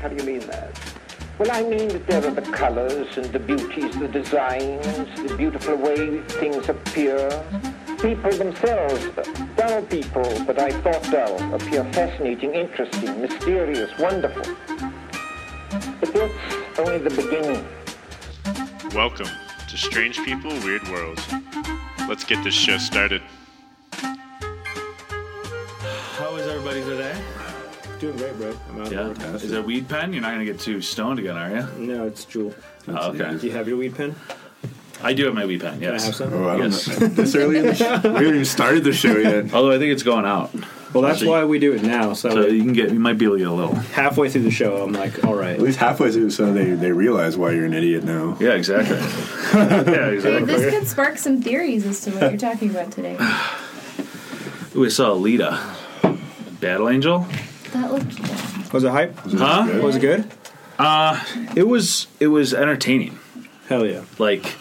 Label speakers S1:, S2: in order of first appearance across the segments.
S1: How do you mean that? Well, I mean that there are the colors and the beauties, the designs, the beautiful way things appear. People themselves, dull people, but I thought dull, appear fascinating, interesting, mysterious, wonderful. But that's only the beginning.
S2: Welcome to Strange People, Weird Worlds. Let's get this show started.
S3: How is everybody today?
S4: Doing great, bro.
S3: I'm out
S5: Yeah.
S3: of work.
S5: Is it weed pen? You're not gonna get too stoned again, are you?
S4: No, it's Jewel.
S5: Oh, okay.
S4: Do you have your weed pen?
S5: I do have my weed pen.
S4: I have
S5: Yes.
S4: some.
S3: Oh, I don't
S5: Yes.
S3: know. This early in the sh- we haven't even started the show yet.
S5: Although I think it's going out,
S4: Well, that's
S5: Actually-
S4: why we do it now. So,
S5: so you can get. You might be able to get a little.
S4: halfway through the show, I'm like, all right.
S3: At least halfway through, so they, they realize why you're an idiot now.
S5: Yeah, exactly. yeah,
S6: Hey,
S5: exactly.
S6: this could spark some theories as to what you're talking about today.
S5: We saw Alita, Battle Angel.
S6: That looked.
S4: Was it hype?
S5: Huh?
S3: good?
S4: Was it good?
S5: It was. It was entertaining.
S4: Hell yeah.
S5: Like,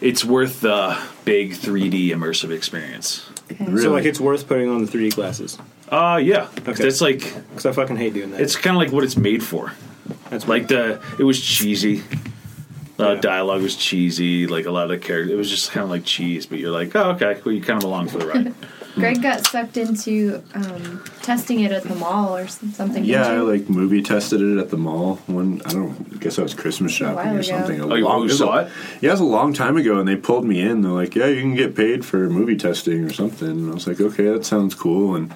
S5: it's worth the big 3D immersive experience.
S3: Really?
S4: So, like, it's worth putting on the 3D glasses.
S5: Uh, yeah.
S4: Okay.
S5: That's like.
S4: Because I fucking hate doing that.
S5: It's kind of like what it's made for.
S4: that's
S5: Like the. It was cheesy. The
S4: Yeah.
S5: dialogue was cheesy. Like a lot of the characters, it was just kind of like cheese. But you're like, oh, okay, well, you kind of along for the ride.
S6: Greg got sucked into um, testing it at the mall or s- something.
S3: Yeah, I
S6: didn't you?
S3: like movie tested it at the mall when I don't I guess I was Christmas
S6: A while
S3: shopping or
S6: ago.
S3: something. A
S5: Oh, you- you
S3: was
S5: saw
S3: a-
S5: it?
S3: Yeah, it was a long time ago, and they pulled me in. They're like, "Yeah, you can get paid for movie testing or something." And I was like, "Okay, that sounds cool." And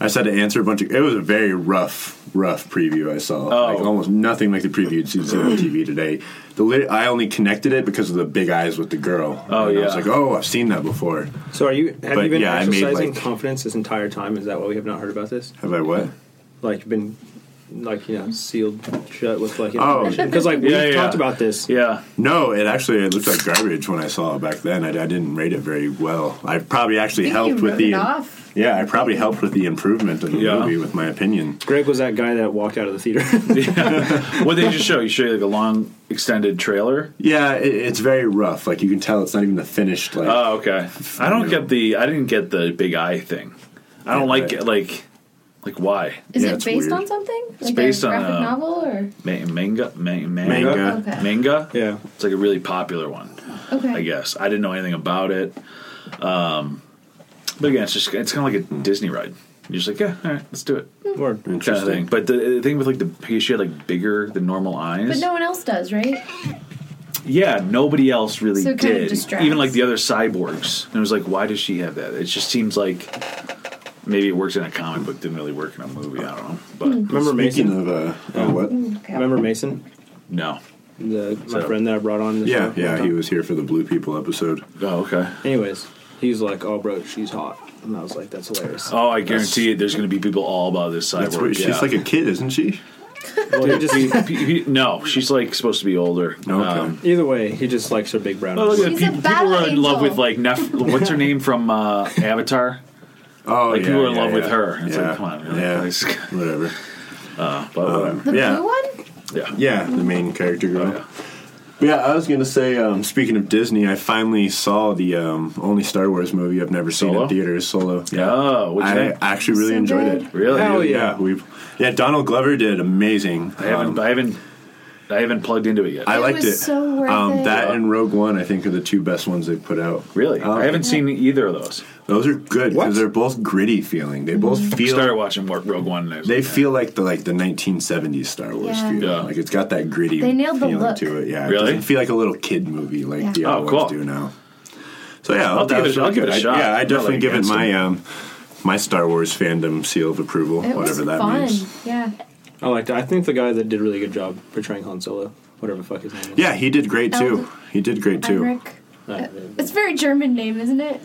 S3: I just had to answer a bunch of. It was a very rough, rough preview I saw. Like
S5: Oh.
S3: almost nothing like the preview you'd see on TV today. The lit- I only connected it because of the big eyes with the girl.
S5: Oh,
S3: and I
S5: yeah.
S3: was like, "Oh, I've seen that before."
S4: so, are you, have
S3: But,
S4: you been
S3: yeah, I made,
S4: exercising
S3: like-
S4: confidence this entire time? Is that why we have not heard about this?
S3: Have I what?
S4: Like, you've been, like, you know, sealed shut with, like,
S3: Oh.
S4: Because, like, we
S5: Yeah, yeah.
S4: talked about this.
S5: Yeah.
S3: No, it actually it looked like garbage when I saw it back then. I, I didn't rate it very well. I probably
S6: I
S3: actually
S6: think
S3: helped
S6: you
S3: with
S6: wrote
S3: the
S6: it off.
S3: yeah. I probably helped with the improvement of the
S5: Yeah.
S3: movie with my opinion.
S4: Greg was that guy that walked out of the theater.
S5: What they just show you show you like a long extended trailer.
S3: Yeah, it, it's very rough. Like you can tell, it's not even the finished. Like
S5: Oh, okay. I don't get the. I didn't get the big eye thing. I don't
S3: Yeah,
S5: like
S3: right.
S5: it. Like, like why?
S6: Is
S3: Yeah,
S6: it
S3: it's
S6: based
S3: weird.
S6: on something? Like
S5: based
S6: a
S5: on,
S6: graphic
S5: uh,
S6: novel or?
S5: Ma- manga, ma-
S3: Manga.
S5: manga,
S6: Okay.
S5: manga.
S4: yeah.
S5: It's like a really popular one,
S6: Okay.
S5: I guess. I didn't know anything about it. Um, but again, it's just it's kind of like a Disney ride. You're just like, yeah, all right, let's do it,
S4: Word.
S5: kind of thing. But the, the thing with like the because she had like bigger than normal eyes.
S6: But no one else does, right?
S5: Yeah, nobody else really
S6: So it kinda
S5: did.
S6: distracts.
S5: Even like the other cyborgs. And it was like, why does she have that? It just seems like maybe it works in a comic book, didn't really work in a movie. I don't know. But
S6: Hmm.
S4: Remember
S3: Speaking
S4: Mason?
S3: of uh, oh, what?
S6: Okay.
S4: Remember Mason?
S5: no.
S4: the my
S5: So-
S4: friend that I brought on. This
S3: Yeah,
S4: show?
S3: yeah, he was here for the Blue People episode.
S5: Oh, okay.
S4: Anyways, he's like, "Oh, bro, she's hot," and I was like, "That's hilarious."
S5: Oh, I guarantee it. There's going to be people all about this cyborg.
S3: That's what, she's
S5: yeah.
S3: like a kid, isn't she?
S4: Well, he just,
S5: P- p- no, she's like supposed to be older.
S3: Okay.
S5: Um,
S4: either way, he just likes her big brown.
S5: oh,
S4: eyes.
S5: look at
S6: She's
S5: pe-
S6: a
S5: people
S6: battle
S5: are in love
S6: angel.
S5: with like Nef- what's her name from uh, Avatar?
S3: Oh,
S5: Like
S3: yeah,
S5: people are in
S3: yeah,
S5: love with
S3: yeah.
S5: her. It's
S3: yeah.
S5: like, come on, really?
S3: yeah,
S5: Nice.
S3: whatever.
S5: But whatever.
S6: the
S3: yeah.
S6: blue one?
S5: Yeah.
S3: Yeah, the main character girl.
S5: Oh, yeah.
S3: Yeah, I was gonna say. Um, speaking of Disney, I finally saw the um, only Star Wars movie I've never seen
S5: Solo?
S3: in theaters. Solo.
S5: Oh, what'd you
S3: I
S5: think?
S3: actually really
S6: So
S3: enjoyed
S6: good.
S3: it.
S5: Really?
S4: Hell
S3: yeah.
S4: yeah.
S3: we. Yeah, Donald Glover did amazing.
S5: I haven't,
S3: Um,
S5: I haven't, I haven't plugged into it yet.
S3: I
S6: It
S3: liked
S6: was
S3: it.
S6: so worth
S3: um,
S6: it.
S3: That and Rogue One, I think, are the two best ones they put out.
S5: really,
S3: Um,
S5: I haven't seen either of those.
S3: Those are good
S4: What?
S3: because they're both gritty feeling. They both
S6: Mm-hmm.
S3: feel.
S5: Started watching War- Rogue One. and I was
S3: they
S5: like,
S3: feel like the like the 1970s Star Wars
S6: Yeah.
S3: feel.
S5: Yeah.
S3: Like it's got that gritty
S6: They nailed the
S3: feeling
S6: look.
S3: to it. Yeah, it
S5: Really?
S3: doesn't feel like a little kid movie like
S6: Yeah.
S3: the
S5: Oh,
S3: other
S5: cool.
S3: ones do now. So yeah,
S5: I'll
S3: that
S5: give it-
S3: was
S5: I'll give it a
S3: good. I-
S5: shot.
S3: Yeah, I
S5: Not
S3: definitely
S5: like
S3: give it
S5: Anson.
S3: my um my Star Wars fandom seal of approval,
S6: It
S3: whatever
S6: was
S3: that
S6: fun.
S3: means.
S6: Yeah.
S4: I liked it. I think the guy that did a really good job portraying Han Solo, whatever the fuck his name is.
S3: Yeah, he did great too.
S6: Elric.
S3: He did great too.
S6: Emmerich.
S4: Uh,
S6: It's a very German name, isn't it?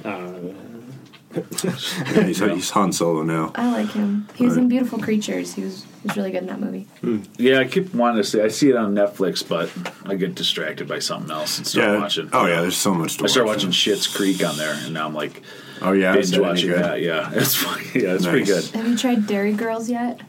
S3: Yeah, he's, he's Han Solo now.
S6: I like him. He was in Beautiful Creatures. He was he was really good in that movie.
S5: yeah, I keep wanting to see. I see it on Netflix, but I get distracted by something else and start
S3: Yeah.
S5: watching.
S3: Oh yeah, there's so much
S5: I
S3: to watch.
S5: started watching Shit's Creek on there, and now I'm like
S3: Oh yeah,
S5: binge
S3: is that any
S5: watching
S3: good?
S5: that. Yeah, it's fucking, yeah, it's pretty
S3: Nice.
S5: good.
S6: Have you tried Dairy Girls yet?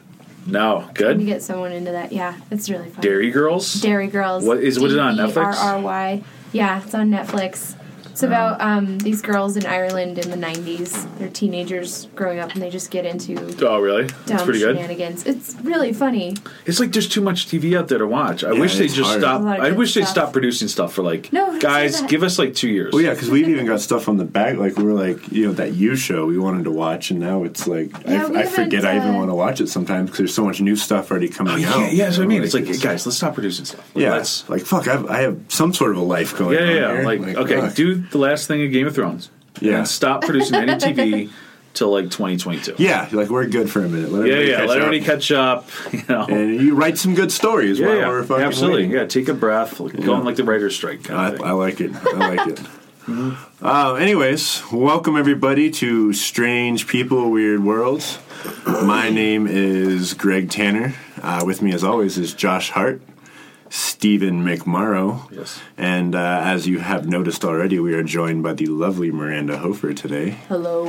S5: No,
S6: Let me
S5: good.
S6: get someone into that. Yeah, it's really fun.
S5: Dairy Girls.
S6: Dairy Girls.
S5: What is- was it on Netflix?
S6: D E R R Y. Yeah, it's on Netflix. It's about um, these girls in Ireland in the 90s. They're teenagers growing up and they just get into
S5: Oh, really? That's
S6: dumb
S5: pretty good.
S6: shenanigans. It's really funny.
S5: It's like there's too much TV out there to watch. I
S3: Yeah,
S5: wish they
S3: it's
S5: just
S3: hard.
S5: stop.
S6: A lot of
S5: I
S6: good
S5: wish they
S6: stuff.
S5: stopped producing stuff for like
S6: No, don't say
S5: guys.
S6: that.
S5: Give us like two years.
S3: Well, Oh, yeah, because we've even got stuff on the back. Like we were like, you know, that you show we wanted to watch, and now it's like
S6: Yeah, we
S3: I, I forget I
S6: haven't,
S3: even
S6: uh,
S3: want to watch it sometimes because there's so much new stuff already coming
S5: Oh, yeah,
S3: out.
S5: yeah, that's what I
S3: you
S5: mean.
S3: know,
S5: It's like, guys, let's stop producing stuff. Like,
S3: yeah,
S5: let's,
S3: like fuck, I've, I have some sort of a life going.
S5: yeah,
S3: on
S5: yeah, yeah.
S3: here.
S5: Like, okay,
S3: fuck.
S5: do the last thing of Game of Thrones.
S3: oh Yeah.
S5: and stop producing any TV till like 2022.
S3: Yeah, like we're good for a minute. Let
S5: yeah,
S3: everybody
S5: yeah.
S3: catch
S5: Let
S3: up.
S5: everybody catch up. You know,
S3: And you write some good stories
S5: yeah,
S3: while
S5: yeah.
S3: we're fucking
S5: absolutely.
S3: waiting.
S5: Yeah, take a breath. Like, Go on like the writer's strike. Kind
S3: I,
S5: of thing.
S3: I like it. I like it. Uh, anyways, welcome everybody to Strange People, Weird Worlds. My name is Greg Tanner. Uh, with me, as always, is Josh Hart, Stephen McMorrow.
S5: Yes.
S3: And uh, as you have noticed already, we are joined by the lovely Miranda Hofer today.
S6: Hello.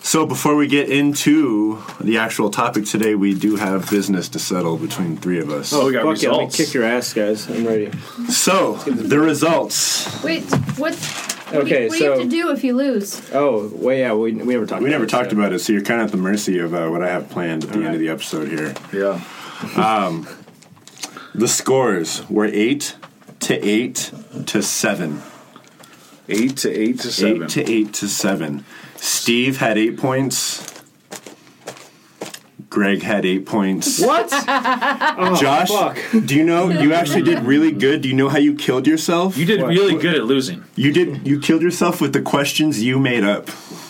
S3: So before we get into the actual topic today, we do have business to settle between three of us.
S5: oh, we got
S4: Fuck yeah, let me
S5: results.
S4: kick your ass, guys. I'm ready.
S3: So the results.
S6: Wait, what's. What do
S4: Okay,
S6: you, what do you
S4: so
S6: have to do if you lose?
S4: oh, well, yeah, we, we never talked.
S3: We
S4: about
S3: never
S4: this
S3: talked
S4: yet.
S3: about it, so you're kind of at the mercy of uh, what I have planned at the end of the episode here.
S5: yeah.
S3: The scores were eight to eight to seven.
S5: Eight to eight to seven.
S3: Eight to eight to seven. Steve had eight points. Greg had eight points.
S4: What?
S3: Josh, do you know you actually did really good? Do you know how you killed yourself?
S5: you did really good at losing.
S3: You did. You killed yourself with the questions you made up.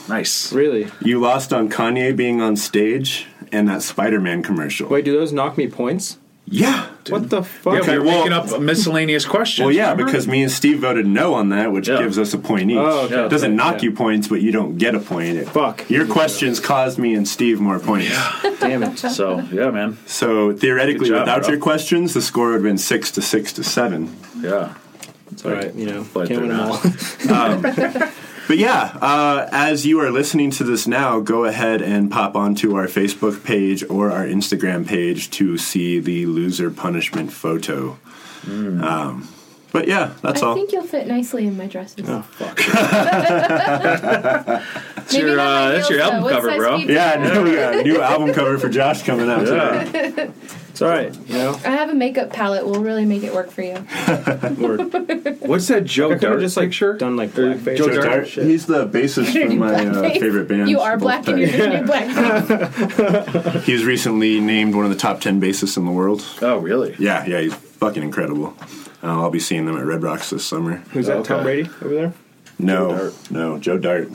S5: Nice.
S4: really?
S3: You lost on Kanye being on stage and that Spider-Man commercial.
S4: Wait, do those knock me points?
S3: Yeah.
S4: What the fuck?
S5: Yeah, we were
S3: well-
S5: making up miscellaneous questions.
S3: Well, yeah,
S5: remember?
S3: because me and Steve voted no on that, which
S5: Yeah.
S3: gives us a point each.
S4: Oh, okay.
S5: Yeah,
S3: It doesn't
S5: okay,
S3: knock
S4: yeah.
S3: you points, but you don't get a point. It-
S4: Fuck.
S3: Your questions caused me and Steve more points.
S4: Damn it.
S5: So yeah, man.
S3: So theoretically,
S5: Good job,
S3: without
S5: bro.
S3: your questions, the score would have been six to six to seven.
S5: Yeah.
S4: It's all right, you know.
S5: But
S4: can't win
S5: they're
S4: them all.
S5: not.
S3: But yeah, uh, as you are listening to this now, go ahead and pop onto our Facebook page or our Instagram page to see the loser punishment photo. Um, but yeah, that's
S6: I
S3: all. Oh,
S6: think you'll fit nicely in my dresses.
S5: That's your, uh, that's your album cover, bro.
S3: yeah, no, we got a new album cover for Josh coming out today.
S5: Yeah.
S4: It's all right, you know.
S6: I have a makeup palette. We'll really make it work for you.
S4: We're
S5: What's that Joe
S4: I could
S5: Dart
S4: have just like
S5: picture?
S4: done like
S5: Or
S4: blackface.
S5: Joe
S4: or
S3: Joe
S5: Dart?
S3: Dart,
S4: shit.
S3: he's the bassist
S6: You're
S3: for
S6: doing
S3: my uh,
S6: blackface.
S3: favorite band.
S6: You are black and you're gonna do black.
S3: He was recently named one of the top 10 bassists in the world.
S5: Oh, really?
S3: Yeah, yeah, he's fucking incredible. Uh, I'll be seeing them at Red Rocks this summer.
S4: Who's that?
S5: Okay.
S4: Tom Brady over there?
S3: No,
S5: Dart.
S3: no, Joe Dart.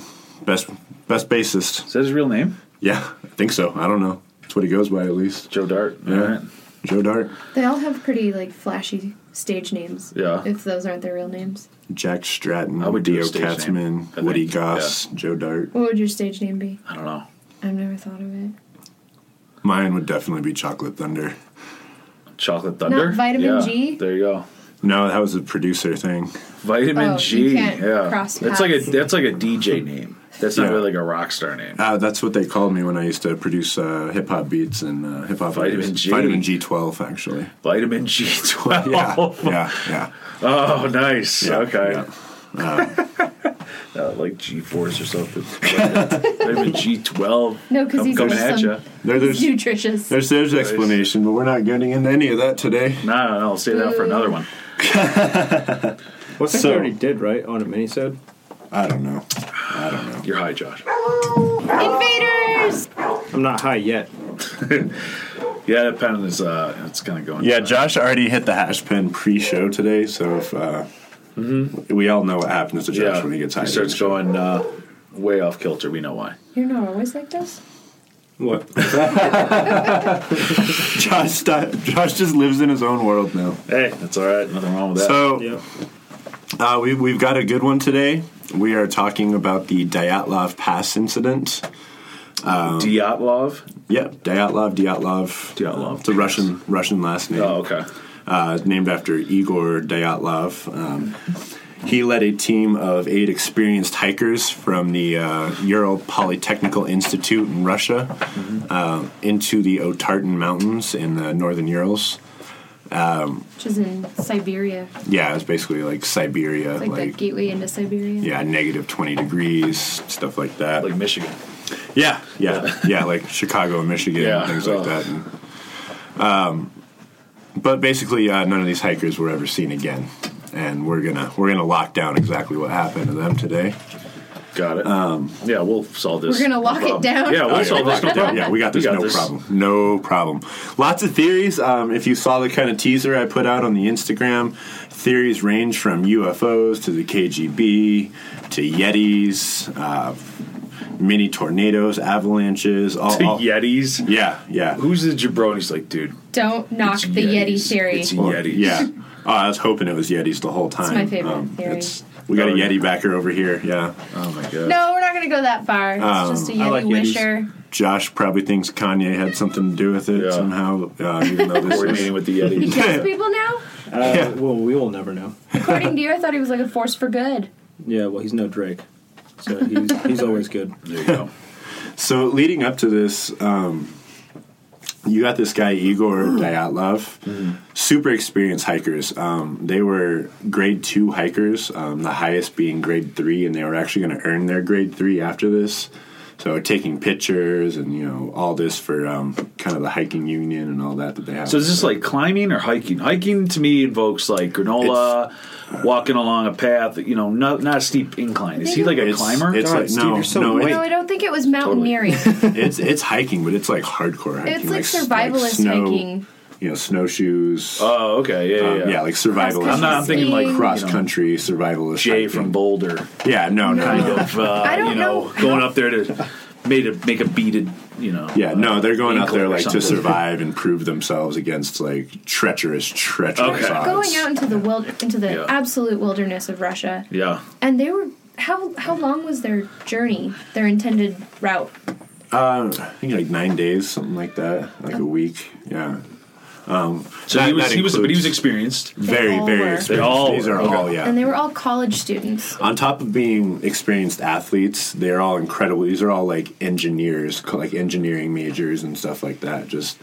S3: Best best bassist.
S5: Is that his real name?
S3: Yeah, I think so. I don't know. That's what he goes by, at least.
S5: Joe Dart.
S3: Yeah.
S5: All right.
S3: Joe Dart,
S6: They all have pretty like flashy stage names.
S5: Yeah.
S6: If those aren't their real names,
S3: Jack Stratton,
S5: I would do
S3: Dio
S5: a stage
S3: Katzman,
S5: name, I
S3: Woody
S5: think.
S3: Goss, Joe Dart.
S6: what would your stage name be?
S5: I don't know.
S6: I've never thought of it.
S3: Mine would definitely be Chocolate Thunder.
S5: Chocolate Thunder.
S6: Vitamin
S5: Yeah,
S6: G?
S5: There you go.
S3: No, that was a producer thing.
S5: Vitamin
S6: Oh,
S5: G.
S6: you can't
S5: yeah.
S6: cross
S5: that's like a
S6: paths.
S5: that's like a DJ name. That's not
S3: Yeah.
S5: really like a rock star name.
S3: Uh, that's what they called me when I used to produce uh, hip hop beats and uh, hip hop
S5: Vitamin
S3: videos.
S5: G.
S3: Vitamin G12, actually.
S5: Vitamin G twelve.
S3: Yeah, yeah, yeah.
S5: Oh, nice.
S3: Yeah,
S5: okay.
S3: yeah.
S5: Uh, like G force or something. Vitamin G twelve.
S6: No, 'cause these are
S5: coming at
S6: some-
S5: you.
S3: There,
S6: It's
S3: there's,
S6: nutritious.
S3: there's there's explanation, but we're not getting into any of that today.
S5: No, no, no. I'll save that for another one.
S4: Well, I think
S3: So-
S4: they already did, right? On a minisode?
S3: I don't know. I don't know.
S5: You're high, Josh.
S6: Invaders!
S4: I'm not high yet.
S5: Yeah, that pen is uh, it's kind of going.
S3: Yeah, Josh already hit the hash pen pre-show today, so if uh, we all know what happens to Josh when he gets high.
S5: Mm-hmm. starts going uh, way off kilter. We know why.
S6: You're not always like this.
S4: What?
S3: Josh, sti- Josh just lives in his own world now.
S5: Hey, that's all right. Nothing wrong with that.
S3: So
S4: yeah.
S3: uh, we've we've got a good one today. We are talking about the Dyatlov Pass incident.
S5: Dyatlov.
S3: Yep, Dyatlov, Dyatlov.
S5: Dyatlov.
S3: It's a Russian Russian last name.
S5: Oh, okay.
S3: uh, named after Igor Dyatlov. Um, he led a team of eight experienced hikers from the uh, Ural Polytechnical Institute in
S5: Mm-hmm.
S3: Russia uh, into the Otartan Mountains in the northern Urals.
S6: Which is in Siberia. It's
S3: Yeah, it was basically like Siberia,
S6: like,
S3: like,
S6: that gateway into Siberia.
S3: yeah, negative twenty degrees, stuff like that.
S5: like Michigan.
S3: yeah, yeah, yeah, like Chicago and Michigan
S5: Yeah,
S3: and things
S5: oh.
S3: like that. And, um, but basically, uh, none of these hikers were ever seen again, and we're gonna we're gonna lock down exactly what happened to them today.
S5: Got it. Um, yeah, we'll solve this.
S6: We're gonna lock it
S5: problem.
S6: down.
S5: Yeah, we'll
S3: Oh, yeah,
S5: solve
S3: we
S5: this.
S3: got
S5: no problem.
S3: this. Yeah, we got this.
S5: We got
S3: no
S5: this.
S3: problem. No problem. Lots of theories. Um, if you saw the kind of teaser I put out on the Instagram, theories range from UFOs to the KGB to Yetis, uh, mini tornadoes, avalanches. All,
S5: To
S3: all-
S5: Yetis.
S3: Yeah, yeah.
S5: Who's the jabron? He's like, dude.
S6: Don't
S5: it's
S6: knock the Yeti
S5: Yetis.
S6: theory.
S5: It's
S3: Or-
S5: Yetis.
S3: Yeah. Oh, I was hoping it was Yetis the whole time. Um,
S6: my favorite theory.
S3: we got a
S5: Oh, yeah.
S3: Yeti backer over here. Yeah.
S5: Oh my god.
S6: no, we're not gonna go that far. It's
S3: Um,
S6: just a
S4: I
S6: Yeti
S4: like Yetis.
S6: wisher.
S3: Josh probably thinks Kanye had something to do with it
S5: Yeah.
S3: somehow, uh, even though this is.
S5: Coordinating with the
S6: He
S5: Yetis.
S6: kills people now.
S4: Uh,
S3: Yeah.
S4: Well, we will never know.
S6: According to you, I thought he was like a force for good.
S4: Yeah, well, he's no Drake, so he's he's always good.
S5: there you go.
S3: So leading up to this, um, you got this guy Igor
S5: Mm.
S3: Dyatlov,
S5: Mm-hmm.
S3: super experienced hikers. Um, they were grade two hikers, um, the highest being grade three, and they were actually going to earn their grade three after this. So taking pictures and you know all this for um, kind of the hiking union and all that that they have.
S5: So is this like climbing or hiking? Hiking to me invokes like granola, walking along a path. You know, not not a steep incline. Is he like a
S3: it's,
S5: climber?
S3: It's
S4: God,
S3: like
S4: Steve,
S3: no,
S4: you're so
S3: no,
S4: white.
S6: No, I don't think it was mountaineering.
S3: it- it's it's hiking, but it's like hardcore hiking.
S6: it's like
S3: s-
S6: survivalist
S3: snow,
S6: hiking.
S3: You know, snowshoes.
S5: oh, okay, yeah,
S3: um,
S5: yeah,
S3: yeah. like survivalist.
S5: I'm not. I'm thinking like
S6: Skiing.
S3: cross
S5: you know,
S3: country survivalist.
S5: Jay
S3: hiking.
S5: from Boulder.
S3: Yeah, no, no,
S5: kind
S3: no.
S5: of uh,
S6: I don't
S5: you know,
S6: know.
S5: going up there to made a make a beaded you know uh,
S3: Yeah, no, they're going out
S5: ankle
S3: there
S5: or
S3: like to
S5: something.
S3: survive and prove themselves against like treacherous, treacherous
S5: Okay.
S3: odds.
S6: Going out into the wild, into the
S5: Yeah.
S6: absolute wilderness of Russia,
S5: yeah
S6: and they were how how long was their journey, their intended route?
S3: Um, I think like nine days, something like that, like
S6: Um,
S3: a week. Yeah,
S5: so
S3: That-
S5: he was
S3: that
S5: he was but he was
S3: includes-
S5: experienced
S3: very,
S6: all were.
S3: very
S5: They
S3: experienced.
S5: all
S3: These are
S5: were, okay.
S3: all yeah.
S6: And they were all college students.
S3: on top of being experienced athletes, they're all incredible. These are all like engineers, co- like engineering majors and stuff like that. Just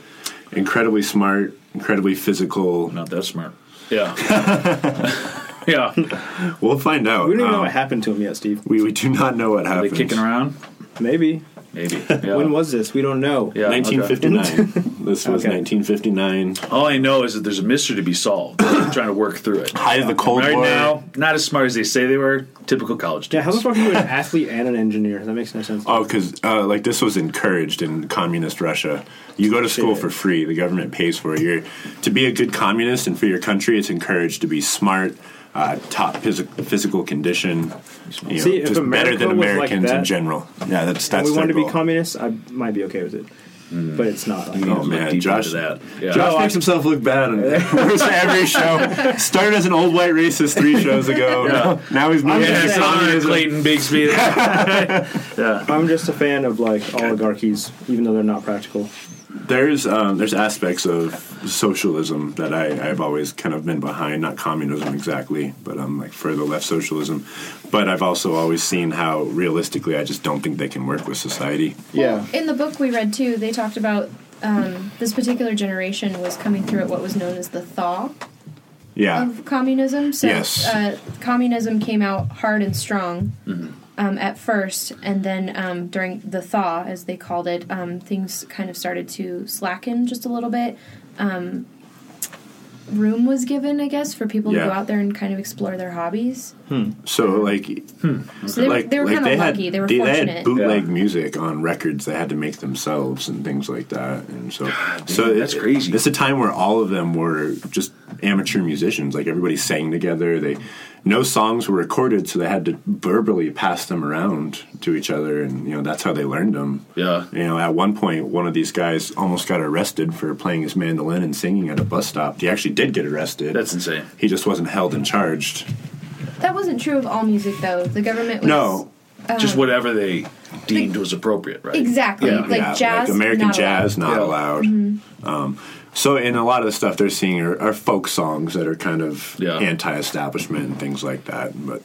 S3: incredibly smart, incredibly physical.
S5: not that smart yeah yeah
S3: We'll find out.
S4: We don't even know
S3: Um,
S4: what happened to him yet, Steve.
S3: we, we do not know what
S5: are
S3: happened.
S5: they kicking around
S4: Maybe.
S5: maybe yeah.
S4: When was this? We don't know.
S5: yeah, okay.
S3: 1959. this was
S4: Okay.
S3: 1959.
S5: all I know is that there's a mystery to be solved I'm trying to work through it
S3: Height of the Cold
S5: right
S3: War.
S5: now not as smart as they say they were typical college
S4: Yeah,
S5: students.
S4: how the fuck are you an athlete and an engineer? That makes no sense.
S3: Oh, because uh, like this was encouraged in communist Russia. You go to school
S4: Shit.
S3: for free; the government pays for it. You're to be a good communist and for your country, it's encouraged to be smart, uh, top phys- physical condition, you know,
S4: See, if
S3: just better
S4: America
S3: than
S4: was like
S3: Americans in
S4: that,
S3: general. Yeah, that's
S4: and
S3: that's.
S4: we
S3: their
S4: wanted to be
S3: goal.
S4: communists. I might be okay with it, but it's not. Like,
S3: Oh
S5: Look
S3: man,
S5: deep
S3: Josh,
S5: into that. Yeah.
S3: Josh
S5: Oh, I-
S3: makes himself look bad on every show. Started as an old white racist three shows ago. Now he's moving
S5: yeah,
S3: to
S5: it's
S4: saying-
S5: honor
S3: communism.
S5: Clayton Bigsby
S4: I'm just a fan of like oligarchies, even though they're not practical.
S3: There's um, there's aspects of socialism that I, I've always kind of been behind, not communism exactly, but um, like further left socialism. But I've also always seen how realistically I just don't think they can work with society.
S4: Yeah.
S6: In the book we read too, they talked about um, this particular generation was coming through at what was known as the thaw
S3: Yeah,
S6: of communism. So
S3: Yes.
S6: uh, communism came out hard and strong
S3: Mm-hmm.
S6: um, at first, and then um, during the thaw, as they called it, um, things kind of started to slacken just a little bit. Um, room was given, I guess, for people to
S3: Yeah.
S6: go out there and kind of explore their hobbies.
S3: so like
S6: So they were,
S3: like
S6: they were
S3: like
S6: kind
S3: they
S6: of
S3: had
S6: lucky. they were
S3: they, they
S6: fortunate.
S3: had bootleg
S5: Yeah.
S3: music on records they had to make themselves and things like that, and so so
S5: damn, that's crazy.
S3: It's a time where all of them were just amateur musicians. Like everybody sang together. They no songs were recorded, so they had to verbally pass them around to each other, and you know that's how they learned them.
S5: Yeah.
S3: You know, at one point, one of these guys almost got arrested for playing his mandolin and singing at a bus stop. He actually did get arrested.
S5: That's insane.
S3: He just wasn't held and charged.
S6: That wasn't true of all music, though. The government was
S3: No,
S5: just whatever they deemed was appropriate, right?
S6: exactly
S5: Yeah.
S6: like jazz,
S3: American
S6: not allowed. Mm-hmm.
S3: jazz, not
S5: Yeah.
S3: allowed. Um, so, in a lot of the stuff they're seeing are, are folk songs that are kind of
S5: Yeah.
S3: anti-establishment and things like that. But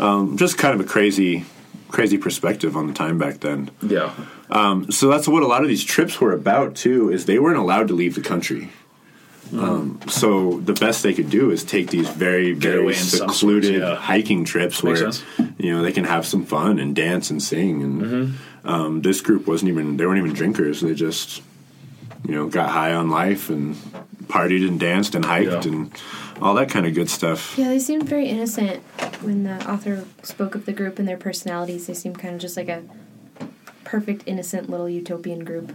S3: um, just kind of a crazy, crazy perspective on the time back then.
S5: Yeah.
S3: So that's what a lot of these trips were about too. Is they weren't allowed to leave the country.
S5: Hmm.
S3: Um, so the best they could do is take these very, very
S5: away in some sorts,
S3: secluded
S5: yeah.
S3: hiking trips
S5: Makes
S3: where
S5: sense.
S3: you know they can have some fun and dance and sing. And
S5: Mm-hmm.
S3: um, this group wasn't even they weren't even drinkers. They just you know got high on life and partied and danced and hiked
S5: Yeah.
S3: and all that kind of good stuff.
S6: Yeah, they seemed very innocent when the author spoke of the group and their personalities. They seemed kind of just like a perfect, innocent little utopian group.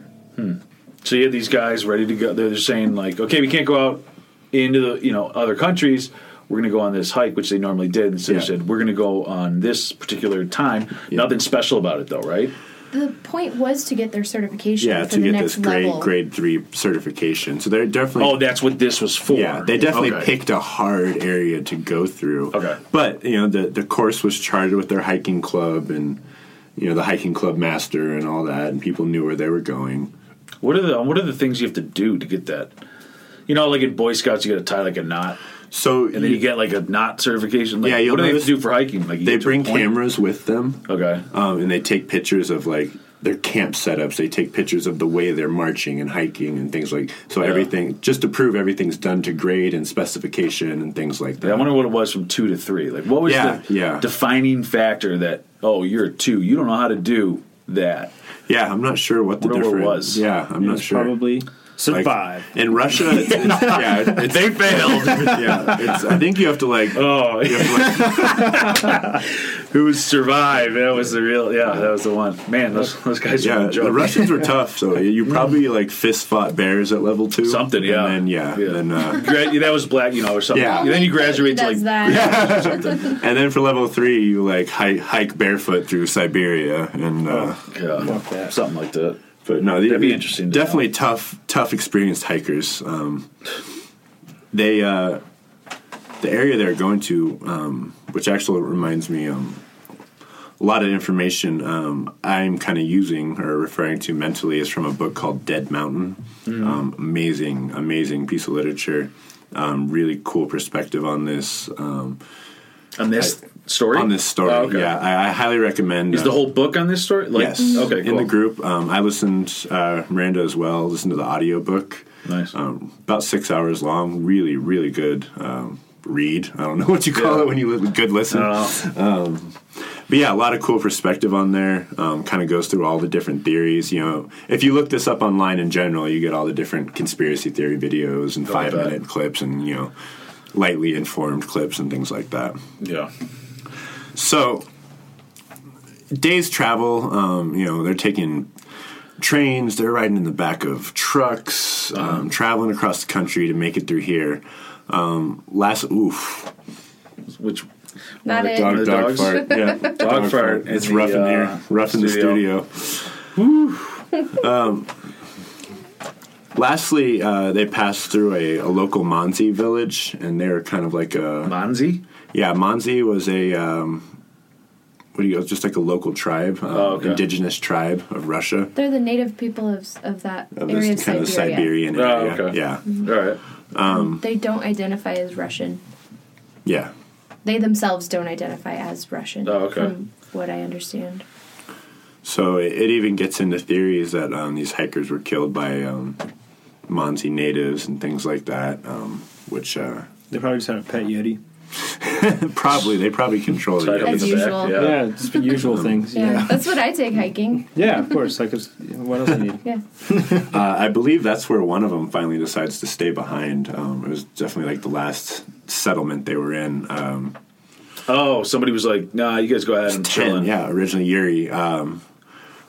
S5: So you had these guys ready to go. They're saying like, okay, we can't go out into the you know other countries. We're going to go on this hike, which they normally did. Instead,
S3: Yeah.
S5: they said we're going to go on this particular time.
S3: Yeah.
S5: Nothing special about it, though, right?
S6: The point was to get their certification
S3: Yeah,
S6: for
S3: to
S6: the
S3: get
S6: next
S3: this grade
S6: level.
S3: grade three certification. So they're definitely
S5: Oh, that's what this was for.
S3: Yeah, they definitely
S5: Okay.
S3: picked a hard area to go through.
S5: Okay.
S3: But, you know, the, the course was charted with their hiking club and, you know, the hiking club master and all that, and people knew where they were going.
S5: What are the what are the things you have to do to get that? You know, like in Boy Scouts, you got to tie like a knot,
S3: So
S5: and then you
S3: you-
S5: get like a knot certification. Like,
S3: Yeah, you'll
S5: what do they have
S3: notice-
S5: to do for hiking? Like you
S3: they
S5: get to a
S3: bring
S5: point?
S3: cameras with them.
S5: Okay.
S3: Um, and they take pictures of, like, their camp setups. They take pictures of the way they're marching and hiking and things like So
S5: Yeah.
S3: everything, just to prove everything's done to grade and specification and things like that.
S5: I wonder what it was from two to three. Like, what was
S3: Yeah,
S5: the
S3: yeah.
S5: defining factor that oh, you're a two, you don't know how to do that.
S3: yeah, I'm not sure what the
S5: Wonder what it
S3: difference
S5: was.
S3: Yeah, I'm not
S4: It's
S3: sure.
S4: Probably
S3: Like,
S4: survive.
S3: in Russia, it's, it's- yeah, it's,
S5: They failed.
S3: yeah, it's, I think you have to like.
S5: oh,
S3: you have to, like-
S5: who survived? That was the real. Yeah, that was the one. Man, those, those guys are
S3: yeah,
S5: a joke.
S3: the Russians were tough, so you probably like fist fought bears at level two,
S5: Something, yeah.
S3: and then yeah,
S5: Yeah.
S3: then uh,
S5: Gra- that was black, you know, or something.
S3: Yeah.
S5: Then you graduate to like
S6: Does that?
S3: and then for level three, you like hike, hike barefoot through Siberia, and uh,
S5: Oh. yeah, something like that.
S3: but no,
S5: That'd be interesting to
S3: Definitely tough, tough, experienced hikers. Um, they uh, the area they're going to, um, which actually reminds me, um, a lot of information um, I'm kind of using or referring to mentally is from a book called Dead Mountain.
S5: Mm-hmm.
S3: Um, amazing, amazing piece of literature. Um, really cool perspective on this um,
S5: On this story.
S3: on this story.
S5: Oh, okay.
S3: Yeah, I, I highly recommend.
S5: Is the
S3: uh,
S5: whole book on this story? Like, mm-hmm.
S3: yes.
S5: Okay.
S3: In
S5: cool.
S3: the group, um, I listened. Uh, Miranda as well listened to the audiobook.
S5: Nice.
S3: Um, about six hours long. Really, really good um, read. I don't know what you call
S5: Yeah.
S3: it when you li- good listen. Um,
S5: Oh,
S3: But yeah, a lot of cool perspective on there. Um, kind of goes through all the different theories. You know, if you look this up online in general, you get all the different conspiracy theory videos and
S5: I
S3: five
S5: bet.
S3: minute clips and you know, lightly informed clips and things like that.
S5: yeah.
S3: So, days travel. Um, you know, they're taking trains. They're riding in the back of trucks, um, traveling across the country to make it through here. Um, last oof,
S5: Which
S6: Not it.
S3: dog,
S5: the
S3: dog
S5: dogs?
S3: fart. Yeah, dog,
S5: fart in
S3: It's
S5: the,
S3: rough in
S5: uh,
S3: here. Rough in the
S5: studio.
S3: studio. um, lastly, uh, they passed through a, a local Monzi village, and they're kind of like a
S5: Manzi?
S3: yeah, Manzi was a um, what do you just like a local tribe, um,
S5: Oh, okay.
S3: indigenous tribe of Russia
S6: They're the native people of, of that
S3: of
S6: area
S3: this
S6: of
S3: kind
S6: Siberia.
S3: of Siberian
S5: Oh,
S3: area.
S5: okay.
S3: Yeah,
S5: All right.
S6: They don't identify as Russian.
S3: yeah.
S6: They themselves don't identify as Russian.
S5: Oh, okay.
S6: From what I understand.
S3: So it, it even gets into theories that um, these hikers were killed by um, Manzi natives and things like that, um, which uh,
S4: They probably just had a pet yeti.
S3: probably they probably control
S5: Tied up
S3: the
S5: in
S6: As
S5: the back,
S6: usual.
S5: Yeah.
S4: Yeah, it's the usual things.
S6: Yeah.
S4: Yeah.
S6: That's what I take hiking.
S4: Yeah, of course. Like, it's, what else do you need?
S6: Yeah.
S3: Uh, I believe that's where one of them finally decides to stay behind. Um, it was definitely like the last settlement they were in. Um,
S5: Oh, somebody was like, nah, you guys go ahead and chill.
S3: Ten, yeah, originally Yuri. Um,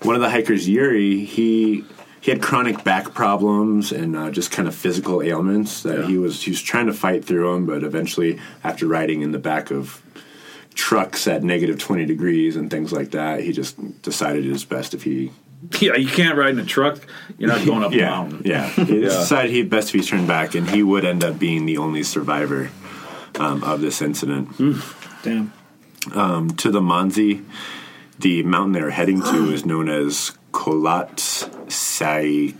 S3: one of the hikers, Yuri, he he had chronic back problems and uh, just kind of physical ailments that
S5: Yeah.
S3: he was he was trying to fight through them, but eventually, after riding in the back of trucks at negative twenty degrees and things like that, he just decided it was best if he
S5: Yeah, you can't ride in a truck. You're not going up a
S3: yeah
S5: mountain.
S3: yeah he
S5: Yeah.
S3: decided he best if he turned back, and he would end up being the only survivor um, of this incident.
S4: Damn.
S3: to the Manzi, the mountain they're heading to is known as Kolat Sai,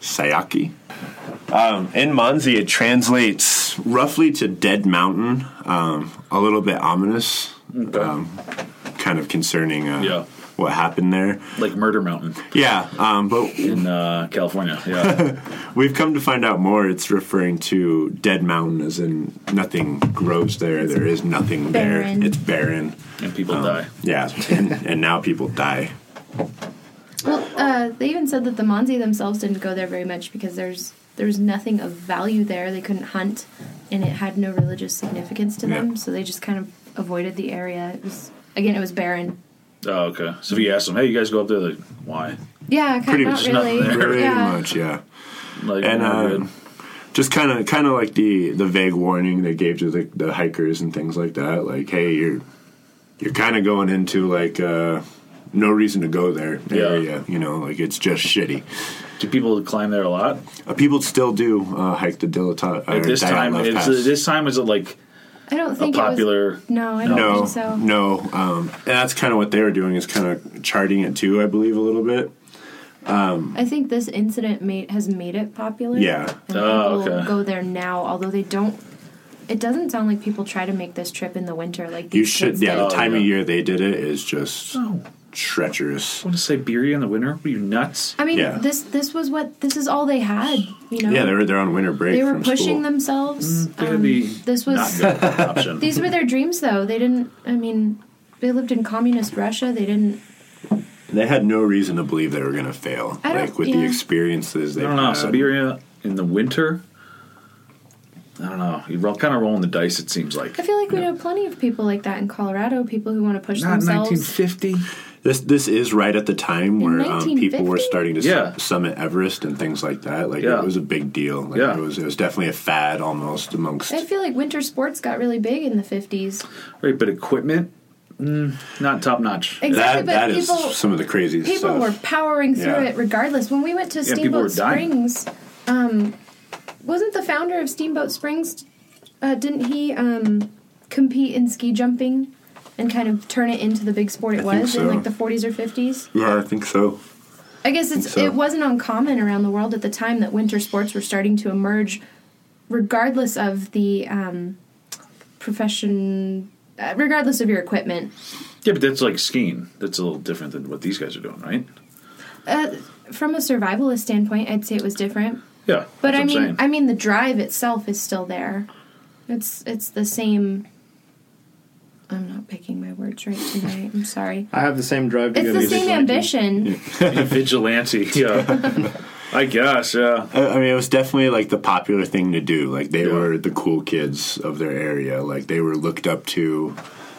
S3: Sayaki. Um, in Manzi, it translates roughly to Dead Mountain, um, a little bit ominous,
S5: Okay.
S3: kind of concerning uh,
S5: Yeah.
S3: what happened there.
S5: like Murder Mountain
S3: Yeah, um, but
S5: in uh, California. Yeah,
S3: We've come to find out more. It's referring to Dead Mountain, as in nothing grows there. there is nothing
S6: barren.
S3: there. It's barren.
S5: and people die.
S3: Yeah, and, and now people die.
S6: Well, uh, they even said that the Monzi themselves didn't go there very much because there's there was nothing of value there. They couldn't hunt, and it had no religious significance to them.
S3: Yeah.
S6: So they just kind of avoided the area. It was again, it was barren.
S5: Oh, okay. So if you ask them, hey, you guys go up there, like, why?
S6: Yeah, kind
S3: Pretty
S6: of not
S3: much
S5: nothing
S6: really.
S5: there.
S3: Pretty
S6: yeah.
S3: much, yeah.
S5: Like,
S3: And
S5: we're
S3: uh,
S5: good.
S3: just kind of, kind of like the the vague warning they gave to the, the hikers and things like that. Like, hey, you're you're kind of going into like uh, no reason to go there
S5: Yeah.
S3: area. You know, like it's just shitty.
S5: do people climb there a lot?
S3: Uh, people still do uh, hike the dilettante. or
S5: At this
S3: Diatlov
S5: time, it's,
S3: Pass.
S5: this time is it like
S6: I don't
S5: a
S6: think It
S5: popular?
S6: was, no, I don't
S3: No,
S6: think so.
S3: no. Um, and that's kind of what they were doing is kind of charting it too, I believe, a little bit.
S6: I think this incident made has made it popular.
S3: Yeah.
S6: and
S5: Oh,
S6: people
S5: okay.
S6: go there now, although they don't. It doesn't sound like people try to make this trip in the winter. Like
S3: You
S6: these
S3: should,
S6: kids
S3: yeah. The
S6: did.
S5: Oh,
S3: time
S5: yeah.
S3: of year they did it is just
S5: Oh,
S3: treacherous.
S5: want to Siberia in the winter? What Are you nuts?
S6: I mean,
S3: yeah.
S6: this this was what this is all they had. You know.
S3: Yeah, they were they're on winter break.
S6: They were
S3: from
S6: pushing
S3: school.
S6: themselves.
S5: Mm, They're gonna
S6: Um,
S5: be
S6: this
S5: not
S6: was
S5: good option.
S6: these were their dreams, though. They didn't. I mean, they lived in communist Russia. They didn't.
S3: They had no reason to believe they were going to fail.
S6: I don't-
S3: like with the
S6: yeah.
S3: experiences they
S5: I
S6: Um,
S5: don't know.
S3: had.
S5: Siberia in the winter. I don't know. You're kind of rolling the dice. It seems like
S6: I feel like we know plenty of people like that in Colorado. People who want to push
S5: not
S6: themselves.
S5: 1950.
S3: This this is right at the time where um, people were
S6: 1950?
S3: starting to
S5: Yeah.
S3: su- summit Everest and things like that. Like
S5: Yeah.
S3: it was a big deal. Like,
S5: Yeah.
S3: it was it was definitely a fad almost amongst.
S6: I feel like winter sports got really big in the fifties.
S5: Right, but equipment, mm, not top notch.
S6: Exactly,
S3: that
S6: but
S3: that is
S6: people
S3: some of the craziest
S6: people
S3: stuff.
S6: were powering through
S3: Yeah.
S6: it regardless. When we went to
S5: Yeah, people were
S6: Steamboat
S5: dying.
S6: Springs, um, wasn't the founder of Steamboat Springs? Uh, didn't he um, compete in ski jumping and kind of turn it into the big sport it
S3: I think
S6: was
S3: so.
S6: in like the 40s or 50s?
S3: yeah, I think so.
S6: I guess it's
S3: so.
S6: it wasn't uncommon around the world at the time that winter sports were starting to emerge, regardless of the um, profession, uh, regardless of your equipment.
S5: Yeah, but that's like skiing. That's a little different than what these guys are doing, right?
S6: Uh, from a survivalist standpoint, I'd say it was different.
S5: Yeah,
S6: But
S5: that's
S6: I
S5: what I'm
S6: mean,
S5: saying.
S6: I mean, the drive itself is still there. It's it's the same. I'm not picking my words right tonight. I'm sorry.
S4: I have the same drive to
S6: It's
S4: go
S6: the
S4: to
S6: same
S4: Disneyland.
S6: ambition.
S5: vigilante. Yeah, I guess. Yeah,
S3: I I mean, it was definitely like the popular thing to do. Like they
S5: Yeah.
S3: were the cool kids of their area. Like they were looked up to.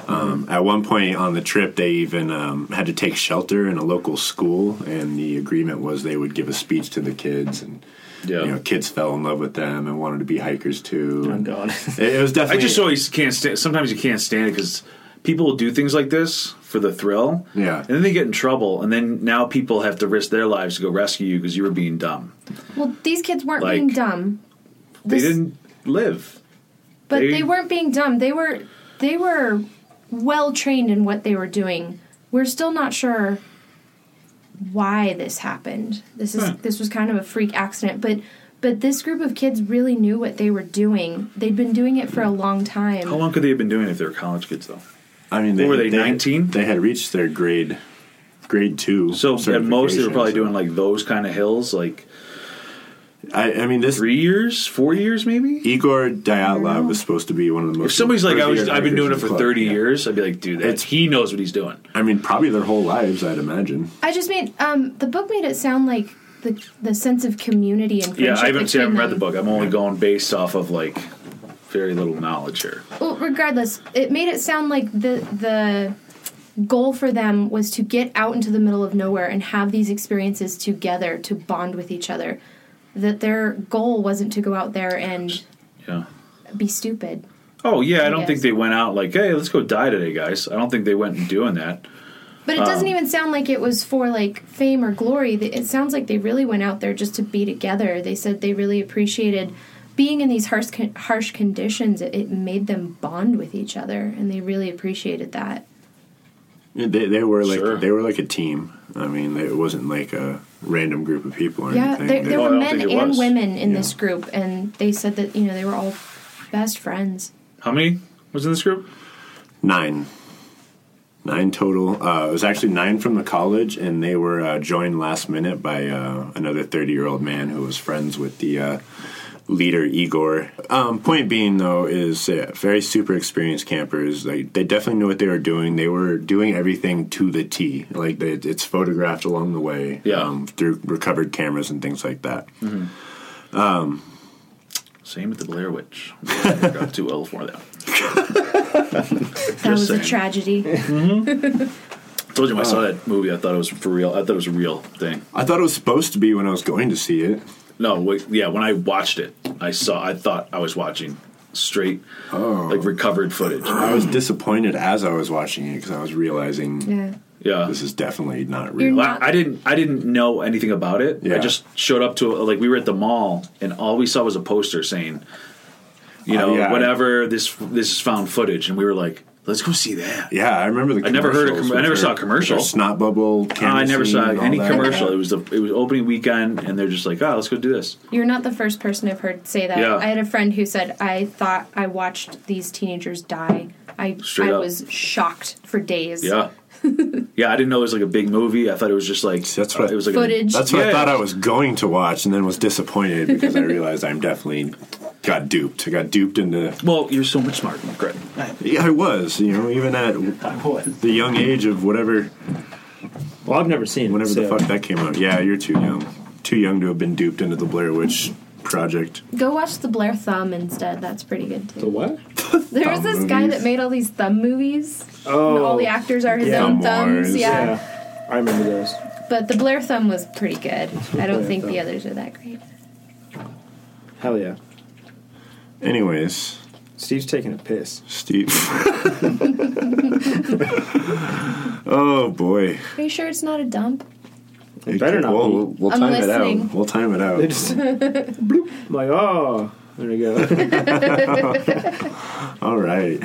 S3: Um, At one point on the trip, they even um, had to take shelter in a local school, and the agreement was they would give a speech to the kids, and
S5: yeah.
S3: you know, kids fell in love with them and wanted to be hikers too.
S4: Oh,
S3: And
S4: God.
S3: It, it was
S5: I
S3: definitely
S5: just always can't stand. Sometimes you can't stand it because people will do things like this for the thrill.
S3: Yeah.
S5: and then they get in trouble, and then now people have to risk their lives to go rescue you because you were being dumb.
S6: Well, these kids weren't being
S5: Like,
S6: dumb.
S5: They
S6: This-
S5: didn't live.
S6: But
S5: they-
S6: they weren't being dumb. They were they were well trained in what they were doing. We're still not sure why this happened. This is
S5: Huh.
S6: this was kind of a freak accident, but but this group of kids really knew what they were doing. They'd been doing it for a long time.
S5: How long could they have been doing it if they were college kids though?
S3: I mean, they,
S5: were they, 19?
S3: They had reached their grade grade two.
S5: So at most they were
S3: certification,
S5: probably
S3: so-
S5: doing like those kind of hills, like
S3: I, I mean, this
S5: three years, four years, maybe.
S3: Igor Dyatlov was supposed to be one of the most.
S5: If somebody's like, I was,
S3: worthy
S5: I've been doing it
S3: hikers in
S5: for
S3: the club,
S5: thirty
S3: yeah.
S5: years, I'd be like, dude, that,
S3: It's-
S5: he knows what he's doing.
S3: I mean, probably their whole lives, I'd imagine.
S6: I just mean um, the book made it sound like the the sense of community and
S5: Yeah,
S6: friendship
S5: I haven't, see, I
S6: between
S5: haven't read the
S6: them.
S5: book. I'm only going based off of like very little knowledge here.
S6: Well, regardless, it made it sound like the the goal for them was to get out into the middle of nowhere and have these experiences together to bond with each other. That their goal wasn't to go out there and
S5: Yeah.
S6: be stupid.
S5: Oh yeah, I don't think
S6: guess.
S5: they went out like, hey, let's go die today, guys. I don't think they went and doing that.
S6: But it
S5: Um,
S6: doesn't even sound like it was for like fame or glory. Th- It sounds like they really went out there just to be together. They said they really appreciated being in these harsh con- harsh conditions. It, it made them bond with each other, and they really appreciated that.
S3: They, they were like
S5: Sure.
S3: they were like a team. I mean, it wasn't like a random group of people or
S6: Yeah,
S3: anything.
S6: there,
S3: They-
S6: there
S5: Oh, I
S6: were
S5: don't
S6: men
S5: think it
S6: and
S5: was.
S6: women in this group, and they said that you know they were all best friends.
S5: How many was in this group?
S3: nine, Nine total. Uh, it was actually nine from the college, and they were uh, joined last minute by uh, another 30 year old man who was friends with the uh, leader Igor. Um, point being, though, is uh, very super experienced campers. Like they definitely knew what they were doing. They were doing everything to the T. Like they, it's photographed along the way,
S5: Yeah.
S3: um, through recovered cameras and things like that.
S5: Same with the Blair Witch. got too ill for that.
S6: That was
S5: saying.
S6: a tragedy.
S5: Told you when I saw that movie, I thought it was for real. I thought it was a real thing.
S3: I thought it was supposed to be when I was going to see it.
S5: No, wait, yeah. When I watched it, I saw. I thought I was watching straight, like recovered footage.
S3: I was disappointed as I was watching it because I was realizing
S6: yeah.
S5: Yeah,
S3: this is definitely not
S6: You're
S3: real.
S5: Well, I- I didn't. I didn't know anything about it. I
S3: Yeah.
S5: just showed up to like we were at the mall, and all we saw was a poster saying, you
S3: Oh,
S5: know,
S3: yeah.
S5: whatever this this is found footage, and we were like, let's go see that.
S3: Yeah, I remember the.
S5: I never heard a
S3: commercials
S5: com- I never
S3: with
S5: saw a
S3: her-
S5: commercial.
S3: with her Snot bubble.
S5: Ah, I never saw
S3: canvassing and
S5: any
S3: all that.
S5: commercial. It was the it was opening weekend, and they're just like, oh, let's go do this.
S6: You're not the first person I've heard say that.
S5: Yeah.
S6: I had a friend who said, I thought I watched these teenagers die. I,
S5: Straight
S6: I
S5: up.
S6: was shocked for days.
S5: Yeah, yeah. I didn't know it was like a big movie. I thought it was just like
S3: that's what I-
S5: it was like a-
S6: Footage.
S3: That's what
S5: Yeah.
S3: I thought I was going to watch, and then was disappointed because I realized I'm definitely got duped. I got duped into.
S5: well, you're so much smarter, Greg.
S3: Yeah, I was. You know, even at the young age of whatever,
S4: Well, I've never seen. it,
S3: whenever the
S4: so-
S3: fuck that came out. Yeah, you're too young. Too young to have been duped into the Blair Witch project.
S6: Go watch the Blair Thumb instead. That's pretty good
S4: The
S6: too.
S4: what?
S6: There was
S3: Thumb
S6: this guy
S3: movies?
S6: that made all these thumb movies. and
S4: Oh,
S6: all the actors are his
S4: yeah.
S6: own
S3: Thumbs,
S6: thumbs. Yeah.
S4: yeah. I remember those.
S6: But the Blair Thumb was pretty good. I don't think the
S4: Thumb.
S6: others are that great.
S4: Hell yeah.
S3: Anyways,
S4: Steve's taking a piss.
S3: Steve. oh boy.
S6: Are you sure it's not a dump?
S4: It better not
S3: We'll,
S4: be.
S3: we'll, we'll
S6: I'm
S3: time it
S6: listening.
S3: out. We'll time it
S4: They
S3: out.
S4: just bloop. I'm like, oh, there we go.
S3: All right.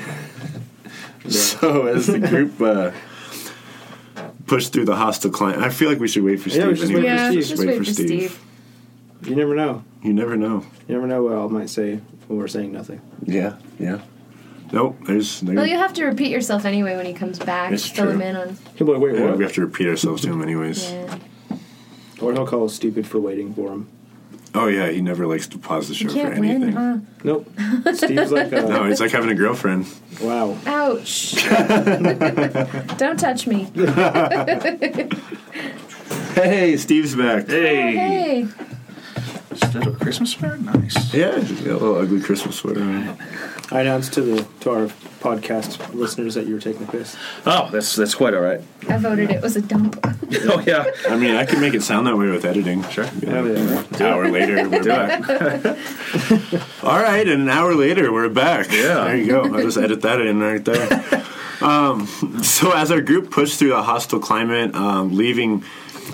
S3: So as the group uh, pushed through the hostile climb, I feel like we should wait for
S4: Yeah,
S3: Steve.
S4: we should
S3: anyway.
S4: wait for
S6: Yeah,
S4: Steve.
S6: just wait for Steve.
S4: you never know.
S3: You never know.
S4: You never know what I might say when we're saying nothing.
S3: Yeah, yeah. Nope. There's. there's
S6: Well, you have to repeat yourself anyway when he comes back.
S3: It's
S6: Fill him
S3: true.
S6: in on.
S4: He'll be like, wait,
S3: yeah,
S4: what?
S3: we have to repeat ourselves to him, anyways.
S6: Yeah.
S4: Or he'll call us stupid for waiting for him.
S3: Oh yeah, he never likes to pause the show
S6: You
S3: for
S6: can't win,
S3: anything.
S6: huh?
S4: Nope. Steve's like, uh,
S3: No, he's like having a girlfriend.
S4: wow.
S6: Ouch. Don't touch me.
S3: Hey, Steve's back.
S5: Hey,
S6: Oh, Hey.
S5: is that a Christmas sweater? Nice.
S3: Yeah, he's got a little ugly Christmas sweater. on.
S4: I announced to the to our podcast listeners that you were taking a piss.
S5: Oh, that's that's quite all right.
S6: I voted it was a dump.
S5: Oh yeah,
S3: I mean, I could make it sound that way with editing.
S5: Sure.
S3: Be
S4: Hell
S3: like,
S4: yeah.
S3: An hour later, we're back. All right, and an hour later, we're back.
S5: Yeah.
S3: There you go. I'll just edit that in right there. Um, so, as our group pushed through a hostile climate, um, leaving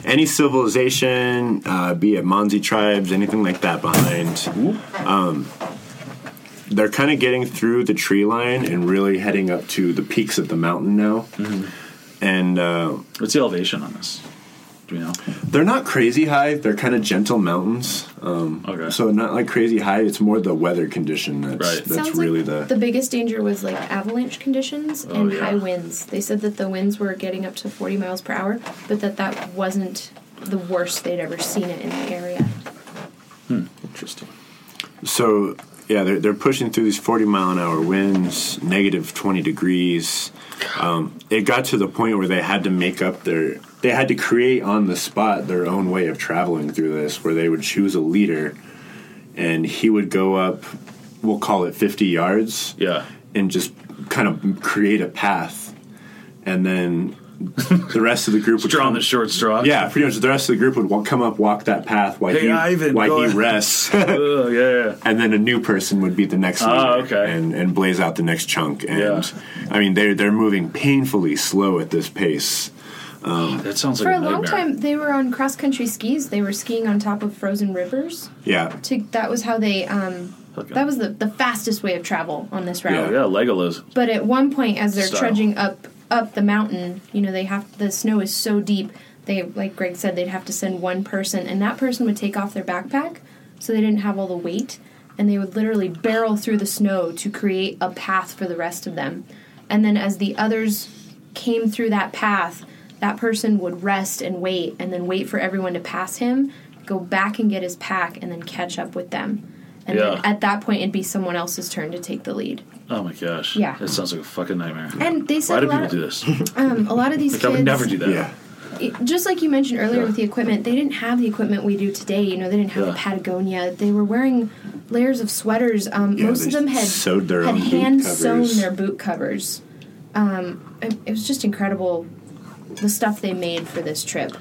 S3: any civilization, uh, be it Monzi tribes, anything like that, behind, um, they're kind of getting through the tree line and really heading up to the peaks of the mountain now. And. Uh,
S5: what's the elevation on this? Do we know?
S3: they're not crazy high. They're kind of gentle mountains. Um,
S5: Okay.
S3: So not like crazy high. It's more the weather condition that's
S5: Right.
S3: that's
S6: Sounds
S3: really
S6: like
S3: the.
S6: biggest danger was like avalanche conditions and
S5: Oh, yeah.
S6: high winds. They said that the winds were getting up to 40 miles per hour, but that that wasn't the worst they'd ever seen it in the area.
S5: Interesting.
S3: so yeah, they're they're pushing through these forty mile an hour winds, negative twenty degrees. Um, it got to the point where they had to make up their. They had to create on the spot their own way of traveling through this, where they would choose a leader, and he would go up. We'll call it fifty yards.
S5: Yeah.
S3: and just kind of create a path, and then the rest of the group would
S5: Drawing
S3: come-
S5: the short straw.
S3: Yeah, pretty much. The rest of the group would wa- come up, walk that path while
S5: Hey,
S3: he
S5: Ivan, go
S3: while he
S5: ahead.
S3: rests,
S5: Ugh, yeah, yeah.
S3: and then a new person would be the next leader
S5: Ah, okay.
S3: and and blaze out the next chunk. And
S5: Yeah.
S3: I mean, they're they're moving painfully slow at this pace.
S5: That sounds
S6: For
S5: like
S6: a long
S5: nightmare.
S6: time, they were on cross country skis. They were skiing on top of frozen rivers.
S3: Yeah,
S6: To, that was how they. Um,
S5: Okay.
S6: That was the, the fastest way of travel on this route.
S5: Yeah, yeah, Legolas.
S6: But at one point, as they're
S5: Style.
S6: trudging up up the mountain, you know, they have the snow is so deep. They, like Greg said, they'd have to send one person, and that person would take off their backpack, so they didn't have all the weight, and they would literally barrel through the snow to create a path for the rest of them. And then as the others came through that path, that person would rest and wait and then wait for everyone to pass him, go back and get his pack, and then catch up with them. And
S5: Yeah.
S6: then at that point, it'd be someone else's turn to take the lead.
S5: Oh my gosh.
S6: Yeah.
S5: That sounds like a fucking nightmare.
S6: And they
S5: Why
S6: said
S5: do
S6: a lot
S5: people
S6: of,
S5: do this? Like,
S6: Um, a lot of these
S5: I
S6: kids,
S5: would never do that.
S3: Yeah.
S6: it- just like you mentioned earlier
S5: Yeah.
S6: with the equipment, they didn't have the equipment we do today. You know, they didn't have
S5: Yeah.
S6: the Patagonia. They were wearing layers of sweaters. Um,
S3: Yeah,
S6: most
S3: they
S6: of them had
S3: sewed their
S6: had
S3: own boot
S6: hand sewn
S3: covers.
S6: their boot covers. Um, it, it was just incredible the stuff they made for this trip.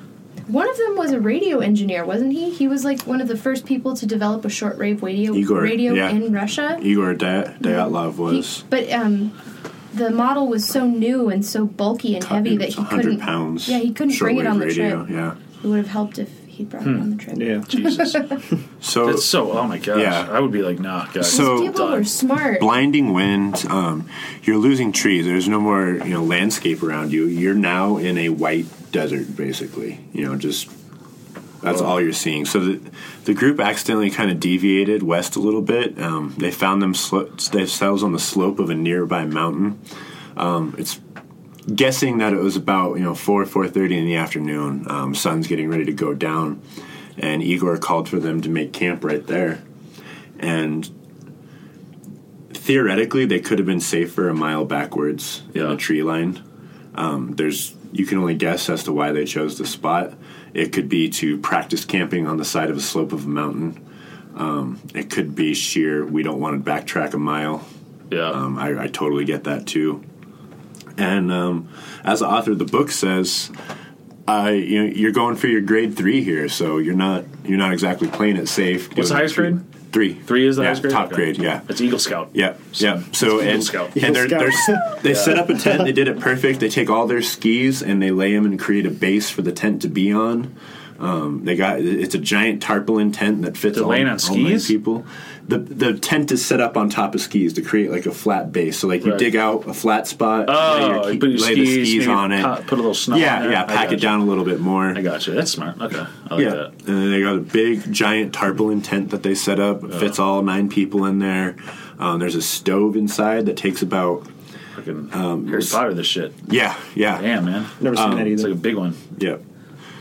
S6: One of them was a radio engineer, wasn't he? He was like one of the first people to develop a shortwave radio
S3: Igor,
S6: radio
S3: yeah.
S6: in Russia.
S3: Igor Day- Dyatlov
S6: Mm-hmm. He-
S3: was
S6: but um, the model was so new and so bulky and heavy that he couldn't.
S3: hundred pounds.
S6: Yeah, he couldn't bring it
S3: shortwave
S6: on the
S3: radio,
S6: trip.
S3: Yeah.
S6: It would have helped if he'd brought it on the trip.
S4: Yeah.
S5: Jesus.
S3: So
S5: That's so, oh my gosh.
S3: Yeah.
S5: I would be like, nah, guys.
S3: So-
S6: These people
S5: done.
S6: were smart.
S3: blinding wind. Um, you're losing trees. There's no more you know landscape around you. You're now in a white desert, basically. You know, just that's all you're seeing. So the the group accidentally kind of deviated west a little bit. Um, they found them slo- themselves on the slope of a nearby mountain. Um, it's guessing that it was about you know four four thirty in the afternoon. Um, sun's getting ready to go down, and Igor called for them to make camp right there. And theoretically they could have been safer a mile backwards in
S5: Yeah.
S3: the tree line. Um, there's you can only guess as to why they chose the spot. It could be to practice camping on the side of a slope of a mountain. Um, it could be sheer. We don't want to backtrack a mile.
S5: yeah.
S3: Um, I, I totally get that too. And um, as the author of the book says, I you know, you're going for your grade three here, so you're not you're not exactly playing it safe.
S5: What's the highest grade?
S3: Three.
S5: Three is the
S3: Yeah,
S5: highest grade?
S3: Top
S5: Okay.
S3: grade. Yeah.
S5: It's Eagle Scout.
S3: Yeah, yeah. So
S5: Eagle
S3: and,
S5: Scout.
S3: and they're,
S7: Eagle
S3: they're, they set up a tent. They did it perfect. They take all their skis and they lay them and create a base for the tent to be on. Um, they got it's a giant tarpaulin tent that fits
S5: They're
S3: all,
S5: laying on
S3: all nine
S5: skis?
S3: people. The the tent is set up on top of skis to create like a flat base. So like you
S5: Right.
S3: dig out a flat spot,
S5: Oh,
S3: lay,
S5: you put your
S3: lay the
S5: skis,
S3: skis
S5: maybe
S3: on it,
S5: pa- put a little snow
S3: Yeah,
S5: on there.
S3: yeah.
S5: I
S3: Pack it
S5: gotcha.
S3: down a little bit more
S5: I got you. That's smart. Okay. I like that.
S3: and then they got a big, giant tarpaulin tent that they set up. It Fits all nine people in there. Um, there's a stove inside that takes about
S5: Fucking
S3: Um,
S5: Harry Potter, this shit.
S3: yeah, yeah,
S5: Damn, man.
S4: Never seen that
S5: It's
S4: either.
S5: like a big one.
S3: yeah.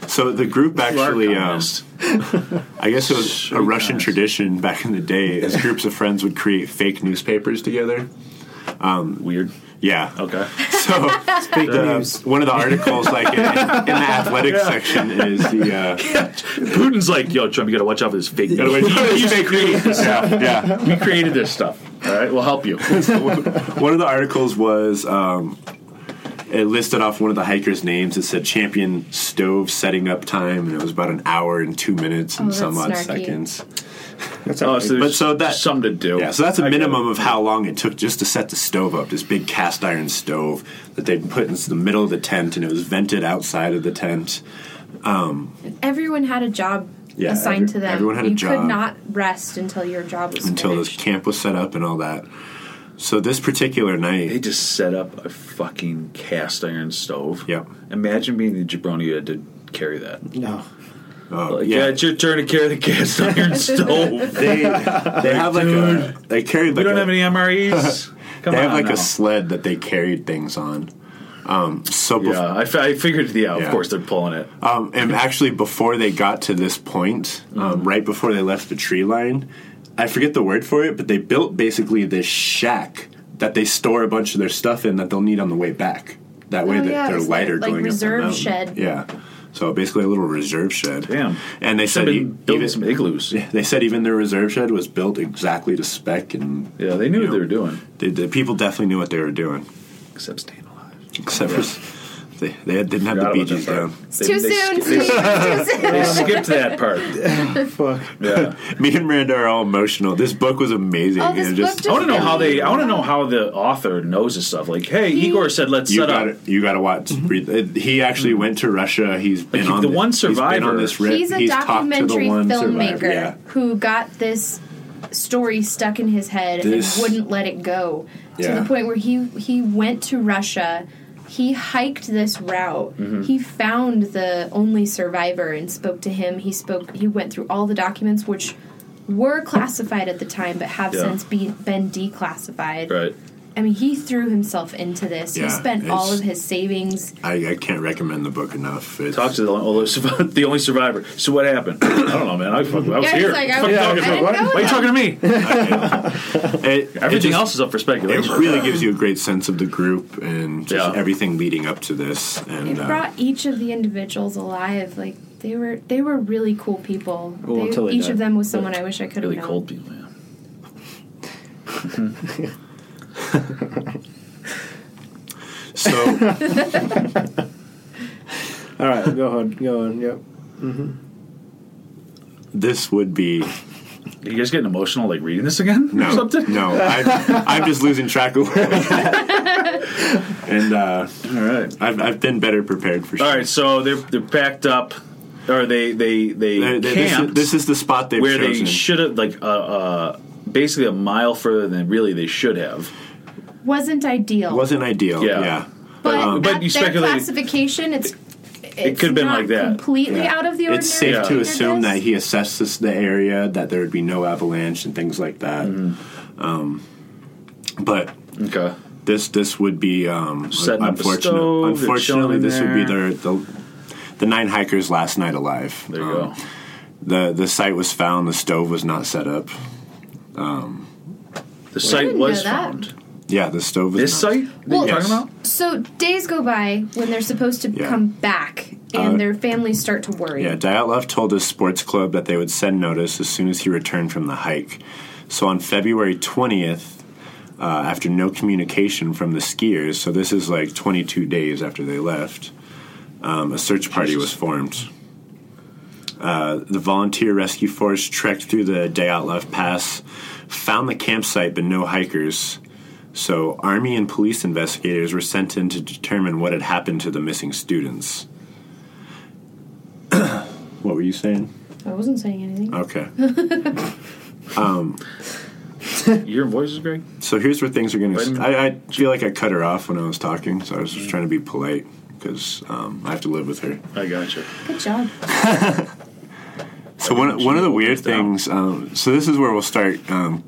S3: So the group
S5: You are
S3: actually, um,
S5: communist.
S3: I guess it was
S5: Sure,
S3: a Russian
S5: guys.
S3: tradition back in the day, is groups of friends would create fake newspapers together.
S5: Weird.
S3: Yeah.
S5: Okay.
S3: So the, one of the articles, like in, in the athletic section, is the. Uh,
S5: Putin's like, yo, Trump, you gotta watch out for this fake news.
S3: gotta wait-
S5: you created this stuff.
S3: yeah.
S5: We created this stuff. All right, we'll help you.
S3: one of the articles was um, it listed off one of the hikers' names. It said champion stove setting up time, and it was about an hour and two minutes and
S6: Oh,
S3: some odd
S6: that's snarky.
S3: seconds.
S5: Oh, so
S3: But so that-
S5: that's something to do.
S3: Yeah, so that's a
S5: I get
S3: minimum
S5: it.
S3: of how long it took just to set the stove up. This big cast iron stove that they'd put in the middle of the tent, and it was vented outside of the tent.
S6: Everyone had a job
S3: Yeah,
S6: assigned
S3: every-
S6: to them.
S3: everyone had a
S6: you
S3: job.
S6: could not rest until your job was
S3: until this
S6: finished.
S3: camp was set up and all that. So this particular
S5: They
S3: night,
S5: just set up a fucking cast iron stove.
S3: Yep.
S5: Imagine being the jabroni who had to carry that.
S7: No.
S3: uh,
S5: Like, yeah.
S3: yeah,
S5: it's your turn to carry the cast iron stove.
S3: they they have like a they carried like
S5: We don't
S3: a,
S5: have any MREs. Come
S3: they
S5: on.
S3: have like
S5: now.
S3: a sled that they carried things on. Um, so bef-
S5: yeah, I, fi- I figured. Yeah,
S3: Yeah.
S5: of course they're pulling it.
S3: um, and actually before they got to this point, um,
S5: Mm-hmm.
S3: right before they left the tree line, I forget the word for it, but they built basically this shack that they store a bunch of their stuff in that they'll need on the way back. That way
S6: Oh,
S3: that
S6: yeah,
S3: they're
S6: it's
S3: lighter
S6: like- like
S3: going
S6: reserve
S3: up the mountain.
S6: shed.
S3: Yeah. So basically a little reserve shed.
S5: Damn.
S3: And they
S5: Should
S3: said
S5: have
S3: e-
S5: been building
S3: even,
S5: some igloos. Yeah,
S3: they said even their reserve shed was built exactly to spec and
S5: they knew
S3: you
S5: what they
S3: know,
S5: were doing.
S3: They, the people definitely knew what they were doing.
S5: Except staying alive.
S3: Except for they, they didn't have the Bee Gees down.
S6: It's too soon.
S5: They,
S6: Steve. It's too soon.
S5: they skipped that part.
S7: Fuck.
S5: Yeah.
S3: Me and Miranda are all emotional. This book was amazing.
S6: Oh,
S3: you know,
S6: this book
S3: just,
S5: I
S6: just-
S5: want to know how they. I want to know how the author knows this stuff. Like, hey, Igor said, let's
S3: you
S5: set
S3: got
S5: up.
S3: to you got to watch. Read. it- He actually went to Russia. He's been
S5: he-
S3: on
S5: the
S3: thi-
S5: one
S3: he's been on
S5: survivor.
S3: this rip.
S6: He's a
S3: talked to the
S6: documentary
S3: one
S6: filmmaker
S3: survivor. Yeah.
S6: who got this story stuck in his head
S3: This-
S6: and wouldn't let it go to
S3: Yeah.
S6: the point where he he went to Russia. He hiked this route.
S3: Mm-hmm.
S6: He found the only survivor and spoke to him. He spoke. He went through all the documents which were classified at the time, but have
S5: Yeah.
S6: since be, been declassified.
S5: Right.
S6: I mean, he threw himself into this.
S3: Yeah,
S6: he spent all
S3: it's-
S6: of his savings.
S3: I, I can't recommend the book enough. It's,
S5: Talk to the only, survivor, the only survivor. So what happened? I don't know, man. I, fuck, I was
S6: Yeah,
S5: here.
S6: he's like, I
S5: What the
S6: was-
S5: fuck
S6: I
S5: are you talking
S6: didn't
S5: about?
S6: know
S5: Why are you
S6: that.
S5: talking to me?
S3: it- it
S5: Everything
S3: just-
S5: else is up for speculation.
S3: It really gives you a great sense of the group and just
S5: Yeah.
S3: everything leading up to this.
S6: It
S3: And uh,
S6: brought each of the individuals alive. Like they were, they were really cool people.
S4: Well,
S6: They-
S4: until they
S6: each
S4: died.
S6: of them was someone I wish I could have
S5: really
S6: known.
S5: cold people, man.
S3: so
S4: All right, go ahead. Go on. Yep.
S3: this would be
S5: Are you guys getting emotional like reading this again? or
S3: no,
S5: something?
S3: no. I, I'm just losing track of where. we are. and uh,
S5: All right.
S3: I've, I've been better prepared for sure.
S5: All right. So they're they're packed up, or they they they,
S3: They- they- this, is,
S5: camped
S3: this is the spot they've
S5: where
S3: chosen.
S5: they should have like uh, uh basically a mile further than really they should have.
S6: Wasn't ideal.
S3: wasn't ideal.
S5: Yeah.
S3: Yeah.
S6: but,
S5: um,
S6: that-
S5: but you
S6: their
S5: speculated-
S6: classification. It's it
S5: could've been like that.
S6: Completely
S3: Yeah.
S6: out of the ordinary.
S3: It's safe
S5: Yeah.
S3: to assume that
S6: weirdness.
S3: he assessed this, the area, that there would be no avalanche and things like that.
S5: Mm-hmm.
S3: Um, but
S5: Okay.
S3: this this would be um,
S5: Setting up the
S3: unfortunate.
S5: stove, they're
S3: unfortunately,
S5: chilling
S3: this would be
S5: there.
S3: their the, the nine hikers' last night alive.
S5: There you
S3: Um,
S5: go.
S3: The the site was found. The stove was not set up.
S5: The site
S6: didn't
S5: was
S6: know that.
S5: found.
S3: Yeah, the stove was
S5: This
S3: not-
S5: site that
S6: Well,
S5: you're
S3: Yes.
S5: talking about?
S6: So days go by when they're supposed to
S3: Yeah.
S6: come back, and
S5: Uh,
S6: their families start to worry.
S3: Yeah, Dyatlov told his sports club that they would send notice as soon as he returned from the hike. So on February 20th, uh, after no communication from the skiers, so this is like 22 days after they left, um, a search party was formed. Uh, the volunteer rescue force trekked through the Dyatlov Pass, found the campsite but no hikers. So army and police investigators were sent in to determine what had happened to the missing students. What were you saying?
S6: I wasn't saying anything.
S5: Uh,
S3: Okay.
S5: Your voices, Greg.
S3: So here's where things are going
S5: Wait a
S3: to.
S5: minute.
S3: I, I feel like I cut her off when I was talking, so I was just trying to be polite because um, I have to live with her.
S5: I gotcha.
S6: Good job.
S3: So one one of the weird
S5: down.
S3: things. Um, so this is where we'll start. Um,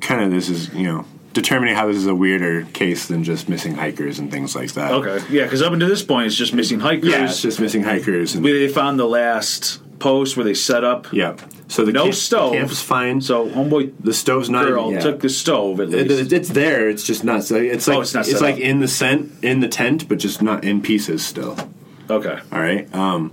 S3: kind of this is you know determining how this is a weirder case than just missing hikers and things like that.
S5: Okay. Yeah, because up until this point, it's just missing hikers.
S3: Yeah, it's just missing hikers and
S5: We- they found the last post where they set up.
S3: yeah. So the
S5: No
S3: camp,
S5: stove.
S3: The camp is fine. So
S5: So homeboy
S3: the stove's not.
S5: girl
S3: yeah.
S5: took the stove at
S3: It-
S5: least.
S3: it- it's there. It's just not. so It's like
S5: Oh, it's not set
S3: like
S5: up.
S3: in the scent in the tent, but just not in pieces still.
S5: okay.
S3: All right. Um,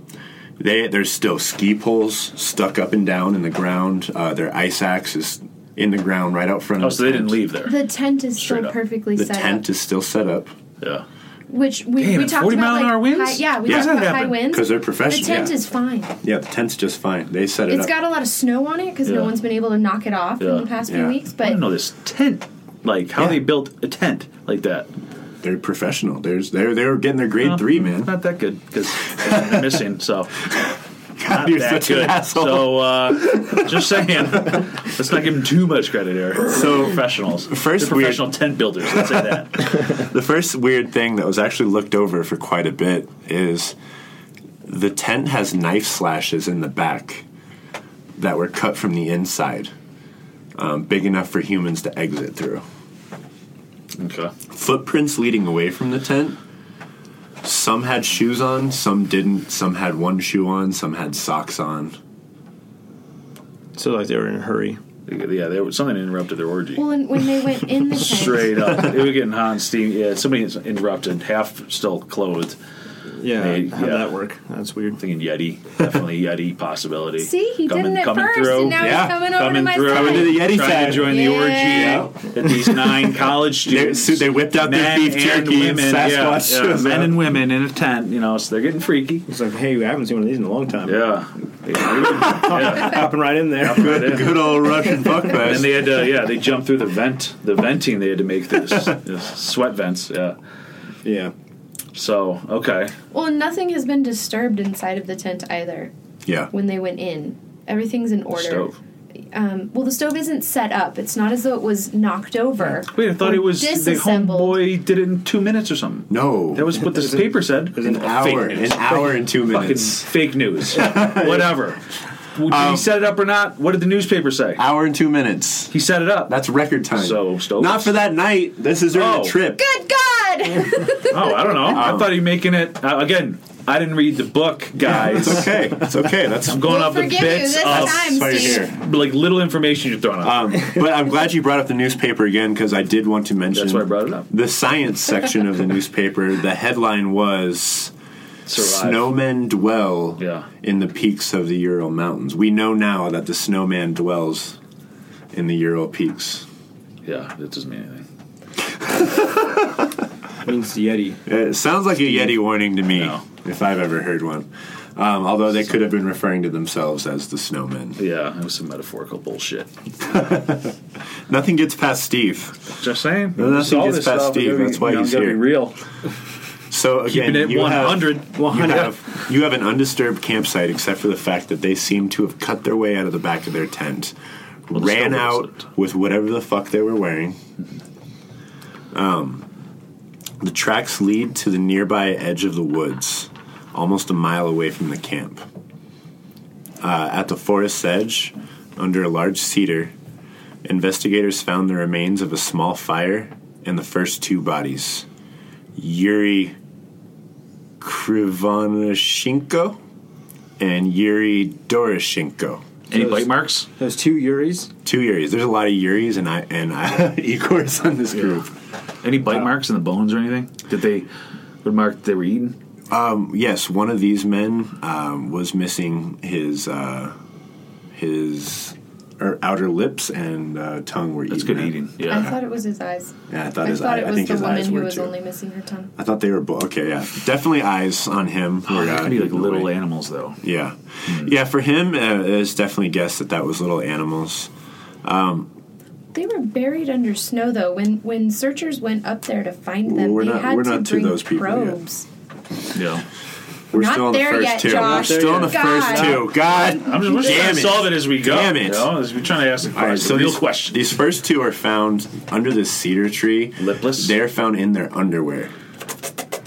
S3: they there's still ski poles stuck up and down in the ground. Uh, their ice axe is in the ground right out front.
S5: Oh,
S3: of
S5: so
S3: the
S5: they
S3: tent.
S5: didn't leave there.
S6: The tent is
S5: Straight
S6: still
S5: up.
S6: perfectly
S3: The
S6: set
S3: tent
S6: up,
S3: is still set up
S5: Yeah.
S6: which we,
S5: Damn,
S6: we
S5: at
S6: talked
S5: 40
S6: about
S5: mile an
S6: like
S5: hour winds?
S6: high, yeah, we
S5: Yeah.
S6: talked
S5: How's
S6: about
S5: that
S6: high
S5: happen?
S6: winds.
S3: because they're
S6: the
S3: professional.
S6: tent
S3: yeah.
S6: is fine.
S3: yeah, the tent's just fine. They set it
S6: It's
S3: up.
S6: got a lot of snow on it because
S5: Yeah.
S6: no one's been able to knock it off
S5: Yeah.
S6: in the past few
S3: Yeah.
S6: weeks.
S5: I
S6: But
S5: don't know this tent. Like how
S3: Yeah.
S5: they built a tent like that.
S3: they're professional. There's they're they're getting their grade
S5: Well,
S3: three, man.
S5: Not that good because they're missing. So not
S3: You're
S5: that
S3: such
S5: good.
S3: an asshole.
S5: So uh, just saying, let's not give them too much credit here.
S3: So,
S5: They're professionals,
S3: first
S5: They're
S3: we-
S5: professional tent builders. Let's say that.
S3: The first weird thing that was actually looked over for quite a bit is the tent has knife slashes in the back that were cut from the inside, um, big enough for humans to exit through.
S5: Okay.
S3: footprints leading away from the tent. Some had shoes on, some didn't. Some had one shoe on, some had socks on.
S4: So like they were in a hurry.
S5: Yeah, there was something interrupted their orgy.
S6: well, and when they went in the tent,
S5: Straight up, it was getting hot and steam. Yeah, somebody interrupted, half still clothed.
S4: Yeah.
S5: Hey,
S4: how'd
S5: yeah.
S4: that work? That's weird.
S5: Thinking Yeti, definitely Yeti possibility.
S6: see, he didn't at first, and now
S3: Yeah.
S6: he's coming over to
S5: Coming
S6: my
S5: through.
S6: side.
S5: Coming
S3: to the Yeti
S5: trying
S3: side.
S5: to join
S6: Yeah.
S5: the orgy that these nine college
S3: They-
S5: students.
S3: so they whipped out their
S5: men
S3: beef jerky and Sasquatch
S5: yeah, yeah,
S3: shows
S5: men
S3: up.
S5: and women in a tent, you know, so they're getting freaky.
S4: It's like, hey, I haven't seen one of these in a long time.
S5: Yeah. yeah.
S4: Hopping right in there.
S3: Good, good old Russian
S5: And they
S3: fuckfest.
S5: had to, yeah, they jumped through the vent, the venting they had to make through this, this sweat vents, yeah.
S4: yeah.
S5: So, okay.
S6: Well, nothing has been disturbed inside of the tent either.
S3: Yeah,
S6: When they went in, everything's in order.
S5: Stove.
S6: Um, well, the stove isn't set up. It's not as though it was knocked over.
S5: Wait, I thought
S6: or
S5: it was the
S6: disassembled.
S5: homeboy did it in two minutes or something.
S3: no,
S5: That was what this paper said.
S3: an hour, an hour and two
S5: Fucking
S3: minutes. Um,
S5: fake news. Whatever. Did he set it up or not? What did the newspaper say?
S3: Hour and two minutes.
S5: He set it up.
S3: That's record time.
S5: So, Stokes.
S3: Not for that night. This is during
S5: Oh.
S3: the trip.
S6: Good God!
S5: oh, I don't know. I
S3: Um,
S5: thought he making it uh, again. I didn't read the book, guys.
S3: It's okay. It's okay. That's
S5: I'm going
S6: We'll
S5: off the
S6: forgive you
S5: bits
S6: this
S5: of
S6: time,
S3: why you're
S6: Steve.
S3: here.
S5: like little information you're throwing out.
S3: Um, but I'm glad you brought up the newspaper again because I did want to mention.
S5: That's why I brought it up.
S3: The science section of the newspaper. The headline was
S5: Survive.
S3: "Snowmen dwell
S5: Yeah.
S3: in the peaks of the Ural Mountains." We know now that the snowman dwells in the Ural peaks.
S5: yeah, that doesn't mean anything.
S4: means Yeti.
S3: It sounds like a Yeti warning to me,
S5: No.
S3: if I've ever heard one. Um, although they could have been referring to themselves as the snowmen.
S5: Yeah, it was some metaphorical bullshit.
S3: Nothing gets past Steve.
S5: Just saying.
S3: No, that's
S5: All
S3: what gets
S5: this
S3: past
S5: stuff,
S3: Steve.
S5: we gotta be-
S3: That's why
S5: you know,
S3: he's
S5: gotta be
S3: here.
S5: real.
S3: So again,
S5: Keeping it
S3: you have-
S5: 100.
S3: You have, you have an undisturbed campsite, except for the fact that they seem to have cut their way out of the back of their tent,
S5: the
S3: ran
S5: snowman
S3: out
S5: slipped.
S3: with whatever the fuck they were wearing. Um, the tracks lead to the nearby edge of the woods, almost a mile away from the camp. Uh, at the forest's edge, under a large cedar, investigators found the remains of a small fire and the first two bodies. Yuri Krivonoshenko and Yuri Doroshenko.
S5: Any bite marks?
S4: There's two Yuris.
S3: Two Yuris. There's a lot of Yuris and I and I, Igor's on this group.
S5: Any bite marks in the bones or anything? Did they would mark that they were eaten?
S3: Yes, one of these men um, was missing his uh, his or outer lips and uh, tongue were
S5: That's
S3: eaten.
S5: good
S3: at.
S5: eating.
S6: I
S5: Yeah.
S6: thought it was his eyes.
S3: Yeah, I thought
S6: I
S3: his
S6: thought
S3: eye-
S6: it
S3: I
S6: was
S3: think
S6: the
S3: his eyes
S6: woman who
S3: were
S6: was
S3: too.
S6: only missing her tongue.
S3: I thought they were bo- okay. Yeah, definitely eyes on him.
S5: Oh,
S3: were,
S5: that
S3: uh,
S5: could be like hmm.
S3: eaten
S5: little
S3: away.
S5: animals, though.
S3: Yeah, yeah. For him, uh, it's definitely guessed that that was little animals.
S6: They were buried under snow, though. When when searchers went up there to find them,
S3: We're
S6: they
S3: not-
S6: had
S3: we're
S6: to
S3: not to
S6: bring
S3: those people yet.
S6: probes.
S5: Yeah.
S3: We're
S6: Not
S3: still on the
S6: there
S3: first
S6: yet,
S3: two.
S6: Josh.
S3: We're still on the
S6: God.
S3: first two. God,
S5: I'm just, we're just
S3: damn
S5: trying to
S3: it.
S5: solve it as we go.
S3: Damn it.
S5: You know? As We're trying to ask the
S3: All right, so
S5: real
S3: these,
S5: question.
S3: These first two are found under this cedar tree.
S5: Lipless?
S3: They're found in their underwear. Um,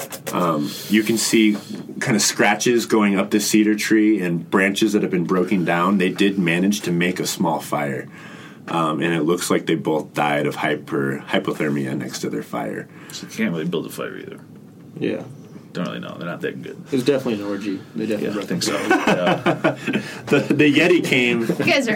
S3: you can see kind of scratches going up the cedar tree and branches that have been broken down. They did manage to make a small fire. Um, and it looks like they both died of hyper hypothermia next to their fire.
S5: So you can't really build a fire either.
S4: Yeah.
S5: Don't really know. They're not that good.
S4: It was definitely an orgy. They definitely
S5: Yeah, I
S4: broke
S5: think
S4: it.
S5: so. Yeah.
S3: The, the Yeti came.
S6: You guys are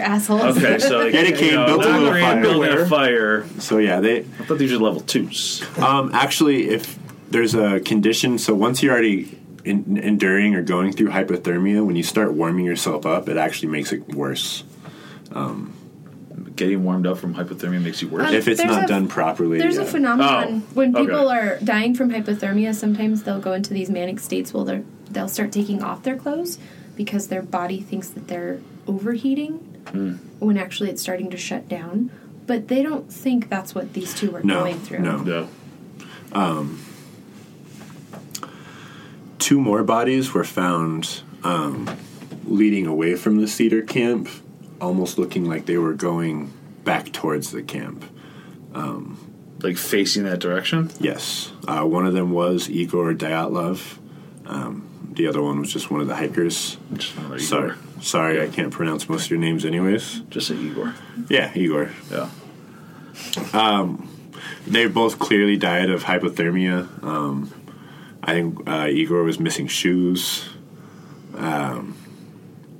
S6: assholes.
S5: Okay, so like,
S3: Yeti came, built a
S5: not
S3: little
S5: really
S3: fire.
S5: building a fire.
S3: So yeah, they
S5: I thought these were level twos.
S3: Um, actually, if there's a condition, so once you're already in, enduring or going through hypothermia, when you start warming yourself up, it actually makes it worse
S5: Getting warmed up from hypothermia makes you worse.
S6: Um,
S3: if it's
S6: There's
S3: not
S6: a-
S3: done properly.
S6: There's
S3: yeah.
S6: a phenomenon
S5: Oh,
S6: when people
S5: okay.
S6: are dying from hypothermia. Sometimes they'll go into these manic states. Well, they're they'll start taking off their clothes because their body thinks that they're overheating,
S5: Hmm.
S6: when actually it's starting to shut down. But they don't think that's what these two were
S3: No,
S6: going through.
S3: no.
S5: yeah.
S3: Two more bodies were found um, leading away from the cedar camp, almost looking like they were going back towards the camp.
S5: Like facing that direction.
S3: Yes, uh, one of them was Igor Dyatlov. Um, the other one was just one of the hikers.
S5: Just another
S3: Sorry,
S5: Igor.
S3: sorry, I can't pronounce most of your names, anyways.
S5: Just say Igor.
S3: Yeah, Igor.
S5: Yeah.
S3: They both clearly died of hypothermia. Um, I think uh, Igor was missing shoes. Um,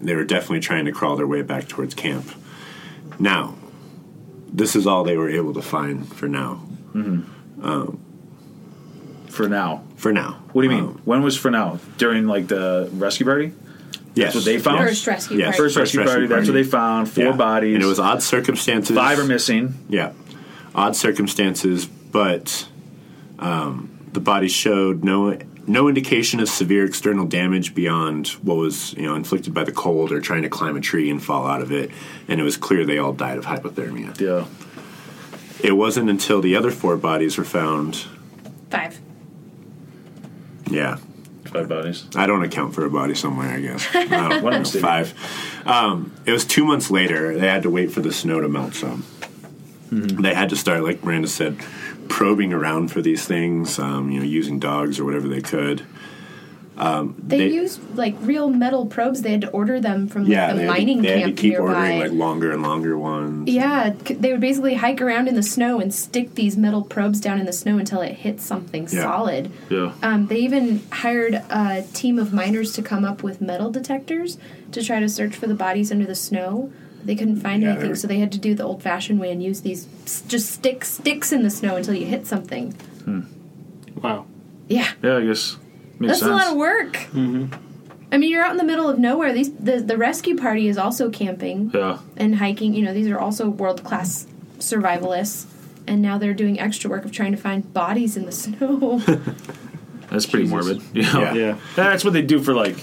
S3: they were definitely trying to crawl their way back towards camp. Now, this is all they were able to find for now.
S5: For now.
S3: For now.
S5: What do you mean?
S3: Um,
S5: when was for now? During like the rescue party?
S3: yes.
S5: what they found?
S6: First rescue
S3: Yes.
S6: party.
S5: First, rescue,
S3: rescue
S5: party, That's what
S3: party.
S5: they found. Four
S3: Yeah.
S5: bodies.
S3: And it was odd circumstances.
S5: five are missing.
S3: Yeah. Odd circumstances, but um, the body showed no no indication of severe external damage beyond what was you know inflicted by the cold or trying to climb a tree and fall out of it, and it was clear they all died of hypothermia.
S5: Yeah.
S3: It wasn't until the other four bodies were found.
S6: Five.
S3: Yeah,
S5: Five bodies.
S3: I don't account for a body somewhere. I guess I don't
S5: One
S3: know,
S5: mistake.
S3: five. Um, it was two months later. They had to wait for the snow to melt some. They had to start, like Miranda said, probing around for these things. Um, you know, using dogs or whatever they could.
S6: They,
S3: They-
S6: used like real metal probes. They had to order them from like,
S3: Yeah,
S6: the
S3: they, had to-
S6: mining
S3: they had
S6: camp
S3: to keep
S6: nearby.
S3: ordering like longer and longer ones.
S6: yeah, c- they would basically hike around in the snow and stick these metal probes down in the snow until it hit something
S3: Yeah.
S6: solid.
S5: Yeah.
S6: Um, they even hired a team of miners to come up with metal detectors to try to search for the bodies under the snow. They couldn't find
S3: Yeah, they
S6: anything,
S3: were-
S6: so they had to do the old-fashioned way and use these s- just stick sticks in the snow until you hit something.
S4: Wow.
S6: Yeah,
S5: Yeah, I guess makes
S6: that's a lot of
S5: sense.
S6: work. Mm-hmm. I mean, you're out in the middle of nowhere. These the, the rescue party is also camping
S5: Yeah.
S6: and hiking. You know, these are also world-class survivalists, and now they're doing extra work of trying to find bodies in the snow.
S5: That's pretty morbid.
S3: Yeah.
S5: Yeah.
S4: Yeah.
S5: That's what they do for like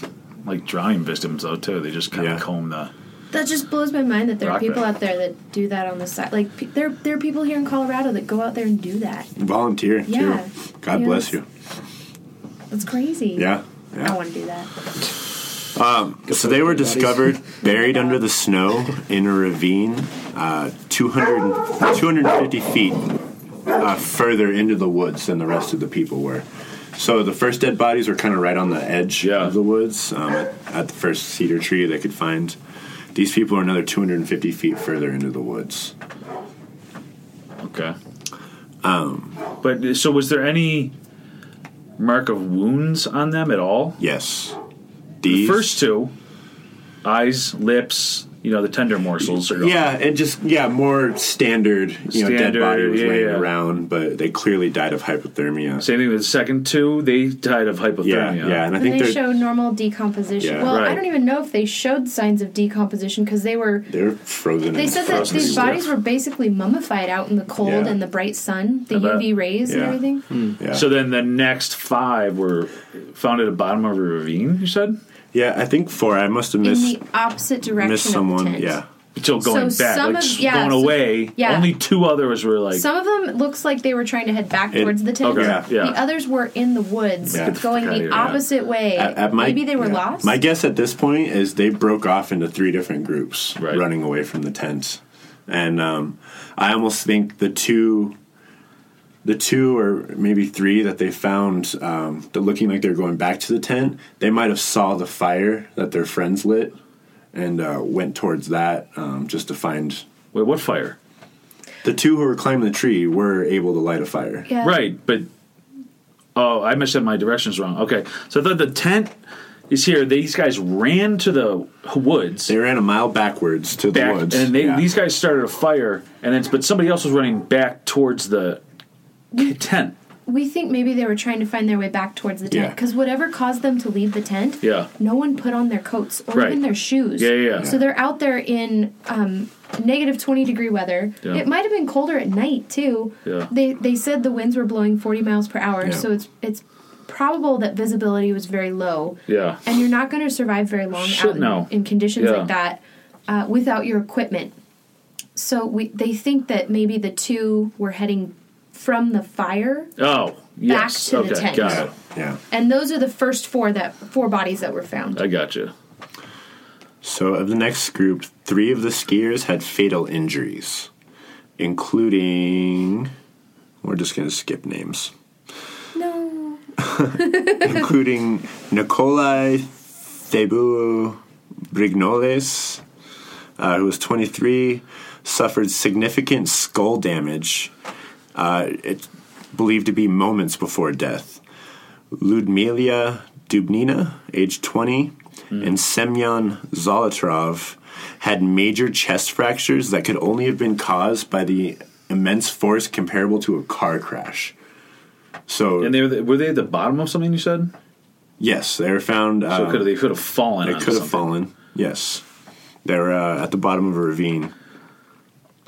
S5: like drowning victims though too. They just kind of
S3: Yeah.
S5: comb the
S6: That just blows my mind that there are
S5: Rock
S6: people
S5: band.
S6: out there that do that on the side. Like pe- there, there are people here in Colorado that go out there and do that.
S3: Volunteer
S6: Yeah.
S3: too. God
S6: Yeah,
S3: bless you.
S6: that's- That's crazy.
S3: Yeah.
S6: I
S3: Yeah.
S6: don't want to do that.
S3: Um, So they were discovered buried under the snow in a ravine, uh, 200, 250 feet uh, further into the woods than the rest of the people were. So the first dead bodies were kind of right on the edge
S5: Yeah.
S3: of the woods um, at, at the first cedar tree they could find. These people are another 250 feet further into the woods.
S5: okay. Um, but so was there any mark of wounds on them at all?
S3: Yes.
S5: The
S3: These,
S5: first two, eyes, lips, you know, the tender morsels are gone.
S3: Yeah, and just yeah, more standard, you know, dead
S5: Standard,
S3: body was
S5: yeah,
S3: laying
S5: yeah.
S3: around, but they clearly died of hypothermia.
S5: Same thing with the second two. They died of
S3: Yeah,
S5: hypothermia.
S3: yeah, and I
S6: And
S3: think
S6: they
S3: they're
S6: show normal decomposition.
S3: Yeah.
S6: well, I
S5: Right.
S6: don't even know if they showed signs of decomposition because they were.
S3: they're frozen.
S6: They
S3: and
S6: said that
S3: frozen
S6: these
S3: stiff.
S6: bodies were basically mummified out in the cold
S3: Yeah. Hmm.
S6: and the bright sun, the
S5: I bet.
S6: UV rays and
S3: Yeah.
S6: everything.
S3: Yeah.
S5: So then the next five were found at the bottom of a ravine. You said
S3: yeah, I think four. I must have missed
S6: in the opposite direction.
S3: missed
S6: Of
S3: someone.
S6: the tent.
S3: Yeah,
S5: so going
S6: So
S5: back,
S6: some
S5: like
S6: of-
S5: s-
S6: yeah,
S5: going
S6: so-
S5: away.
S6: yeah.
S5: Only two others were like
S6: Some of them looks like they were trying to head back
S3: It-
S6: towards the tent.
S5: okay,
S3: Yeah.
S5: yeah.
S6: The others were in the woods,
S3: Yeah. Get the
S6: going
S5: fuck
S6: the
S5: outta here,
S6: opposite way.
S3: At- at my-
S6: Maybe they were
S3: yeah.
S6: lost.
S3: My guess at this point is they broke off into three different groups,
S5: Right.
S3: running away from the tent, and um, I almost think the two. The two or maybe three that they found um, that looking like they're going back to the tent, they might have saw the fire that their friends lit and uh, went towards that um, just to find.
S5: Wait, what fire?
S3: The two who were climbing the tree were able to light a fire.
S6: yeah.
S5: Right, but oh, I must have my directions wrong. Okay, so I thought the tent is here. These guys ran to the woods,
S3: They ran a mile backwards to
S5: back,
S3: the woods,
S5: and they
S3: Yeah.
S5: these guys started a fire, and then but somebody else was running back towards the tent.
S6: We think maybe they were trying to find their way back towards the tent
S3: Yeah.
S6: because whatever caused them to leave the tent,
S5: Yeah.
S6: no one put on their coats or
S5: Right.
S6: even their shoes.
S5: Yeah, yeah, yeah.
S6: So they're out there in um, negative twenty degree weather.
S5: Yeah.
S6: It might have been colder at night too.
S5: Yeah.
S6: They they said the winds were blowing forty miles per hour,
S3: Yeah.
S6: so it's it's probable that visibility was very low.
S5: Yeah.
S6: and you're not going to survive very long
S5: Shit,
S6: out in,
S5: no.
S6: in conditions
S5: Yeah.
S6: like that uh, without your equipment. So we they think that maybe the two were heading from the fire,
S5: Oh, yes.
S6: to the
S5: okay,
S6: tent.
S5: got
S3: yeah,
S5: it.
S3: yeah.
S6: and those are the first four that four bodies that were found.
S5: I got you.
S3: So, of the next group, three of the skiers had fatal injuries, including. We're just going to skip names.
S6: no,
S3: including Nikolai Thebu Brignoles, uh, who was 23, suffered significant skull damage, uh, it's believed to be moments before death. Ludmila Dubnina, age 20,
S5: Hmm.
S3: and Semyon Zolotrov had major chest fractures that could only have been caused by the immense force comparable to a car crash. So
S5: And they were, the, were they at the bottom of something you said?
S3: Yes, they were found.
S5: So
S3: Um,
S5: could they could have fallen.
S3: they
S5: on
S3: could have
S5: Uh, something.
S3: fallen. Yes, they were uh, at the bottom of a ravine.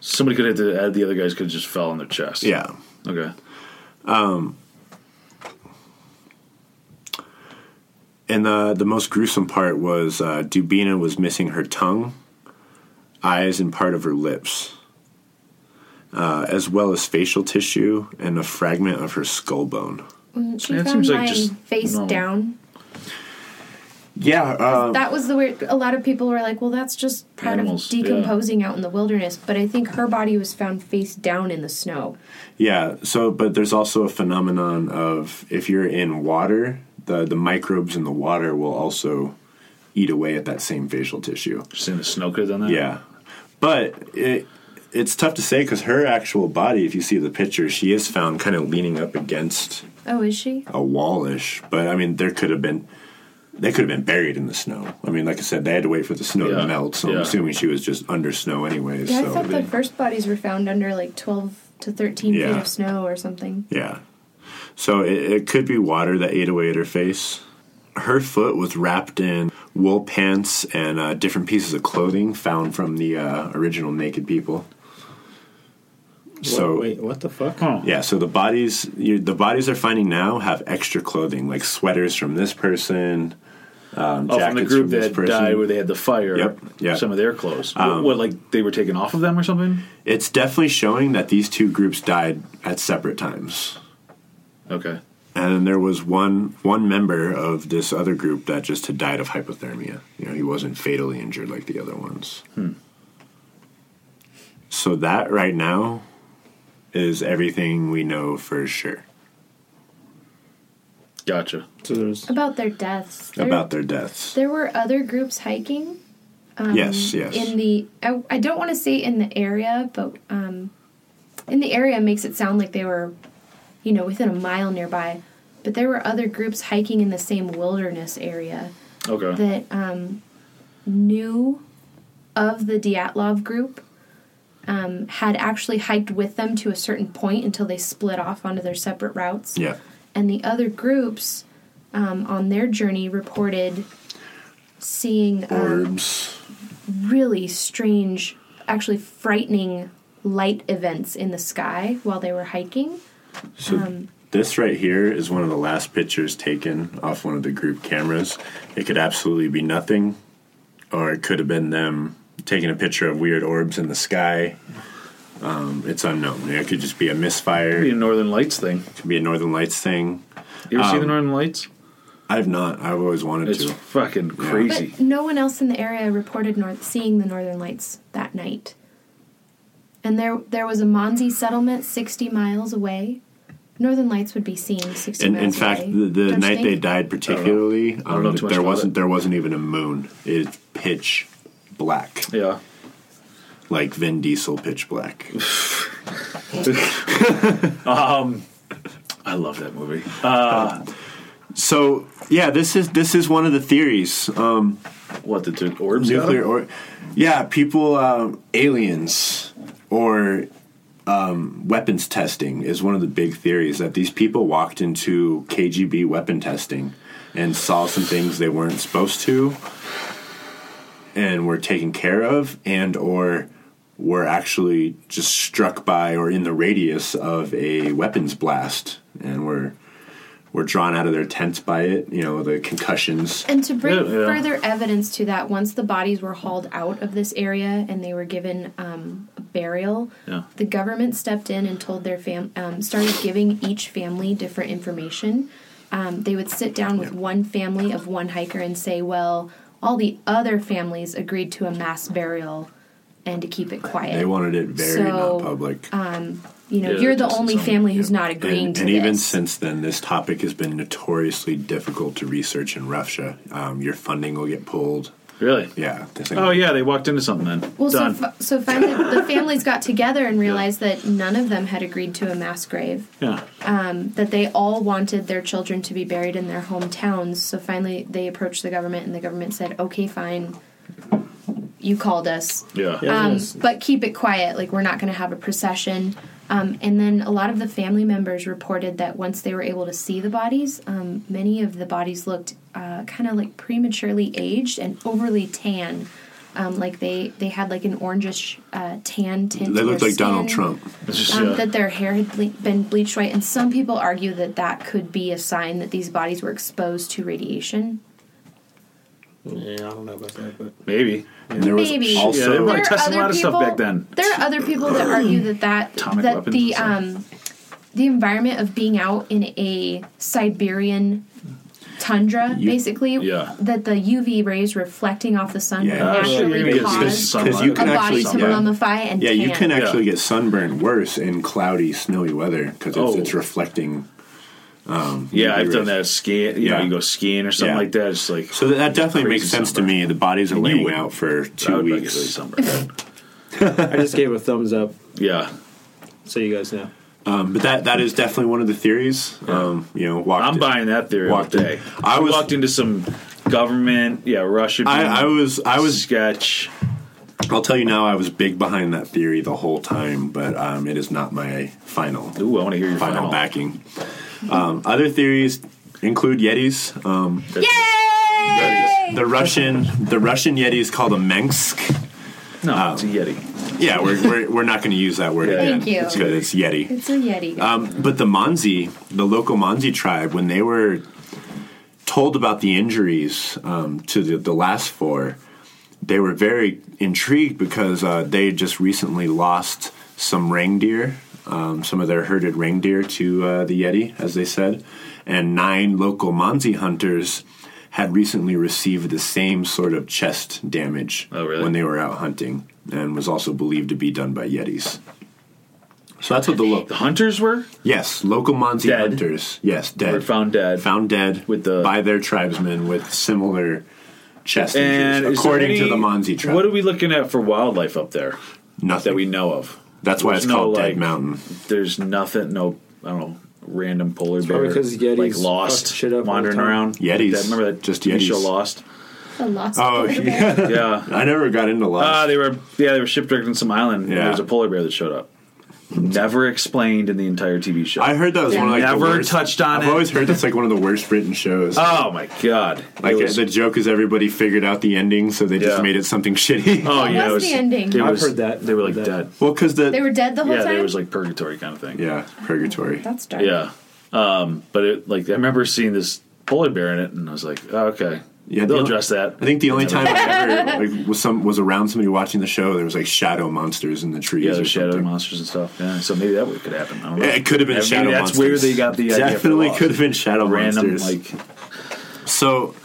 S5: Somebody could have. The, the other guys could have just fell on their chest.
S3: Yeah.
S5: Okay.
S3: And the the most gruesome part was uh, Dubina was missing her tongue, eyes, and part of her lips, uh, as well as facial tissue and a fragment of her skull bone.
S6: Mm, she
S5: Yeah, it
S6: found
S5: seems like
S6: lying
S5: just
S6: face
S5: normal. Oh.
S6: down.
S3: Yeah, uh,
S6: That was the weird. A lot of people were like, "Well, that's just part
S5: Animals,
S6: of
S5: yeah.
S6: decomposing out in the wilderness." But I think her body was found face down in the snow.
S3: yeah. So, but there's also a phenomenon of if you're in water, the the microbes in the water will also eat away at that same facial tissue.
S5: Just the snow could have done that.
S3: Yeah, but it it's tough to say because her actual body, if you see the picture, she is found kind of leaning up against
S6: Oh, is she?
S3: a wallish. But I mean, there could have been they could have been buried in the snow. I mean, like I said, they had to wait for the snow
S5: Yeah,
S3: to melt. So
S5: yeah.
S3: I'm assuming she was just under snow anyways.
S6: Yeah, I
S3: so
S6: thought
S3: they-
S6: the first bodies were found under like 12 to 13 feet
S3: Yeah.
S6: of snow or something.
S3: Yeah. So it, it could be water that ate away at her face. Her foot was wrapped in wool pants and uh, different pieces of clothing found from the uh, original naked people. So
S4: wait, what the fuck?
S5: Huh.
S3: yeah, so the bodies you, the bodies they're finding now have extra clothing like sweaters from this person. Um,
S5: Oh, from
S3: jackets
S5: the group
S3: this
S5: that
S3: person.
S5: died where they had the fire.
S3: Yep, yeah. Um,
S5: Some of their clothes. what, what, like they were taken off of them or something?
S3: It's definitely showing that these two groups died at separate times.
S5: Okay.
S3: and then there was one one member of this other group that just had died of hypothermia. You know, he wasn't fatally injured like the other ones.
S5: Hmm.
S3: So that right now is everything we know for sure
S5: Gotcha.
S4: So there's
S6: About their deaths. There,
S3: about their deaths.
S6: there were other groups hiking
S3: yes, yes.
S6: in the I, I don't want to say in the area, but um, in the area makes it sound like they were, you know, within a mile nearby. But there were other groups hiking in the same wilderness area
S5: Okay.
S6: that um, knew of the Dyatlov group um, had actually hiked with them to a certain point until they split off onto their separate routes.
S3: yeah.
S6: And the other groups um, on their journey reported seeing um,
S3: Orbs.
S6: really strange, actually frightening light events in the sky while they were hiking.
S3: So this right here is one of the last pictures taken off one of the group cameras. It could absolutely be nothing, or it could have been them taking a picture of weird orbs in the sky. Um, it's unknown. It could just be a misfire.
S5: Be a
S3: It
S5: Northern Lights thing.
S3: could be a Northern Lights thing.
S5: You ever see
S3: Um,
S5: the Northern Lights?
S3: I've not. I've always wanted
S5: It's
S3: to.
S5: fucking crazy.
S6: But no one else in the area reported north, seeing the northern lights that night. And there, there was a Monzi settlement 60 miles away. Northern lights would be seen 60
S3: In,
S6: miles
S3: in fact,
S6: away.
S3: the, the
S6: Don't you
S3: night they
S6: think?
S3: died, particularly,
S5: don't know
S3: um,
S5: too much
S3: there
S5: about
S3: wasn't
S5: it.
S3: there wasn't even a moon. It's pitch black,
S5: yeah.
S3: like Vin Diesel pitch black.
S5: I love that movie.
S3: so yeah, this is this is one of the theories.
S5: What the two orbs? got
S3: nuclear
S5: him?
S3: or yeah people um, aliens or um, weapons testing is one of the big theories that these people walked into kgb weapon testing and saw some things they weren't supposed to and were taken care of and or were actually just struck by or in the radius of a weapons blast and were were drawn out of their tents by it you know the concussions
S6: And to bring
S5: Yeah, yeah.
S6: further evidence to that, once the bodies were hauled out of this area and they were given um, a burial,
S5: Yeah.
S6: the government stepped in and told their fam um, started giving each family different information. Um, they would sit down with one family of one hiker and say, "Well, all the other families agreed to a mass burial and to keep it quiet."
S3: they wanted it very
S6: So,
S3: not public
S6: you know,
S5: Yeah,
S6: you're the
S5: just
S6: only
S5: some-
S6: family who's not agreeing
S3: and,
S6: to
S3: and
S6: this.
S3: even since then this topic has been notoriously difficult to research in russia um, your funding will get pulled
S5: Really?
S3: yeah this thing-
S5: Oh yeah, they walked into something then.
S6: Well, so,
S5: Done.
S6: f- so finally, the families got together and realized that none of them had agreed to a mass grave,
S5: yeah.
S6: that they all wanted their children to be buried in their hometowns. So finally, they approached the government, and the government said, okay, fine, you called us.
S5: Yeah.
S6: Um,
S4: Yes.
S6: but keep it quiet. Like, we're not going to have a procession. Um, and then a lot of the family members reported that once they were able to see the bodies, um, many of the bodies looked uh, kind of like prematurely aged and overly tan. Um, like they, they had like an orangish uh, tan tint.
S3: they
S6: to
S3: looked
S6: their
S3: like donald
S6: skin
S3: trump
S5: It's just,
S6: um,
S5: yeah.
S6: that their hair had ble- been bleached white, and some people argue that that could be a sign that these bodies were exposed to radiation.
S4: yeah, I don't know about that, but
S5: Maybe.
S3: and there was
S6: Maybe.
S3: also
S5: Yeah, they were
S6: There are
S5: testing a
S6: other
S5: lot of stuff back then.
S6: There are other people that argue that that
S5: Atomic
S6: that
S5: weapons
S6: the
S5: and stuff.
S6: um, the environment of being out in a Siberian tundra, basically,
S5: Yeah.
S6: that the UV rays reflecting off the sun
S3: Yeah.
S5: Uh,
S6: would
S3: Oh,
S5: yeah,
S6: naturally
S5: yeah.
S6: cause
S5: Sun-
S3: because you
S6: a
S3: can
S6: body
S3: actually
S6: to
S3: yeah.
S6: mummify and
S3: Yeah, you
S6: tan.
S3: can actually get sunburn worse in cloudy, snowy weather because it's,
S5: Oh.
S3: it's reflecting um,
S5: Yeah,
S3: be
S5: I've done
S3: raised.
S5: that skiing. You know,
S3: Yeah.
S5: you go skiing or something
S3: Yeah.
S5: like that. It's like
S3: So that, that definitely
S5: Crazy
S3: makes sense
S5: summer.
S3: to me. The bodies are laying
S5: wouldn't.
S3: out for
S5: I
S3: two
S5: would regulate
S3: weeks.
S5: summer.
S4: I just gave a thumbs up,
S5: yeah,
S4: so you guys know.
S3: Um, but that that is definitely one of the theories. Um, you know, walked
S5: I'm buying that theory
S3: Walked in.
S5: today.
S3: I
S5: I
S3: was-
S5: walked into some government. Yeah, Russian.
S3: I, I was I was
S5: sketch.
S3: I'll tell you now I was big behind that theory the whole time, but um, it is not my final
S5: Ooh, I want to hear your
S3: final,
S5: final.
S3: backing. Um, other theories include Yetis. Um,
S6: Yay!
S3: the Russian the Russian Yeti is called a Mensk.
S5: No,
S3: Um,
S5: it's a Yeti.
S3: Yeah, we're we're, we're not going to use that word
S5: Yeah.
S3: again.
S6: Thank you.
S3: It's good. It's Yeti.
S6: It's a Yeti.
S3: Um, but the Manzi, the local Manzi tribe, when they were told about the injuries um, to the, the last four, they were very intrigued because uh, they had just recently lost some reindeer, um, some of their herded reindeer to uh, the Yeti, as they said. And nine local Manzi hunters had recently received the same sort of chest damage
S5: Oh, really?
S3: when they were out hunting and was also believed to be done by Yetis. So that's what the look.
S5: The hunters were
S3: Yes, local Monty
S5: Dead.
S3: hunters. Yes, dead.
S5: were found dead.
S3: Found dead
S5: With the-
S3: by their tribesmen with similar chest
S5: and
S3: injuries,
S5: is there
S3: according to
S5: any-
S3: the Monzi tribe.
S5: What are we looking at for wildlife up there
S3: Nothing.
S5: that we know of?
S3: That's why
S5: There's
S3: it's
S5: no,
S3: called
S5: like-
S3: Dead Mountain.
S5: There's nothing. No, I don't know. Random polar bear,
S4: probably 'cause Yetis
S5: like lost,
S4: fuck shit up all
S5: wandering
S4: the time.
S5: around.
S3: Yetis.
S5: That- remember that
S3: Just
S5: TV
S3: Yetis.
S5: show Lost?
S6: the lost
S3: Oh,
S6: polar
S3: yeah.
S6: bear.
S5: Yeah,
S3: I never got into lost.
S5: Uh, they were yeah, they were shipwrecked on some island. and
S3: Yeah.
S5: There was a polar bear that showed up. Never explained in the entire TV show.
S3: I heard that was
S6: Yeah.
S3: one of like
S5: Never
S3: the worst,
S5: touched on
S3: I've
S5: it.
S3: always heard that's like one of the worst written shows.
S5: oh my god!
S3: like
S5: It was-
S3: the joke is everybody figured out the ending, so they just
S5: Yeah.
S3: made it something shitty.
S5: oh yeah,
S6: What
S5: it
S6: was
S5: was
S6: the ending?
S5: it
S4: I've
S5: was-
S4: heard that.
S5: they were like
S4: That.
S5: dead.
S3: Well, because the
S6: They were dead the whole
S5: Yeah,
S6: time.
S5: there was like purgatory kind of thing.
S3: yeah purgatory.
S6: That's dark.
S5: yeah. Um, but it like I remember seeing this polar bear in it, and I was like, oh, okay,
S3: Yeah,
S5: they'll
S3: the-
S5: address that.
S3: I think the only time I ever like, was some was around somebody watching the show. There was like shadow monsters in the trees.
S5: yeah,
S3: or
S5: there's shadow
S3: something.
S5: monsters and stuff. Yeah, so maybe that could happen. I don't know.
S3: Yeah, it could have been
S5: Maybe
S3: Shadow
S5: That's
S3: Monsters.
S5: where they got the idea for
S3: Definitely
S5: Lost.
S3: could have been Shadow
S5: random
S3: Monsters.
S5: like
S3: so,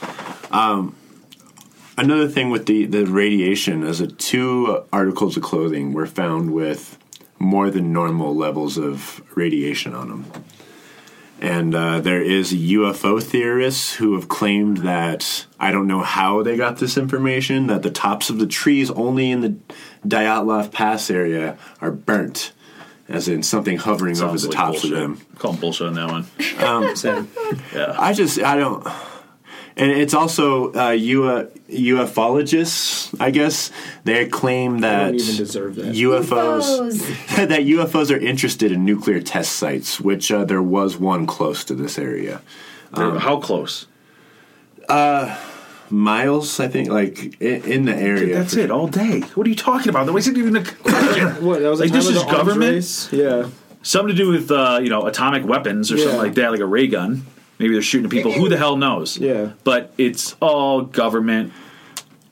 S3: um, another thing with the the radiation is that two articles of clothing were found with more than normal levels of radiation on them. And uh, there is UFO theorists who have claimed that I don't know how they got this information that the tops of the trees only in the Dyatlov Pass area are burnt, as in something hovering over
S5: sounds
S3: the
S5: like
S3: tops
S5: bullshit.
S3: of them.
S5: Call 'em bullshit on that one.
S4: Same.
S5: Yeah.
S3: I just I don't. And it's also uh, UA, ufologists, I guess. They claim that
S4: don't even deserve that.
S3: UFOs that UFOs are interested in nuclear test sites, which uh, there was one close to this area. Um,
S5: How close?
S3: Miles, I think, like i- in the area.
S5: That's it, all day. What are you talking about? That wasn't even a question.
S4: What? That was the
S5: like
S4: time
S5: this
S4: of
S5: is
S4: the arms
S5: government.
S4: race? Yeah.
S5: Something to do with uh, you know atomic weapons or
S4: Yeah.
S5: something like that, like a ray gun. Maybe they're shooting at people. Who the hell knows?
S4: Yeah.
S5: But it's all government.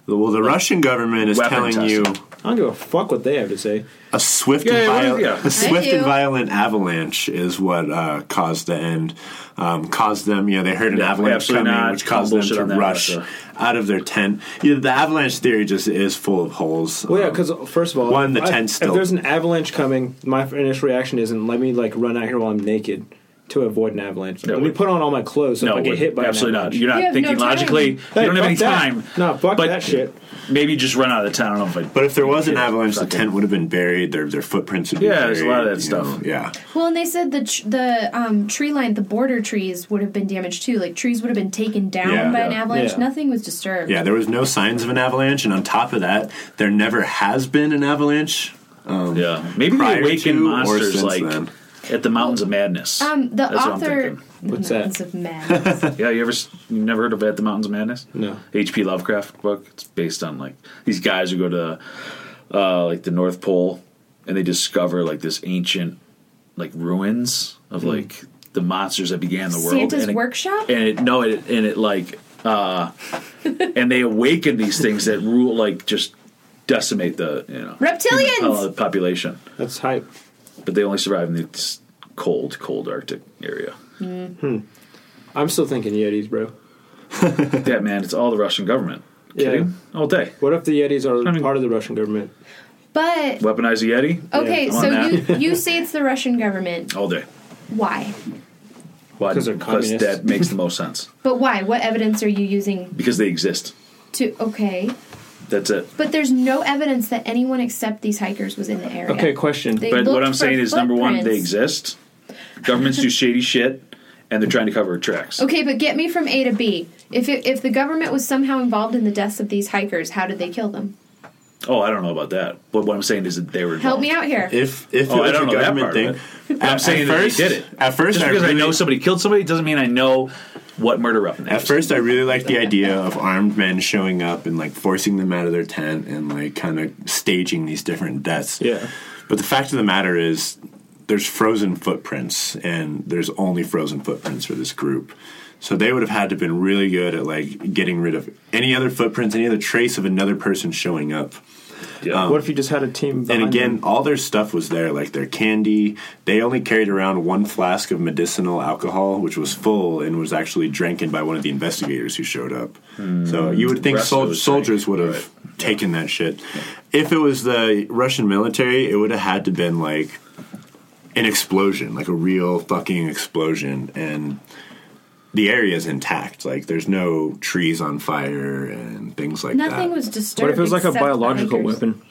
S3: Well, the Russian government is
S5: Weapon
S3: telling you
S5: testing.
S4: I don't give a fuck what they have to say.
S3: a swift
S5: Yeah,
S3: and
S5: what is-
S3: violent
S5: yeah.
S3: a swift
S6: you.
S3: and violent avalanche is what uh, caused the end. Um, caused them, you know, they heard an
S5: Yeah,
S3: avalanche coming,
S5: absolutely not.
S3: which caused them
S5: Bullshit
S3: to
S5: on that,
S3: rush
S5: Russia.
S3: out of their tent. You know, the avalanche theory just is full of holes.
S4: Well, yeah,
S3: Um,
S4: because first of all,
S3: one, the
S4: I-
S3: tent's still-
S4: If there's an avalanche coming, my initial reaction isn't let me like run out here while I'm naked to avoid an avalanche.
S5: No,
S4: let me
S5: it-
S4: put on all my clothes so
S5: No,
S4: if I get hit by
S5: absolutely
S4: an
S5: not.
S4: avalanche.
S5: You're not
S6: You have
S5: thinking
S6: no time.
S5: logically.
S4: Hey,
S5: you don't have any
S4: fuck that.
S5: time.
S4: No, fuck
S5: But
S4: that shit.
S5: Maybe just run out of town. I don't know if I.
S3: But if there was an avalanche, the
S5: Fucking-
S3: tent would have been buried. Their their footprints would be
S5: Yeah,
S3: buried.
S5: there's a lot of that
S3: you
S5: stuff.
S3: know, yeah,
S6: Well, and they said the tr- the um, tree line, the border trees would have been damaged too. Like trees would have been taken down
S3: Yeah.
S6: by an
S3: Yeah.
S6: avalanche.
S4: Yeah.
S6: Nothing was disturbed.
S3: yeah. There was no signs of an avalanche, and on top of that, there never has been an avalanche.
S5: yeah, maybe they
S3: prior
S5: awaken
S3: to or
S5: monsters
S3: since
S5: like
S3: then.
S5: at the Mountains of Madness.
S6: Um, the
S5: That's what I'm
S6: author.
S5: thinking.
S6: The
S4: What's that?
S6: Mountains of Madness.
S5: Yeah, you ever s- you never heard of At the Mountains of Madness?
S4: No.
S5: H.P. Lovecraft book. It's based on like these guys who go to uh, like the North Pole and they discover like this ancient like ruins of like the monsters that began the world.
S6: Santa's
S5: and it-
S6: workshop.
S5: And it no, it and it like uh, and they awaken these things that rule like just decimate the you know
S6: Reptilians.
S5: uh, population,
S4: That's hype.
S5: but they only survive in this cold, cold Arctic area.
S4: I'm still thinking Yetis, bro.
S5: yeah, man, it's all the Russian government.
S4: Yeah.
S5: Kidding? All day.
S4: What if the Yetis are
S5: I mean-
S4: part of the Russian government?
S6: But
S5: Weaponize the Yeti?
S6: okay,
S5: I'm on
S6: so
S5: that. Oh.
S6: you you say it's the Russian government.
S5: All day.
S6: Why?
S5: Why?
S4: 'Cause they're
S5: Because
S4: communists.
S5: that makes the most sense.
S6: But why? What evidence are you using
S5: Because they exist.
S6: to? Okay,
S5: That's it.
S6: but there's no evidence that anyone except these hikers was in the area.
S4: Okay, question.
S6: They
S5: But what
S6: looked
S5: I'm
S6: for
S5: saying is, number one, they
S6: footprints.
S5: exist. Governments do shady shit, and they're trying to cover tracks.
S6: Okay, but get me from A to B. If it, if the government was somehow involved in the deaths of these hikers, how did they kill them?
S5: Oh, I don't know about that. But what I'm saying is that they were. involved.
S6: Help me out here.
S3: If if
S5: Oh, I
S3: it was
S5: don't
S3: a
S5: know that
S3: government
S5: part of
S3: thing,
S5: it.
S3: at-
S5: I'm saying
S3: at
S5: that
S3: first-
S5: they did it.
S3: At first,
S5: just because I
S3: really-
S5: know somebody killed somebody doesn't mean I know what murder weapon. They
S3: At
S5: used.
S3: first, I really liked the idea of armed men showing up and like forcing them out of their tent and like kind of staging these different deaths.
S4: Yeah.
S3: But the fact of the matter is, there's frozen footprints, and there's only frozen footprints for this group. So they would have had to have been really good at like getting rid of any other footprints, any other trace of another person showing up.
S5: Yeah.
S4: what if you just had a team?
S3: And
S4: behind
S3: again,
S4: them?
S3: all their stuff was there, like their candy. They only carried around one flask of medicinal alcohol, which was full and was actually drinking by one of the investigators who showed up. So you would think
S5: Rest
S3: sol-
S5: was
S3: soldiers
S5: drank,
S3: would have taken that shit. If it was the Russian military, it would have had to been like an explosion, like a real fucking explosion, and the area is intact. Like there's no trees on fire and things like that.
S6: Nothing was disturbed.
S4: what if it was like a
S6: except the
S4: biological
S6: hikers?
S4: weapon?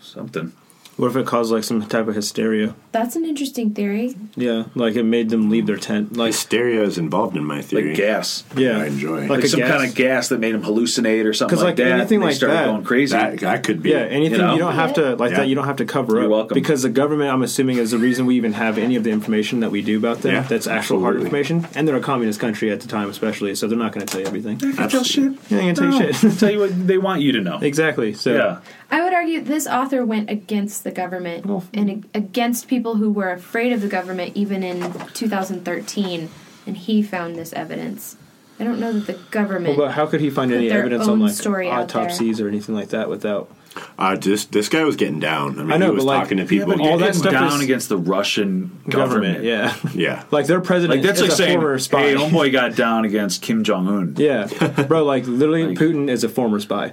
S5: something.
S4: What if it caused like some type of hysteria?
S6: That's an interesting theory.
S4: Yeah, like it made them leave their tent. Like
S3: Hysteria is involved in my theory.
S5: Like gas.
S4: yeah,
S3: I enjoy.
S4: Like
S5: Like,
S4: a
S5: some
S4: gas.
S5: kind of gas that made him hallucinate or something
S4: 'Cause,
S5: like,
S4: like,
S5: that.
S4: anything
S5: and they
S4: like
S5: started
S4: that-
S5: going crazy.
S3: That, that could be.
S4: Yeah, anything you,
S5: know?
S4: don't have to like
S3: Yeah.
S4: that. You don't have to cover
S5: You're
S4: up
S5: welcome.
S4: because the government, I'm assuming, is the reason we even have any of the information that we do about them.
S3: Yeah,
S4: that's actual hard
S3: absolutely.
S4: information, and they're a communist country at the time, especially, so they're not going to tell you everything. They're
S5: Tell shit.
S4: going to tell you shit.
S5: Tell you what they want you to know.
S4: exactly. So
S5: Yeah.
S6: I would argue this author went against the government and ag- against people who were afraid of the government even in 2013, and he found this evidence. I don't know that the government.
S4: Well, but how could he find
S6: Put
S4: any
S6: their
S4: evidence on
S6: own
S4: like
S6: story out there.
S4: autopsies or anything like that without?
S3: Uh, just this guy was getting down. I mean,
S4: I know,
S3: he was
S4: but, like,
S3: talking to
S5: Yeah,
S3: people.
S5: but
S4: all
S5: all
S4: that
S5: that
S4: stuff
S5: down
S4: is-
S5: against the Russian government.
S4: yeah.
S3: yeah.
S4: like their president,
S5: Like that's
S4: is
S5: like
S4: a
S5: saying,
S4: former spy.
S5: "Hey, homeboy got down against Kim Jong Un."
S4: yeah, bro, like literally,
S5: Like-
S4: Putin is a former spy.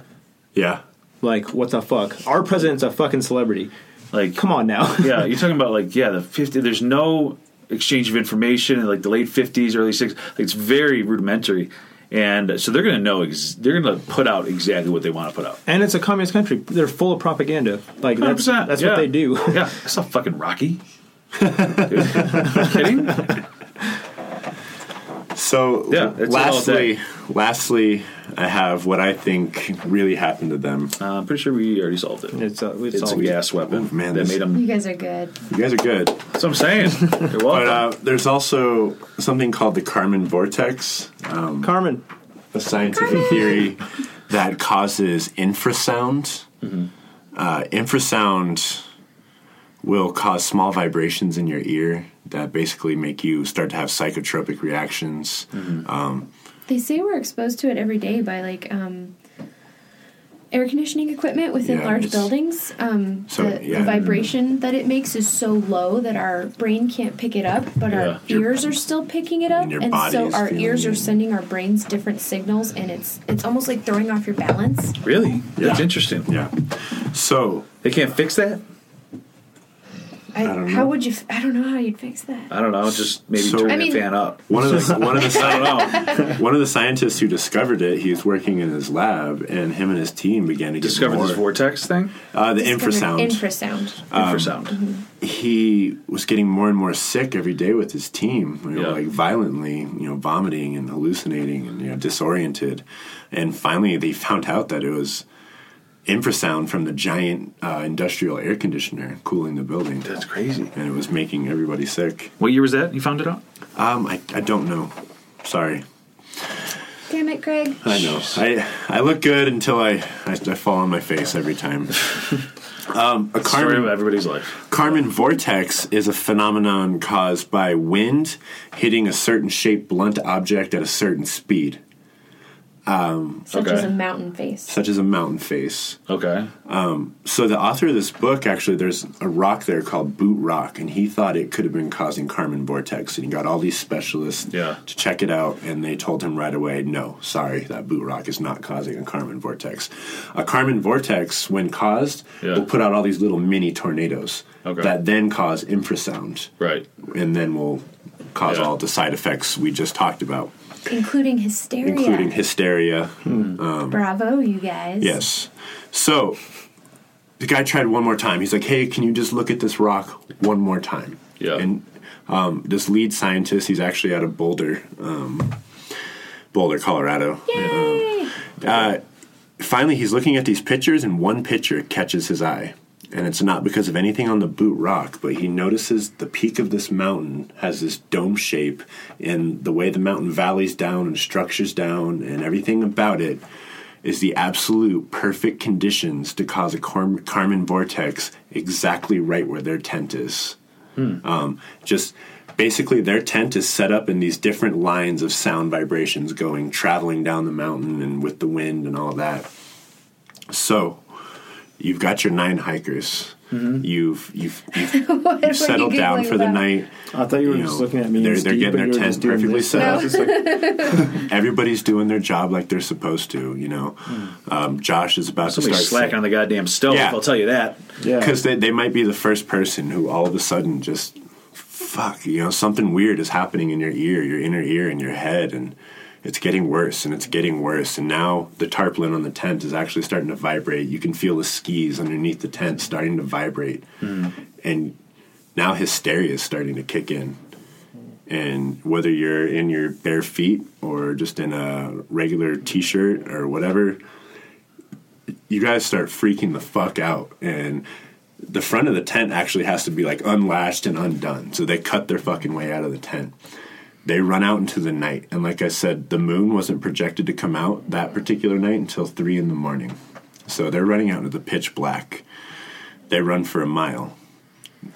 S3: yeah.
S4: Like, what the fuck? Our president's a fucking celebrity.
S5: Like,
S4: Come on now.
S5: yeah, you're talking about like yeah, the fifty. There's no exchange of information in like the late fifties, early sixties. Like, it's very rudimentary, and so they're gonna know. Ex- they're gonna put out exactly what they want to put out.
S4: And it's a communist country. They're full of propaganda. Like that's
S5: 100%,
S4: that's
S5: yeah.
S4: what they do.
S5: Yeah, I saw fucking Rocky. Dude, kidding? Uh,
S3: So
S5: Yeah, it's all
S3: lastly,
S5: day.
S3: lastly, I have what I think really happened to them.
S5: Uh, I'm pretty sure we already solved it.
S4: It's, uh, it's,
S5: It's,
S4: all
S5: a gas weapon
S3: Oh, man,
S5: that
S3: this-
S5: made him.
S6: you guys are good.
S3: You guys are good.
S5: That's what I'm saying. You're welcome.
S3: But uh, there's also something called the Karman vortex,
S4: Carmen.
S3: a scientific theory that causes infrasound.
S5: Mm-hmm.
S3: Uh, infrasound will cause small vibrations in your ear that basically make you start to have psychotropic reactions.
S5: Mm-hmm.
S6: They say we're exposed to it every day by like um, air conditioning equipment within
S3: Yeah,
S6: large
S3: it's-
S6: buildings. Um,
S3: So,
S6: the, the
S3: yeah.
S6: vibration that it makes is so low that our brain can't pick it up, but
S5: Yeah.
S6: our ears are still picking it up,
S3: And your
S6: and
S3: body
S6: so
S3: is
S6: our
S3: feeling
S6: ears are
S3: it.
S6: sending our brains different signals, and it's it's almost like throwing off your balance.
S5: really? That's
S3: Yeah.
S5: interesting.
S3: Yeah. So
S5: They can't fix that.
S6: I,
S3: don't
S6: how
S3: know.
S6: would you? F- I don't know how you'd fix that.
S5: I don't know. Just maybe
S3: So-
S5: turn
S3: I
S6: mean-
S5: the fan up.
S3: one of the one of the
S5: I
S3: sci-
S5: don't know.
S3: one of the scientists who discovered it, he was working in his lab, and him and his team began to
S5: Discovered
S3: get
S5: this
S3: more, Um,
S5: vortex thing.
S3: uh, the
S6: Discovered
S3: infrasound.
S6: Infrasound.
S5: Infrasound.
S3: he was getting more and more sick every day with his team, you know,
S5: Yeah.
S3: like violently, you know, vomiting and hallucinating and you know disoriented, and finally they found out that it was infrasound from the giant uh, industrial air conditioner cooling the building,
S5: That's crazy.
S3: and it was making everybody sick.
S5: What year was that? You found it out?
S3: Um, I I don't know, sorry.
S6: Damn it, Greg.
S3: I know. Uh, I I look good until I, I, I fall on my face every time. um,
S5: Story of
S3: a Carmen,
S5: everybody's life.
S3: Carmen vortex is a phenomenon caused by wind hitting a certain shaped blunt object at a certain speed,
S6: Such
S5: Okay.
S6: as a mountain face.
S3: such as a mountain face.
S5: Okay.
S3: So the author of this book actually, there's a rock there called Boot Rock, and he thought it could have been causing Carmen vortex, and he got all these specialists
S5: Yeah.
S3: to check it out, and they told him right away, no, sorry, that Boot Rock is not causing a Carmen vortex. A Carmen vortex, when caused,
S5: Yeah.
S3: will put out all these little mini tornadoes
S5: Okay.
S3: that then cause infrasound,
S5: Right.
S3: and then will cause
S5: Yeah.
S3: all the side effects we just talked about,
S6: including hysteria.
S3: including hysteria.
S6: Bravo, you guys.
S3: Yes. So the guy tried one more time. He's like, "Hey, can you just look at this rock one more time?"
S5: Yeah.
S3: And um, this lead scientist, he's actually out of Boulder, um, Boulder, Colorado.
S6: Yay!
S3: Uh, finally, he's looking at these pictures, and one picture catches his eye. And it's not because of anything on the boot rock, but he notices the peak of this mountain has this dome shape, and the way the mountain valleys down and structures down, and everything about it is the absolute perfect conditions to cause a Car- Carmen vortex exactly right where their tent is.
S5: Hmm.
S3: Um, just basically, their tent is set up in these different lines of sound vibrations going, traveling down the mountain and with the wind and all that. So, you've got your nine hikers.
S5: Mm-hmm.
S3: You've you've, you've
S6: What were
S3: you've settled
S6: you
S3: down
S6: giggling
S3: for the
S6: about?
S3: night.
S4: I thought you were
S3: You
S4: just
S3: know,
S4: looking at me. and
S3: they're- they're
S4: Steve,
S3: getting
S4: but
S3: their
S4: you were
S3: tent
S4: just doing
S3: perfectly
S4: this.
S3: set
S4: I was just like,
S3: Everybody's doing their job like they're supposed to. You know, um, Josh is about
S5: Somebody
S3: to start
S5: slack
S3: sing-
S5: Hmm. on the goddamn stove.
S3: Yeah.
S5: I'll tell you that.
S4: yeah.
S3: because they, they might be the first person who all of a sudden just fuck you know something weird is happening in your ear your inner ear and your head and it's getting worse and it's getting worse and now the tarpaulin on the tent is actually starting to vibrate you can feel the skis underneath the tent starting to vibrate and now hysteria is starting to kick in and whether you're in your bare feet or just in a regular t-shirt or whatever you guys start freaking the fuck out and the front of the tent actually has to be like unlashed and undone so they cut their fucking way out of the tent they run out into the night and like i said the moon wasn't projected to come out that particular night until three in the morning so they're running out into the pitch black they run for a mile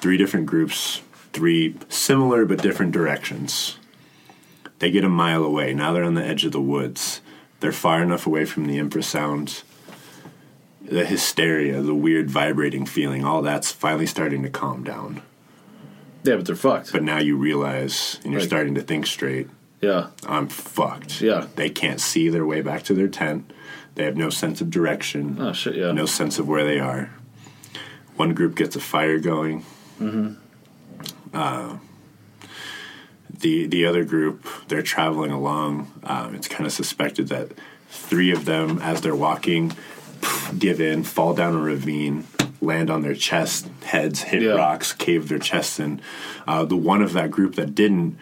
S3: three different groups three similar but different directions they get a mile away now they're on the edge of the woods they're far enough away from the infrasound the hysteria, the weird vibrating feeling, all that's finally starting to calm down.
S5: Yeah, but they're fucked.
S3: But now you realize and you're
S5: Right.
S3: starting to think straight,
S5: yeah.
S3: I'm fucked.
S5: Yeah.
S3: They can't see their way back to their tent. They have no sense of direction,
S5: Oh shit. Yeah.
S3: no sense of where they are. One group gets a fire going. Mm-hmm. Uh, the the other group, they're traveling along. Um, it's kind of suspected that three of them, as they're walking, give in, fall down a ravine, land on their chest, heads hit
S5: Yeah.
S3: rocks, cave their chests in. Uh, the one of that group that didn't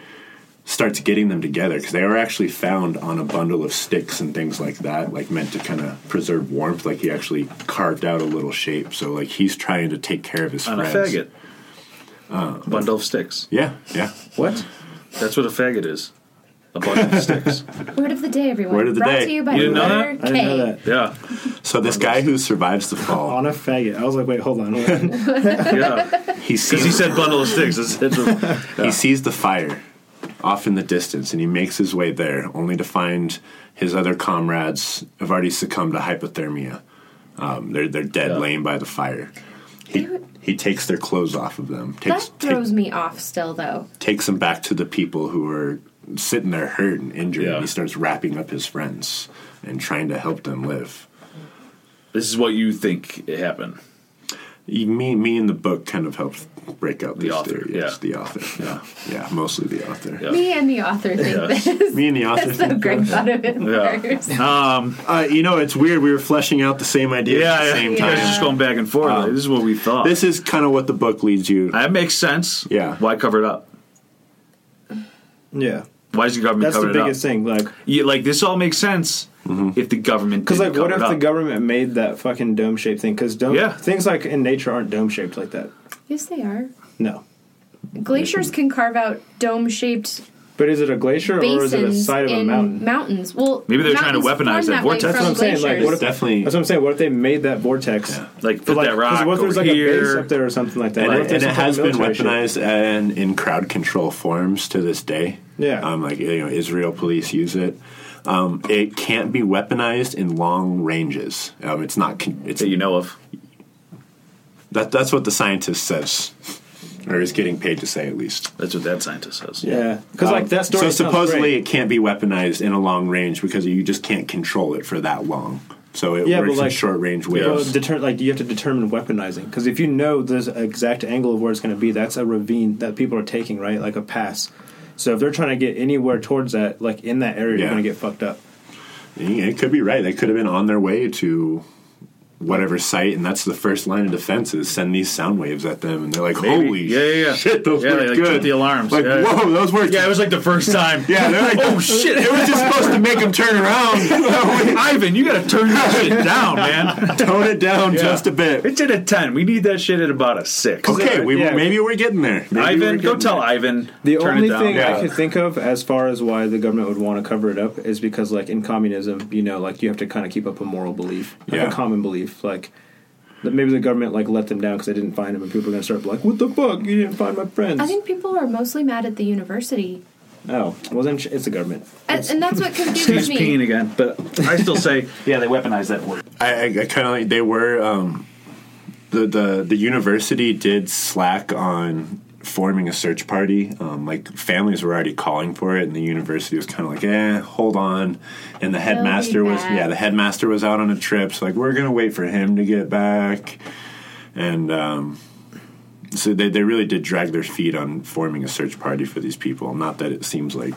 S3: starts getting them together because they were actually found on a bundle of sticks and things like that, like meant to kind of preserve warmth. Like he actually carved out a little shape, so like he's trying to take care of his
S5: On a
S3: friends. Uh,
S5: faggot. bundle of sticks.
S3: Yeah, yeah.
S5: What? That's what a faggot is. A bundle of sticks.
S6: Word of the day, everyone.
S3: Word of the
S6: Brought
S3: day.
S6: to you by
S5: You didn't know
S6: letter
S4: I didn't know
S6: K.
S4: that.
S5: Yeah.
S3: So this guy who survives the fall,
S4: On a faggot. I was like, wait, hold on. Hold on.
S5: Yeah.
S3: he
S5: Because he
S3: sees
S5: said bundle of sticks. That's- that's-
S3: he sees the fire off in the distance, and he makes his way there, only to find his other comrades have already succumbed to hypothermia. Um, they're they're dead,
S5: Yeah.
S3: laying by the fire. He,
S6: Dude.
S3: he takes their clothes off of them. Takes,
S6: That
S3: take-
S6: throws me off still, though.
S3: takes him back to the people who are sitting there hurt and injured.
S5: Yeah.
S3: And he starts wrapping up his friends and trying to help them live.
S5: this is what you think it happened.
S3: You- Me, me, and the book kind of helped break out
S5: The
S3: the
S5: author,
S3: theory. Yes,
S5: yeah.
S3: the author. Yeah, yeah, mostly the author.
S5: Yeah.
S6: Me and the author think
S5: Yeah.
S6: this.
S3: Me and the author.
S6: That's so great thought of it
S5: Yeah.
S6: first.
S5: Um,
S3: uh, you know, it's weird. We were fleshing out the same idea at
S5: yeah,
S3: the
S5: yeah.
S3: same
S5: You
S3: time.
S5: guys are just going back and forth. like, this is what we thought.
S3: This is kind of what the book leads you.
S5: that makes sense.
S3: Yeah.
S5: Why cover it up?
S4: yeah.
S5: Why is the government
S4: That's the
S5: covering it up?
S4: biggest thing. Like,
S5: Yeah, like this all makes sense if the government
S4: because like, what if the
S5: government?
S4: government made that fucking dome shaped thing? Because dome
S5: Yeah.
S4: things like in nature aren't dome shaped like that.
S6: Yes, they are.
S4: No.
S6: Glaciers can carve out dome-shaped
S4: But is it a glacier or is it a
S6: basins
S4: side of a
S6: in
S4: mountain?
S6: mountains. Well,
S5: Maybe they're trying to
S6: mountains
S5: weaponize
S6: form
S5: that
S6: way
S5: vortex.
S6: from
S5: That's
S4: what I'm saying, like,
S6: glaciers.
S4: what
S3: it's definitely.
S4: That's what I'm saying. What if they made that vortex?
S5: like
S4: But
S5: put
S4: like,
S5: that
S4: 'cause
S5: rock
S4: what if there's
S5: over
S4: like a base
S5: here.
S4: up there or something like that?
S3: and
S4: What if
S3: it,
S4: there's
S3: and it
S4: some kind
S3: has
S4: of
S3: been
S4: military ship?
S3: weaponized and in crowd control forms to this day.
S4: Yeah.
S3: um, like you know, Israel police use it. Um, it can't be weaponized in long ranges. Um, it's not. Con- it's
S5: that you know of.
S3: that, that's what the scientist says, or is getting paid to say at least. Um,
S5: That's what that scientist says.
S4: Yeah, because like that story.
S3: So
S4: sounds
S3: supposedly
S4: great.
S3: it can't be weaponized in a long range because you just can't control it for that long. So it
S4: Yeah,
S3: works
S4: but like
S3: in short range
S4: Well,
S3: waves.
S4: deter- like you have to determine weaponizing because if you know the exact angle of where it's going to be, that's a ravine that people are taking, right? Like a pass. So if they're trying to get anywhere towards that, like in that area,
S3: Yeah.
S4: you're going to get fucked up.
S3: It could be right. They could have been on their way to whatever site, and that's the first line of defense is send these sound waves at them, and they're like,
S5: Maybe.
S3: "Holy
S5: yeah, yeah, yeah.
S3: shit, those
S5: yeah,
S3: worked
S5: they, like,
S3: good."
S5: took The alarms,
S3: like,
S5: yeah, yeah.
S3: whoa, those worked.
S5: Yeah, it was like the first time.
S3: Yeah, they're like,
S5: oh shit,
S3: It was just supposed to make them turn around.
S5: Ivan, you gotta turn that shit down, man.
S3: Tone it down just a bit.
S5: It's at a ten. We need that shit at about a six.
S3: Okay, we,
S4: Yeah.
S3: maybe we're getting there. Maybe we're
S5: Ivan, go
S3: getting
S5: tell
S3: there.
S5: Ivan.
S4: The
S5: turn
S4: only
S5: it down.
S4: thing
S3: Yeah.
S4: I could think of as far as why the government would want to cover it up is because, like in communism, you know, like you have to kind of keep up a moral belief, like
S3: Yeah.
S4: a common belief, like. that Maybe the government like let them down because they didn't find him, and people are gonna start like, "What the fuck? You didn't find my friends."
S6: I think people are mostly mad at the university,
S4: oh, well then sh- it's the government.
S6: and, and that's what confuses
S5: Steve's peeing
S6: me.
S5: again, but I still say, yeah, they weaponized that word.
S3: I, I, I kind of like they were um, the the the university did slack on forming a search party. Um, like families were already calling for it, and the university was kind of like, eh, hold on. And the headmaster was
S6: back.
S3: yeah, the headmaster was out on a trip, so like we're gonna wait for him to get back, and. Um, so they, they really did drag their feet on forming a search party for these people. Not that it seems like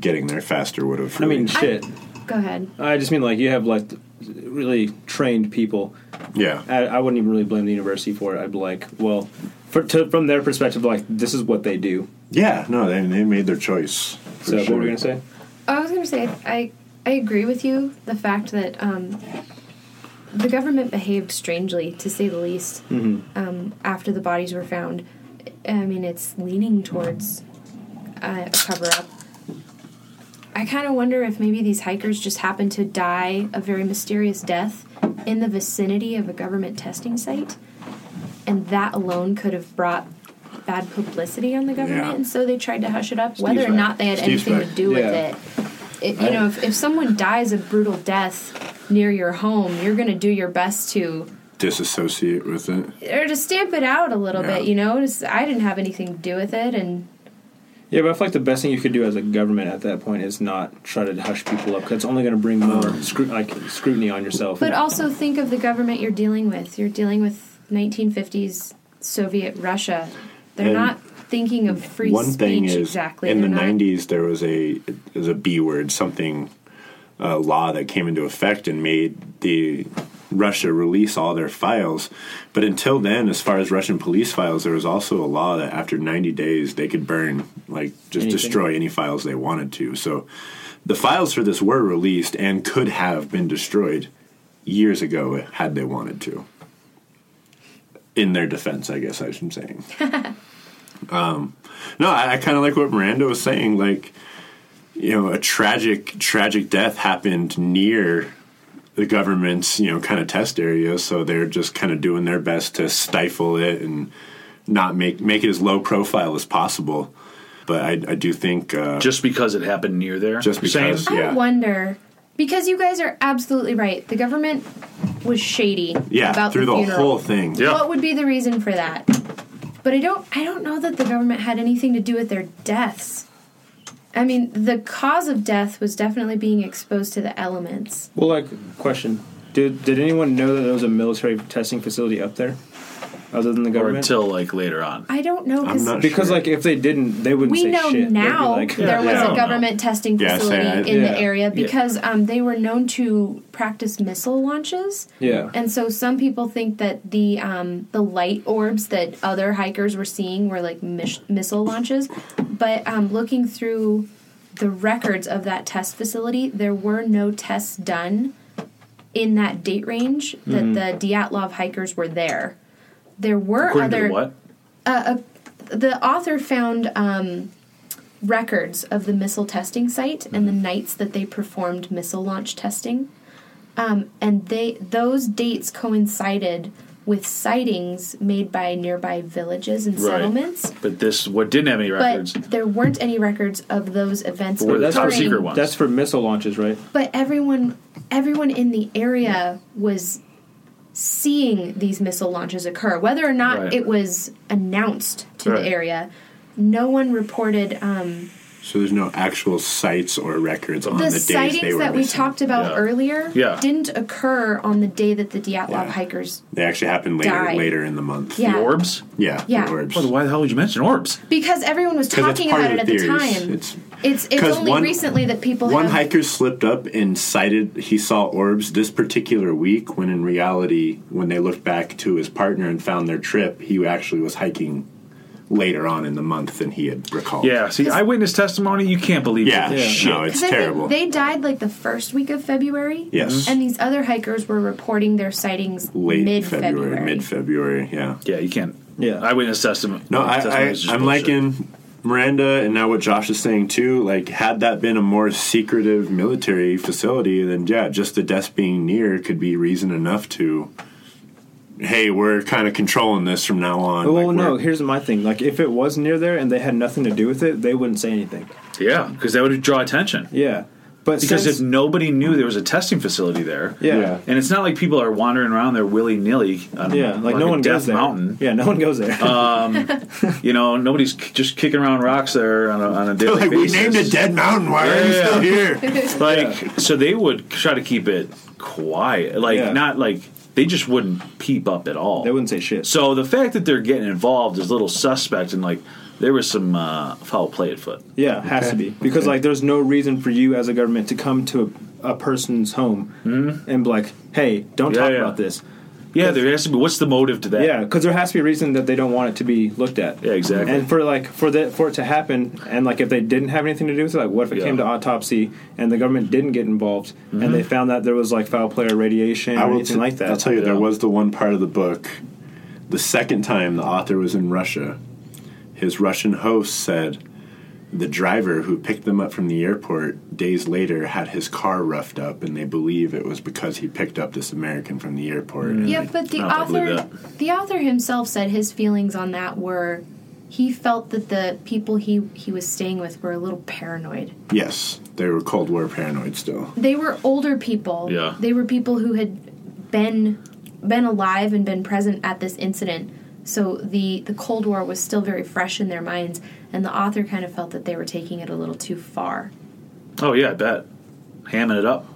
S3: getting there faster would have.
S4: I
S3: really-
S4: mean, shit.
S6: Go ahead.
S4: I just mean like you have like really trained people.
S3: yeah,
S4: I, I wouldn't even really blame the university for it. I'd be like, well, for, to, from their perspective, like this is what they do.
S3: yeah, no, they, they made their choice. for
S4: so what
S3: sure.
S4: were we gonna say?
S6: I was going to say I I agree with you. The fact that um, the government behaved strangely, to say the least, um, after the bodies were found. I mean, it's leaning towards uh, a cover up. I kind of wonder if maybe these hikers just happened to die a very mysterious death in the vicinity of a government testing site, and that alone could have brought bad publicity on the government,
S3: Yeah.
S6: and so they tried to hush it up, whether or
S3: back.
S6: not they had
S3: Steve's
S6: anything
S3: back.
S6: to do with
S4: Yeah.
S6: it it, you know, if, if someone dies a brutal death near your home, you're going to do your best to
S3: disassociate with it.
S6: or to stamp it out a little
S3: Yeah.
S6: bit. You know, just, I didn't have anything to do with it, and
S4: Yeah, but I feel like the best thing you could do as a government at that point is not try to hush people up. Cause it's only gonna bring more scru- like scrutiny on yourself.
S6: but also think of the government you're dealing with. You're dealing with 1950s Soviet Russia. They're
S3: And
S6: not thinking of free
S3: One
S6: speech
S3: thing is,
S6: exactly.
S3: in the
S6: They're not-
S3: '90s, there was a there's a B word something uh, law that came into effect and made the Russia release all their files. But until then, as far as Russian police files, there was also a law that after 90 days they could burn, like just
S4: Anything.
S3: destroy any files they wanted to. So the files for this were released and could have been destroyed years ago had they wanted to. In their defense, I guess I'm saying. um, no, I, I kind of like what Miranda was saying. Like, you know, a tragic, tragic death happened near the government's, you know, kind of test area. So they're just kind of doing their best to stifle it and not make make it as low profile as possible. But I, I do think uh,
S5: Just because it happened near there.
S3: Just
S5: You're saying-
S3: because.
S6: I
S3: Yeah.
S6: wonder because you guys are absolutely right. The government was shady
S3: yeah,
S6: about
S3: through the,
S6: funeral.
S3: whole thing.
S5: Yeah.
S6: What would be the reason for that? But I don't I don't know that the government had anything to do with their deaths. I mean, the cause of death was definitely being exposed to the elements.
S4: well, like question: Did did anyone know that there was a military testing facility up there, other than the
S5: Or
S4: government?
S5: until like later on.
S6: I don't know
S3: I'm not
S4: because
S3: sure.
S4: like if they didn't, they wouldn't.
S6: we
S4: say
S6: know
S4: shit. They'd be
S6: now
S4: like,
S6: there was
S5: Yeah.
S6: a government testing
S3: Yeah, say
S6: facility
S3: I-
S6: in
S4: Yeah.
S6: the area
S5: Yeah.
S6: because um, they were known to practice missile launches.
S4: Yeah.
S6: And so some people think that the um, the light orbs that other hikers were seeing were like mis- missile launches, but um, looking through the records of that test facility, there were no tests done in that date range that
S5: Hmm.
S6: the Dyatlov hikers were there. There were
S5: According
S6: other
S5: to the what?
S6: the author found um, records of the missile testing site and the
S5: Mm-hmm.
S6: nights that they performed missile launch testing, um, and they those dates coincided with sightings made by nearby villages and
S5: Right.
S6: settlements.
S5: But this what didn't have any records.
S6: But there weren't any records of those events.
S5: But that's
S4: top
S6: occurring.
S5: secret one.
S4: That's for missile launches, right?
S6: But everyone, everyone in the area was seeing these missile launches occur, whether or not
S5: Right.
S6: it was announced to
S5: Right.
S6: the area. No one reported um,
S3: So there's no actual sites or records on the,
S6: the
S3: days they
S6: sightings
S3: were
S6: that we
S3: missing.
S6: talked about
S5: Yeah.
S6: earlier
S5: Yeah.
S6: didn't occur on the day that the Dyatlov
S3: Yeah.
S6: hikers.
S3: They actually happened later
S6: Died.
S3: later in the month.
S6: Yeah.
S5: The orbs?
S3: Yeah.
S6: Yeah.
S3: the orbs.
S5: Well, why the hell would you mention orbs?
S6: Because everyone was
S3: 'Cause that's
S6: talking
S3: part
S6: about
S3: of
S6: it at the
S3: theories.
S6: time.
S3: It's
S6: It's it's
S3: 'Cause
S6: only
S3: one-
S6: recently that people
S3: One
S6: have
S3: hiker slipped up and cited he saw orbs this particular week when in reality, when they looked back to his partner and found their trip, he actually was hiking later on in the month than he had recalled.
S5: Yeah, see, eyewitness testimony, you can't believe
S3: Yeah,
S5: it.
S4: Yeah.
S3: no, it's
S6: 'Cause I think
S3: terrible.
S6: They died like the first week of February.
S3: Yes.
S6: And these other hikers were reporting their sightings
S3: Late
S6: mid
S3: February,
S6: February.
S3: mid February, yeah.
S5: Yeah, you can't.
S4: Yeah.
S5: Eyewitness testimony.
S3: No, I, I,
S5: testimony is just
S3: I'm
S5: bullshit.
S3: liking Miranda and now what Josh is saying too. Like, had that been a more secretive military facility, then yeah, just the desk being near could be reason enough to, hey, we're kind of controlling this from now on.
S4: Well,
S3: Like,
S4: no.
S3: we're-
S4: Here's my thing. Like, if it was near there and they had nothing to do with it, they wouldn't say anything.
S5: Yeah, because that would draw attention.
S4: Yeah, but
S5: Because
S4: since,
S5: if nobody knew there was a testing facility there,
S4: yeah,
S3: Yeah.
S4: yeah,
S5: and it's not like people are wandering around there willy nilly.
S4: like no one goes
S5: Death
S4: there.
S5: Mountain. Uh,
S4: Yeah, no one goes there.
S5: You know, nobody's k- just kicking around rocks there on a, on a daily
S3: like we
S5: basis.
S3: named it Dead Mountain. Why are you
S5: Yeah.
S3: still here?
S5: Like, so they would try to keep it quiet. Like,
S4: Yeah.
S5: not like they just wouldn't peep up at all.
S4: they wouldn't say shit.
S5: So the fact that they're getting involved is a little suspect, and like there was some uh, foul play at foot.
S4: Yeah, has to be because like there's no reason for you as a government to come to a, a person's home and be like, hey, don't
S5: Hmm? Yeah,
S4: talk
S5: yeah.
S4: about this.
S5: Yeah, there has to be. What's the motive to that?
S4: Yeah, because there has to be a reason that they don't want it to be looked at.
S5: Yeah, exactly.
S4: And for like for that for it to happen, and like if they didn't have anything to do with it, like what if it
S5: Yeah. Mm-hmm.
S4: came to autopsy and the government didn't get involved and they found that there was like foul play or radiation or anything
S3: t-
S4: like that?
S3: I'll tell you, there
S5: Yeah.
S3: was the one part of the book. The second time the author was in Russia, his Russian host said the driver who picked them up from the airport days later had his car roughed up, and they believe it was because he picked up this American from the airport.
S5: Mm.
S3: and
S6: Yeah,
S3: they-
S6: but the
S5: I don't believe
S6: author the author himself said his feelings on that were he felt that the people he he was staying with were a little paranoid.
S3: yes, they were Cold War paranoid still.
S6: They were older people.
S5: Yeah.
S6: They were people who had been been alive and been present at this incident. So the the Cold War was still very fresh in their minds and the author kind of felt that they were taking it a little too far.
S5: Oh yeah, I bet. Hamming it up.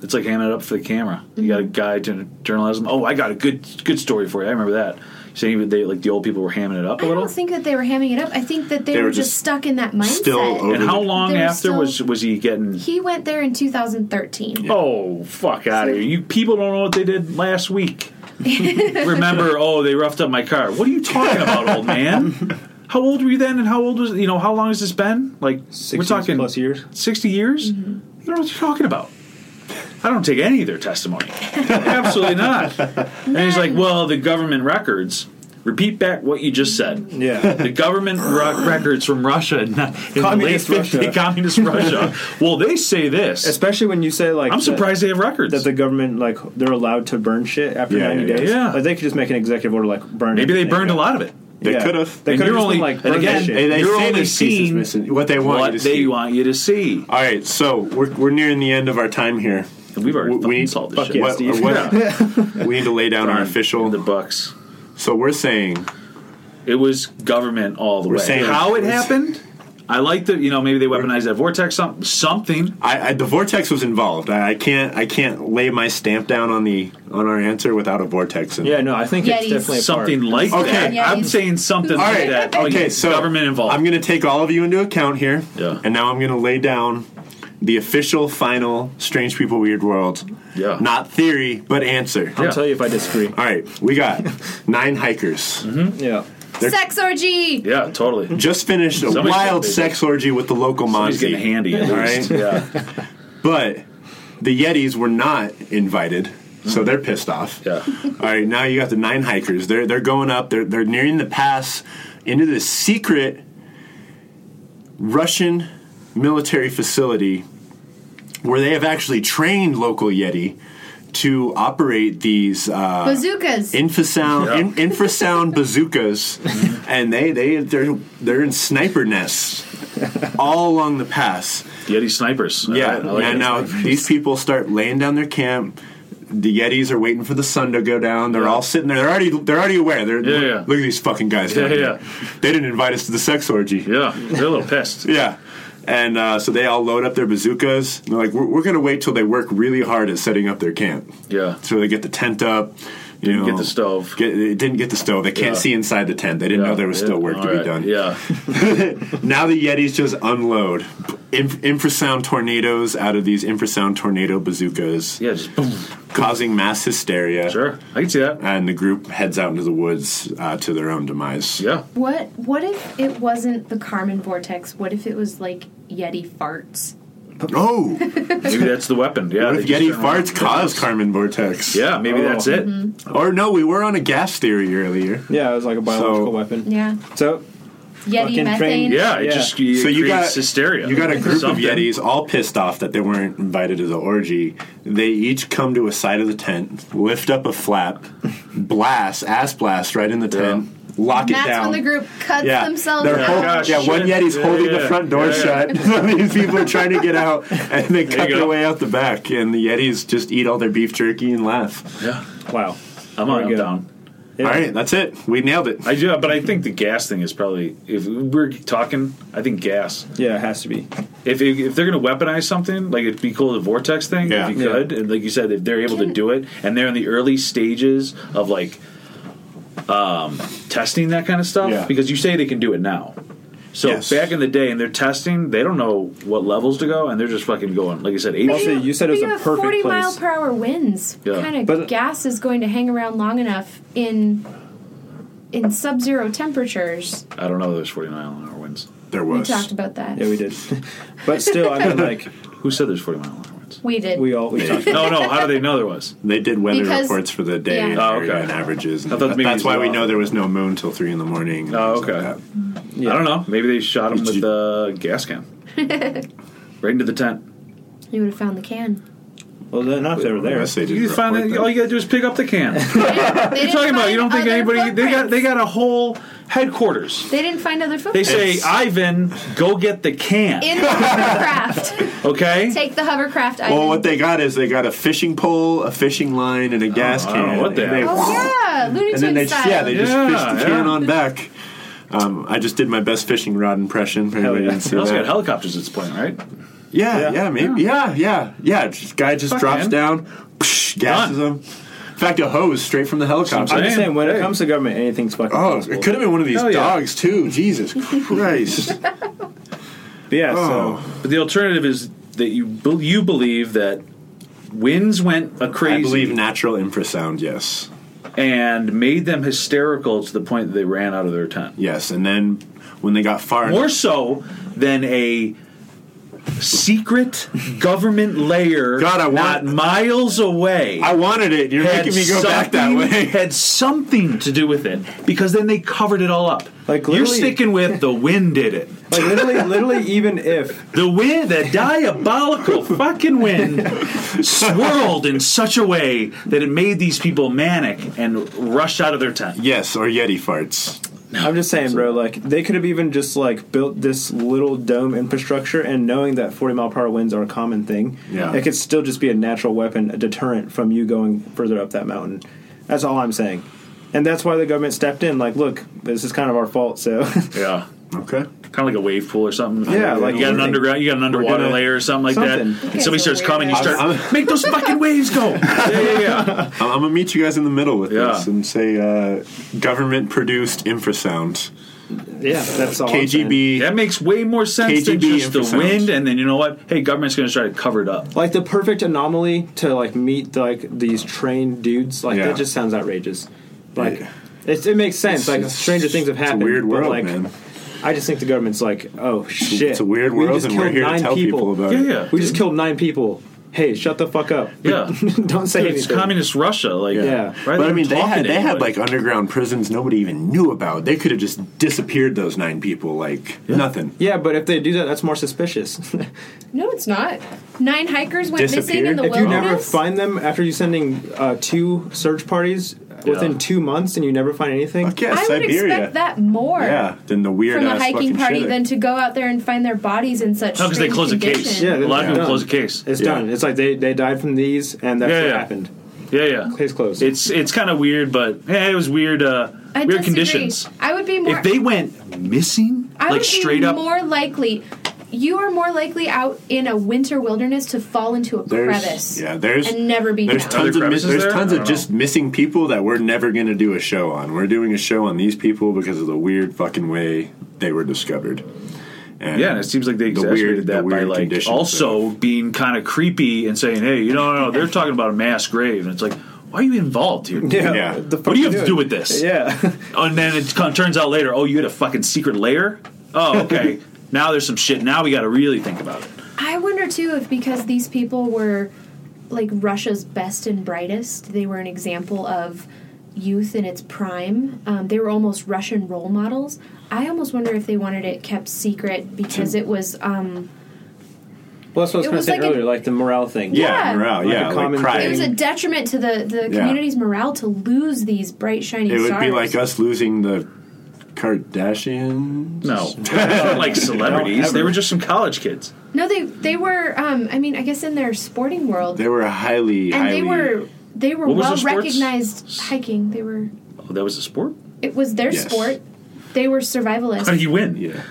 S5: It's like hamming it up for the camera. You
S6: Mm-hmm.
S5: got a guy to journalism. Oh, I got a good good story for you. I remember that. Saying that they like the old people were hamming it up a
S6: I
S5: little.
S6: don't think that they were hamming it up. I think that they, were, just, stuck in that mindset.
S3: still over-
S5: and how long
S6: They were
S5: after was
S6: still-
S5: was he getting?
S6: He went there in 2013.
S5: Oh fuck out of here! You people don't know what they did last week. Remember? Oh, they roughed up my car. What are you talking about, old man? How old were you then? And how old was you know? How long has this been? Like we're
S4: 60
S5: talking
S4: plus years.
S5: Sixty years? You don't know what you're talking about. I don't take any of their testimony. Absolutely not. And he's like, well, the government records. Repeat back what you just said.
S4: Yeah.
S5: The government ro- records from Russia, in
S4: Communist
S5: late 50
S4: Russia.
S5: Communist Russia. Well, they say this.
S4: Especially when you say like
S5: I'm
S4: that-
S5: surprised they have records.
S4: that the government like they're allowed to burn shit after
S3: Yeah,
S4: 90
S3: yeah,
S4: days.
S5: yeah.
S4: Like they could just make an executive order like burn.
S5: Maybe they
S4: everything.
S5: burned a lot of it.
S3: They
S4: Yeah.
S3: could have.
S4: They
S5: And
S4: could
S5: you're
S4: have
S5: only-
S4: been like
S5: and
S4: burn
S5: again,
S4: that shit.
S3: They, they
S5: You're
S3: say
S5: only
S3: this piece is
S5: seeing
S3: missing. What they want
S5: what
S3: you to
S5: they
S3: see.
S5: want you to see.
S3: All right, so we're, we're nearing the end of our time here.
S5: And we've already
S3: We-
S5: fucking
S3: we-
S5: solved this
S4: fuck
S5: shit.
S4: yeah,
S3: What-
S4: Steve.
S3: what- we need to lay down our official.
S5: the Bucks.
S3: so we're saying
S5: It was government all the way.
S3: saying-
S5: How it
S3: we're-
S5: happened? I like that. You know, maybe they weaponized that vortex. Something. Something.
S3: I, I the vortex was involved. I, I can't I can't lay my stamp down on the on our answer without a vortex. In. it.
S4: Yeah, no, I think it's
S6: Yetis.
S4: definitely a
S5: Something
S4: part.
S5: like
S3: Okay.
S5: that.
S6: Yeah,
S5: I'm
S6: he's-
S5: saying something
S3: All
S5: like
S3: right.
S5: that. Like,
S3: Okay. So
S5: government involved.
S3: I'm going to take all of you into account here.
S5: Yeah.
S3: And now I'm going to lay down the official final Strange People Weird World.
S5: Yeah.
S3: Not theory, but answer.
S4: I'll
S5: Yeah.
S4: tell you if I disagree.
S3: All right. We got nine hikers.
S5: Mm-hmm.
S4: Yeah.
S6: Sex orgy.
S5: yeah, totally.
S3: Just finished a
S5: Somebody's
S3: wild
S5: getting-
S3: sex orgy with the local
S5: He's getting
S3: Monty.
S5: handy. At
S3: All
S5: least.
S3: right.
S5: Yeah.
S3: But the Yetis were not invited. So they're pissed off.
S5: Yeah.
S3: All right, now you got the nine hikers. They're they're going up. They're they're nearing the pass into this secret Russian military facility where they have actually trained local Yeti to operate these uh,
S6: Bazookas.
S3: infrasound
S5: Yeah.
S3: in, infrasound bazookas, and they they they're they're in sniper nests all along the pass.
S5: Yeti snipers. All
S3: Yeah,
S5: right, I like
S3: and
S5: it.
S3: now these people start laying down their camp. The Yetis are waiting for the sun to go down. They're
S5: Yeah.
S3: all sitting there. They're already they're already aware. They're
S5: Yeah,
S3: look,
S5: yeah.
S3: look at these fucking guys.
S5: Yeah,
S3: down
S5: yeah,
S3: here. They didn't invite us to the sex orgy.
S5: Yeah, they're a little pissed.
S3: Yeah. And uh, so they all load up their bazookas. And they're like, we're, we're going to wait till they work really hard at setting up their camp.
S5: Yeah.
S3: So they get the tent up. You
S5: Didn't
S3: know,
S5: get the stove.
S3: Get, they didn't get the stove. They can't
S5: Yeah.
S3: see inside the tent. They didn't know there was
S5: Yeah.
S3: still work to
S5: All
S3: be
S5: right.
S3: done.
S5: Yeah.
S3: Now the Yetis just unload Inf- infrasound tornadoes out of these infrasound tornado bazookas,
S5: Yeah, just boom.
S3: causing mass hysteria.
S5: Sure. I can see that.
S3: And the group heads out into the woods uh, to their own demise.
S5: Yeah.
S6: What what if it wasn't the Carmen vortex? What if it was like Yeti farts?
S3: Oh,
S5: Maybe that's the weapon. Yeah.
S3: what
S5: they
S3: if
S5: just
S3: Yeti
S5: turn around.
S3: farts caused Carmen Vortex?
S5: Yeah, maybe
S4: Oh.
S5: that's it.
S3: Or no, we were on a gas theory earlier.
S4: Yeah, it was like a biological
S3: So-
S4: weapon.
S6: Yeah.
S4: So
S6: Yeti
S4: Fucking
S6: methane.
S4: train-
S5: Yeah, it
S4: Yeah.
S5: just it
S3: so you
S5: creates
S3: got
S5: hysteria.
S3: You got a group of
S5: Something.
S3: Yetis all pissed off that they weren't invited to the orgy. They each come to a side of the tent, lift up a flap, blast, ass blast right in the tent, lock it
S6: That's
S3: down.
S6: when the group cuts
S3: yeah,
S6: themselves
S3: they're
S6: off.
S3: hol-
S5: Gosh,
S3: yeah, one
S5: shit.
S3: Yeti's
S5: Yeah,
S3: holding
S5: yeah.
S3: the front door
S5: Yeah, yeah.
S3: shut. These people are trying to get out, and they cut
S5: you
S3: their
S5: go.
S3: way out the back. And the Yetis just eat all their beef jerky and laugh.
S5: Yeah,
S4: wow.
S5: I'm on
S4: Very
S5: I'm
S4: good.
S5: down.
S4: Yeah.
S3: All right, that's it. We nailed it.
S5: I do, but I think the gas thing is probably if we're talking. I think gas.
S4: Yeah, it has to be.
S5: If if they're going to weaponize something, like it'd be cool the vortex thing.
S3: Yeah.
S5: If you
S4: Yeah.
S5: could, and like you said, if they're able to
S6: Can-
S5: do it, and they're in the early stages of like um, testing that kind of stuff,
S3: Yeah.
S5: because you say they can do it now. So
S3: Yes.
S5: back in the day, and they're testing, they don't know what levels to go, and they're just fucking going. Like I said, 80,
S4: Also, you said it was
S6: But
S4: a
S6: you have
S4: perfect
S6: 40
S4: place.
S6: mile per hour winds.
S5: Yeah.
S6: What kind of
S4: But-
S6: gas is going to hang around long enough in in sub zero temperatures?
S5: I don't know. There's 40 mile an hour winds.
S3: There
S6: We
S3: was.
S6: talked about that.
S4: Yeah, we did. but still, I mean, like
S5: Who said there's 40 mile an hour winds?
S6: We did.
S4: we all we talked.
S5: No, no. How do they know there was?
S3: They did weather
S6: Because-
S3: reports for the day
S6: yeah.
S3: and
S5: Oh,
S3: area
S5: okay.
S3: and averages. and
S5: I thought maybe
S3: that's
S5: it was
S3: why we
S5: off.
S3: know there was no moon till three in the morning. and
S5: Oh,
S3: things like
S5: okay.
S3: that.
S4: Yeah.
S5: I don't know. Maybe they shot him
S3: Did
S5: with
S3: you-
S5: a gas can. right into the tent.
S6: You would have found the can.
S4: Well, they're not if they were there.
S3: Unless they didn't
S5: You find Oh,
S3: report
S5: that,
S3: them.
S5: all you gotta do is pick up the can. what
S6: They
S5: are you
S6: didn't
S5: talking about? You don't
S6: find
S5: think
S6: other
S5: anybody they got
S6: footprints.
S5: they got a whole headquarters.
S6: They didn't find other
S5: They
S6: footprints.
S5: say,
S3: It's-
S5: Ivan, go get the can.
S6: in the hovercraft.
S5: okay?
S6: Take the hovercraft.
S3: Well,
S6: Ivan.
S3: what they got is they got a fishing pole, a fishing line, and a gas
S5: I
S3: can.
S5: don't know Oh, what they
S3: and
S5: have.
S6: oh yeah, Looney Tunes
S3: And then they just,
S6: style.
S3: yeah, they just
S5: Yeah,
S3: fished the can
S5: yeah.
S3: on back. Um, I just did my best fishing rod impression. for anybody who didn't see
S5: They also got
S3: that.
S5: helicopters at this point, right?
S3: Yeah, yeah,
S4: Yeah.
S3: maybe. Yeah, yeah, yeah. Just, guy just
S5: Fuck,
S3: drops
S5: man.
S3: down, psh, gases
S5: Done.
S3: him. In fact, a hose straight from the
S4: I'm
S3: helicopter.
S5: Sometimes.
S4: just saying, when
S5: Hey.
S4: it comes to government, anything's fucking
S3: Oh,
S4: possible.
S3: it could have been one of these
S5: Hell yeah.
S3: dogs too. Jesus Christ!
S4: But yeah,
S3: Oh.
S4: so
S5: But the alternative is that you bel- you believe that winds went a
S3: I
S5: crazy
S3: believe natural infrasound. Yes,
S5: and made them hysterical to the point that they ran out of their tent.
S3: yes. And then when they got far
S5: more so than a secret government layer
S3: God, I
S5: not
S3: want-
S5: miles away
S3: I wanted it. You're making me go back that
S5: something-
S3: way.
S5: had something to do with it because then they covered it all up
S4: Like,
S5: you're
S4: literally-
S5: sticking with the wind did it
S4: like literally, literally, even if
S5: the wind the diabolical fucking wind swirled in such a way that it made these people manic and rushed out of their tent
S3: Yes, or Yeti farts.
S4: I'm just saying, bro. Like they could have even just like built this little dome infrastructure, and knowing that 40 mile per hour winds are a common thing,
S3: Yeah.
S4: it could still just be a natural weapon, a deterrent from you going further up that mountain. That's all I'm saying, and that's why the government stepped in. Like, look, this is kind of our fault. So
S5: yeah
S3: Okay.
S5: kind of like a wave pool or something.
S4: Yeah, like
S5: you got an
S4: anything.
S5: underground, you got an underwater
S4: gonna-
S5: layer or something like that.
S4: something.
S5: And somebody
S6: Okay, so
S5: starts coming, you
S6: weird.
S5: start
S3: I'm-
S5: make those fucking waves go. Yeah, yeah, yeah.
S3: I'm, I'm gonna meet you guys in the middle with
S5: Yeah.
S3: this and say uh, government produced infrasound.
S4: yeah, that's all. I'm saying.
S3: KGB.
S5: That makes way more sense than
S3: KGB
S5: just the
S3: infrasound.
S5: wind. And then you know what? Hey, government's going to try to cover it up.
S4: like the perfect anomaly to like meet like these trained dudes. Like
S3: Yeah.
S4: that just sounds outrageous. Like
S3: Yeah.
S4: it's, it makes sense.
S3: It's-
S4: like
S3: it's-
S4: stranger things have
S3: it's a
S4: happened.
S3: weird
S4: but,
S3: world,
S4: like,
S3: man.
S4: I just think the government's like, oh shit,
S3: It's a weird
S4: We
S3: world,
S4: just
S3: and we're
S4: killed
S3: here to
S4: nine
S3: tell people, about
S5: Yeah,
S3: it.
S5: yeah.
S4: We just killed nine people. Hey, shut the fuck up.
S5: Yeah.
S4: don't say
S5: Dude, it's
S4: anything.
S5: communist Russia. Like,
S4: Yeah.
S5: Right?
S3: But I mean, they had they had
S5: Like,
S3: like underground prisons nobody even knew about. They could have just disappeared those nine people like nothing.
S4: Yeah, but if they do that, that's more suspicious.
S6: No, it's not. Nine hikers went missing in
S3: Disappeared?
S6: the
S4: if
S6: wilderness.
S4: you never find them after you sending uh, two search parties
S5: Yeah.
S4: within two months and you never find anything,
S3: Fuck yeah,
S6: I would
S3: Siberia.
S6: expect that more.
S3: Yeah, than the weird
S6: From a
S3: ass
S6: hiking
S3: fucking
S6: party
S3: shit.
S6: than to go out there and find their bodies in such.
S5: No, because they
S6: strange
S5: close the case.
S6: conditions.
S4: Yeah,
S5: a lot of
S4: they're
S5: people
S4: done.
S5: close the case.
S4: it's
S3: Yeah.
S4: done. It's like they, they died from these, and that's
S5: Yeah,
S4: what
S5: yeah.
S4: happened.
S5: yeah, yeah.
S4: Case closed.
S5: It's it's kind of weird, but yeah, it was weird. Uh,
S6: I
S5: weird
S6: disagree.
S5: conditions.
S6: I would be more.
S5: If they went missing,
S6: I would
S5: like
S6: be
S5: straight up,
S6: more likely you are more likely out in a winter wilderness to fall into a
S3: There's
S6: crevice.
S3: yeah, there's
S6: and never be
S3: there's
S6: found.
S5: Are
S3: tons
S5: there
S3: of mis-
S5: crevices
S3: there's
S5: there?
S3: tons
S5: I
S3: of
S5: don't
S3: just missing people that we're never gonna do a show on. We're doing a show on these people because of the weird fucking way they were discovered. And
S5: Yeah, and it seems like they
S3: the
S5: exaggerated that by like
S3: conditions
S5: also being kind of creepy and saying, "Hey, you know, no, no, they're talking about a mass grave," and it's like, "Why are you involved here?"
S3: Yeah.
S4: The fuck
S5: What do you have
S4: doing?
S5: to do with this?
S4: Yeah.
S5: And then it co- turns out later, oh, you had a fucking secret layer. Oh, okay. now there's some shit. Now we got to really think about it.
S6: I wonder too if because these people were like Russia's best and brightest, they were an example of youth in its prime. Um, they were almost Russian role models. I almost wonder if they wanted it kept secret because it was. Um,
S4: Well, that's what I was
S6: It
S4: going to
S6: was
S4: say
S6: like a-
S4: earlier, like the morale thing.
S3: yeah,
S6: Yeah.
S3: morale,
S4: Like a
S3: yeah, like
S4: common
S6: it
S4: thing.
S6: was
S3: crying.
S6: a detriment to the, the
S3: Yeah.
S6: community's morale to lose these bright shining
S3: It would
S6: stars.
S3: be like us losing the Kardashians.
S5: No, They're not like celebrities. They were just some college kids.
S6: No, they they were. Um, I mean, I guess in their sporting world,
S3: They were highly,
S6: and
S3: highly.
S6: they were they were
S5: What was their
S6: well
S5: sports?
S6: recognized hiking. They were.
S5: Oh, that was a sport.
S6: It was their
S3: Yes.
S6: sport. They were survivalists.
S5: How do you win?
S3: yeah.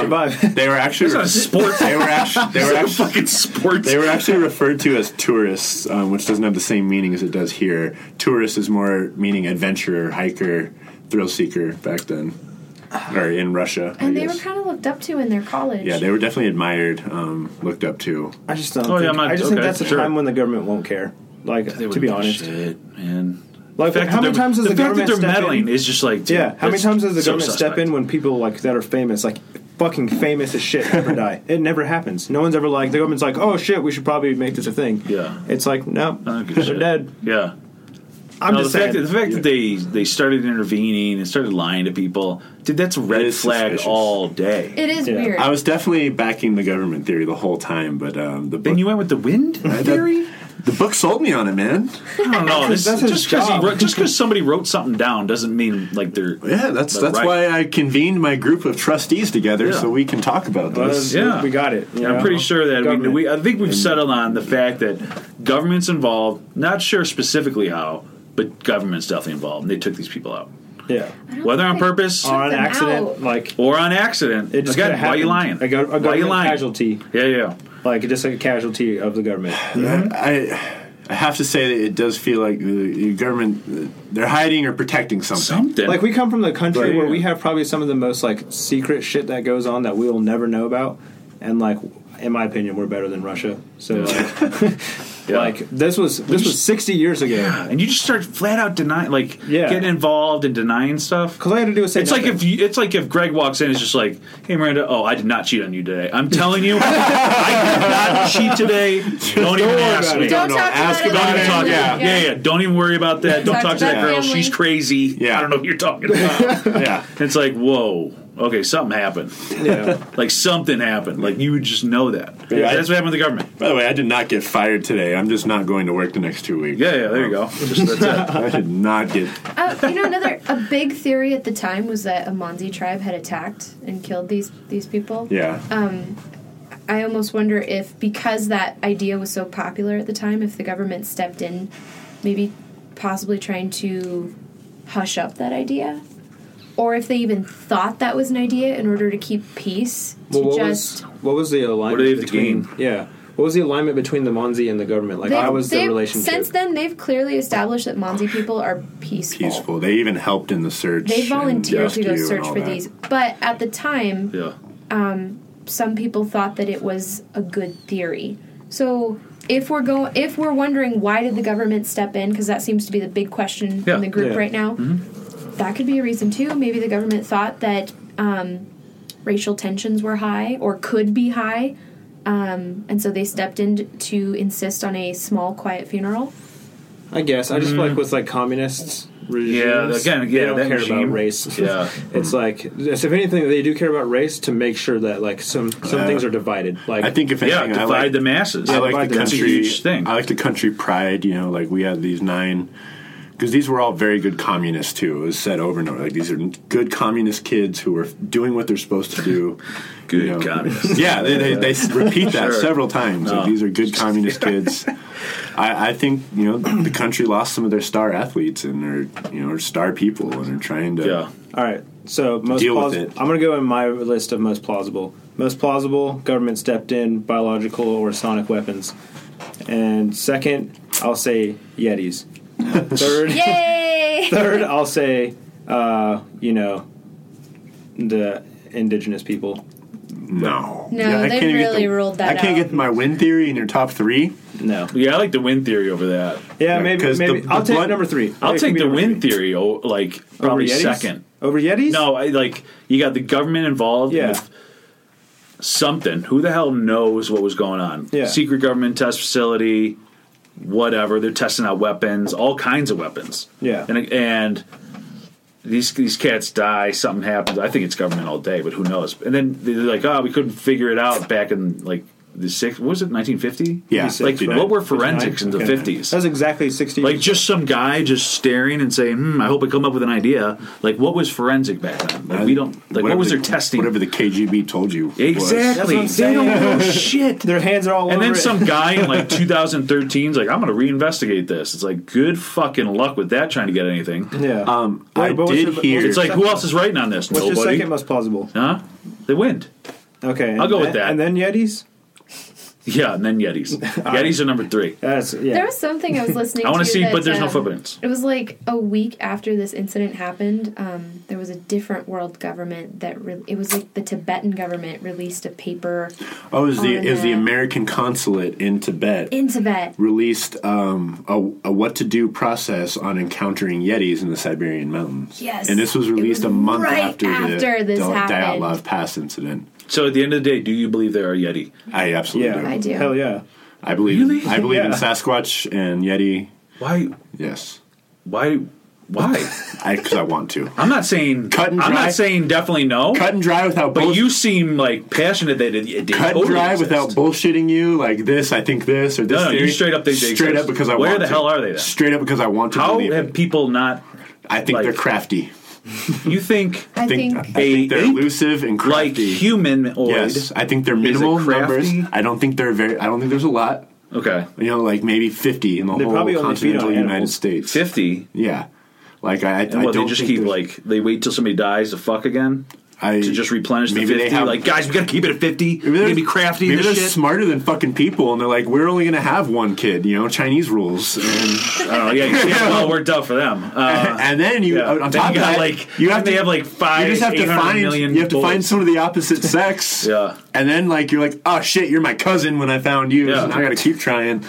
S4: Survive.
S3: They were actually.
S5: It's not a sport.
S3: They were actually. They were actually.
S5: fucking sports.
S3: They were actually referred to as tourists, um, which doesn't have the same meaning as it does here. Tourist is more meaning adventurer, hiker, thrill seeker back then, or in Russia. I
S6: and they were
S3: guess.
S6: kind of looked up to in their college.
S3: yeah, they were definitely admired, um, looked up to.
S4: I just don't.
S5: Oh, yeah,
S4: think,
S5: I'm not-
S4: I just think
S5: okay,
S4: that's a
S5: sure.
S4: time when the government won't care. Like
S5: They
S4: to be
S5: wouldn't give a
S4: honest,
S5: shit, man.
S4: like
S5: fact
S4: how
S5: that
S4: many
S5: they're-
S4: times does the,
S5: fact that
S4: government
S5: they're
S4: step
S5: meddling
S4: in?
S5: is just like dude,
S4: yeah, how many
S5: that's
S4: times does the
S5: so
S4: government step
S5: suspect.
S4: in when people like that are famous, like fucking famous as shit, never die? It never happens. No one's ever like the government's like, oh shit, we should probably make this a thing.
S5: Yeah.
S4: it's like no,
S5: I don't give a
S4: they're
S5: shit.
S4: dead.
S5: Yeah,
S4: I'm
S5: no,
S4: just
S5: the fact,
S4: saying.
S5: that, the fact that they they started intervening and started lying to people, dude, that's a red
S3: is
S5: flag
S3: suspicious.
S5: all day.
S6: It is
S4: Yeah.
S6: weird.
S3: I was definitely backing the government theory the whole time, but um, the book,
S5: then you went with the wind theory.
S3: the book sold me on it, man.
S5: I don't know. This,
S4: That's his
S5: just because
S4: job.
S5: wrote, just because somebody wrote something down doesn't mean like they're
S3: Yeah, that's
S5: But
S3: that's
S5: right.
S3: why I convened my group of trustees together
S5: Yeah.
S3: so we can talk about
S4: Well,
S3: this.
S5: Yeah.
S4: we got it. you
S5: Yeah, I'm
S4: know?
S5: pretty sure that we,
S4: Government.
S5: we. I think we've settled on the fact that government's involved. Not sure specifically how, but government's definitely involved. And they took these people out,
S4: yeah,
S6: I don't
S5: whether
S6: think
S5: on
S6: they
S5: purpose
S6: took
S4: or an
S6: them
S4: accident,
S6: out.
S4: like
S5: or on accident.
S4: It just
S5: Again,
S4: could've
S5: why you lying?
S4: happened. A gov- a
S5: why you
S4: government
S5: lying?
S4: casualty.
S5: Yeah, yeah.
S4: like just like a casualty of the government.
S3: I I have to say that it does feel like the the government they're hiding or protecting something.
S5: Something
S4: Like we come from the country
S5: Right,
S4: where
S5: yeah.
S4: we have probably some of the most like secret shit that goes on that we will never know about, and like in my opinion, we're better than Russia. So like,
S5: Yeah.
S4: like this was this was sixty years ago.
S5: and you just start flat out denying, like
S4: Yeah.
S5: getting involved and denying stuff.
S4: Because I had to do is say
S5: It's like if you, it's like if Greg walks in, and is just like, "Hey Miranda, oh, I did not cheat on you today. I'm telling you, I did not cheat today. Don't even
S4: worry
S5: ask
S4: about
S5: me.
S4: it.
S6: Don't
S3: No,
S6: talk
S3: ask
S6: about it.
S5: Don't even
S3: Yeah,
S5: talk.
S3: yeah.
S5: Yeah. yeah, yeah. Don't even worry about that. Don't talk to that girl.
S6: family.
S5: She's crazy.
S3: Yeah.
S5: I don't know what you're talking about.
S3: yeah.
S5: it's like, whoa. Okay, something happened.
S4: yeah.
S5: Like something happened. Like you would just know that.
S3: Yeah.
S5: That's what happened to the government.
S3: By the way, I did not get fired today. I'm just not going to work the next two weeks.
S5: Yeah, yeah. There you go. Just, that's it.
S3: I did not get.
S6: Uh, you know, another a big theory at the time was that a Monzi tribe had attacked and killed these these people.
S3: Yeah.
S6: Oh. I almost wonder if because that idea was so popular at the time, if the government stepped in, maybe possibly trying to hush up that idea, or if they even thought that was an idea in order to keep peace.
S4: Well,
S6: to
S4: what
S6: just
S4: was what was the alignment
S5: do they have to
S4: between?
S5: gain?
S4: Yeah, what was the alignment between the Monzi and the government? Like
S6: They've-
S4: how was the
S6: they've-
S4: relationship?
S6: Since then, they've clearly established that Monzi people are peaceful.
S3: Peaceful. They even helped in the search.
S6: They volunteered
S3: and
S6: to
S3: rescue
S6: go
S3: and
S6: search
S3: all
S6: for
S3: that.
S6: these, but at the time,
S5: Yeah.
S6: some people thought that it was a good theory. So if we're go if we're wondering why did the government step in because that seems to be the big question
S5: Yeah.
S6: in the group
S4: Yeah.
S6: right now. That could be a reason too. Maybe the government thought that um, racial tensions were high or could be high, um, and so they stepped in to insist on a small, quiet funeral.
S4: I guess I just
S3: Mm.
S4: feel like with like communists. Regimes,
S5: Yeah, again, yeah,
S4: they don't
S5: that
S4: care
S5: regime.
S4: about race.
S5: Yeah.
S4: it's like if anything, they do care about race to make sure that like some some
S3: Uh,
S4: things are divided. Like
S3: I think if
S5: Yeah.
S3: anything,
S5: Divide
S3: I like,
S5: the masses.
S3: I like the
S4: divide
S5: That's a
S3: country.
S5: huge thing.
S3: I like the country pride. You know, like we had these nine. Because these were all very good communists too. It was said over and over. Like these are good communist kids who were doing what they're supposed to do.
S5: Good
S3: you know.
S5: communists.
S3: Yeah, they, they, they s- repeat that
S5: Sure.
S3: several times.
S5: No.
S3: Like, these are good communist kids. I, I think you know the country lost some of their star athletes and their you know star people and are trying to.
S5: yeah.
S4: All right, So most
S3: Deal with
S4: plaus-
S3: it.
S4: I'm going to go in my list of most plausible. Most plausible: government stepped in, biological or sonic weapons. And second, I'll say Yetis. Third,
S6: Yay!
S4: third, I'll say uh, you know the indigenous people.
S3: No.
S6: No,
S3: I
S6: they
S3: can't even get
S6: really
S3: the-
S6: ruled that
S3: I can't
S6: out.
S3: get my win theory in your top three.
S4: No.
S5: Yeah, I like the win theory over that.
S4: Yeah, maybe.
S3: 'cause the-
S4: maybe
S3: the
S4: I'll take
S3: blood-
S4: number three.
S5: I'll
S4: It can
S5: take
S4: be
S5: the
S4: number
S5: win
S4: three.
S5: theory. Oh, like probably
S4: Yetis?
S5: second.
S4: over Yetis.
S5: No, I like you got the government involved.
S4: Yeah.
S5: with something. Who the hell knows what was going on?
S4: Yeah.
S5: Secret government test facility, whatever. They're testing out weapons, all kinds of weapons.
S4: Yeah.
S5: And and these these cats die. Something happens. I think it's government all day, but who knows? And then they're like, oh, we couldn't figure it out back in like the six. What was it? Nineteen fifty.
S3: Yeah,
S5: Like
S3: 59.
S5: what were forensics in the
S4: Okay.
S5: fifties?
S4: That's exactly sixty.
S5: Like just some guy just staring and saying, "Hmm, I hope I come up with an idea." Like, what was forensic back then? Like, we don't. Like, what
S3: Uh, Whatever
S5: was
S3: the-
S5: their testing?
S3: Whatever the KGB told you. was.
S5: exactly.
S4: That's what
S5: They
S4: I'm
S5: don't
S4: saying.
S5: know shit.
S4: their hands are all
S5: and
S4: over
S5: then
S4: it.
S5: some guy in like 2013 is like, "I'm going to reinvestigate this." It's like, good fucking luck with that. Trying to get anything.
S4: Yeah.
S3: Um, I
S4: Wait, but what's
S3: did
S4: your- what's
S3: hear.
S4: your
S5: It's like, who else is writing on this?
S4: What's your
S5: Nobody.
S4: second most plausible?
S5: huh? They win.
S4: Okay, and
S5: I'll go with
S4: then-
S5: that.
S4: And then Yetis.
S5: Yeah, and then Yetis. Yetis are number three.
S4: That's yeah.
S6: There was something I was listening.
S5: I
S6: want to
S5: see,
S6: that,
S5: but there's no
S6: um,
S5: footprints.
S6: It was like a week after this incident happened. Um, there was a different world government that re- it was like the Tibetan government released a paper
S3: Oh, is the
S6: on uh,
S3: is the
S6: the-
S3: American consulate in Tibet
S6: in Tibet.
S3: released um, a, a what to do process on encountering Yetis in the Siberian mountains?
S6: Yes.
S3: And this was
S6: It
S3: released
S6: was
S3: a month
S6: right
S3: after,
S6: after
S3: the
S6: this
S3: the
S6: happened.
S3: Dyatlov Pass incident.
S5: So at the end of the day, do you believe there are Yeti?
S3: I absolutely
S4: yeah.
S3: do.
S6: I do.
S4: Hell yeah.
S3: I believe.
S5: Really?
S3: I believe in
S4: Yeah.
S3: Sasquatch and Yeti.
S5: Why?
S3: Yes,
S5: Why? Why?
S3: I because I want to.
S5: I'm not saying
S3: Cut and
S5: I'm
S3: dry.
S5: not saying definitely no.
S3: Cut and dry without.
S5: But
S3: bullsh-
S5: you seem like passionate that it, it did
S3: cut and
S5: totally
S3: dry
S5: exist.
S3: without bullshitting you like this. I think this or this.
S5: No, no, you
S3: theory.
S5: straight up think they
S3: straight
S5: exist.
S3: up because I
S5: Where
S3: want
S5: the
S3: to.
S5: hell are they then?
S3: Straight up because I want to
S5: How
S3: believe.
S5: have
S3: it.
S5: people not?
S3: I think
S5: like-
S3: they're crafty.
S5: You think
S6: I think,
S3: I think they're
S5: ape
S3: elusive and
S5: like
S3: crafty.
S5: humanoid?
S3: Yes, I think they're minimal numbers.
S5: crafty?
S3: I don't think they're very. I don't think there's a lot.
S5: Okay.
S3: You know, like maybe fifty in the
S4: They
S3: whole
S4: probably only feed on
S3: continental United
S4: animals.
S3: States.
S5: Fifty.
S3: Yeah, like I, I,
S5: And
S3: I
S5: what
S3: don't
S5: they just
S3: think
S5: keep
S3: there's-
S5: like they wait till somebody dies to fuck again
S3: I,
S5: to just replenish the
S3: maybe they
S5: fifty.
S3: have-
S5: like guys, we gotta keep it at fifty. We
S3: they're-
S5: gotta be crafty.
S3: Maybe
S5: Maybe
S3: they're
S5: this shit.
S3: smarter than fucking people, and they're like, we're only gonna have one kid. You know, Chinese rules. And,
S5: Oh yeah, you see, it all worked out for them. Uh,
S3: and then you,
S5: yeah.
S3: on top
S5: Then you
S3: of
S5: got,
S3: that,
S5: like
S3: you have
S5: they
S3: to
S5: have like five.
S3: you just have to
S5: 800
S3: find
S5: million
S3: you have to find
S5: bullets.
S3: some of the opposite sex.
S5: Yeah.
S3: And then like you're like, oh shit, you're my cousin when I found you.
S5: Yeah.
S3: And I gotta keep trying.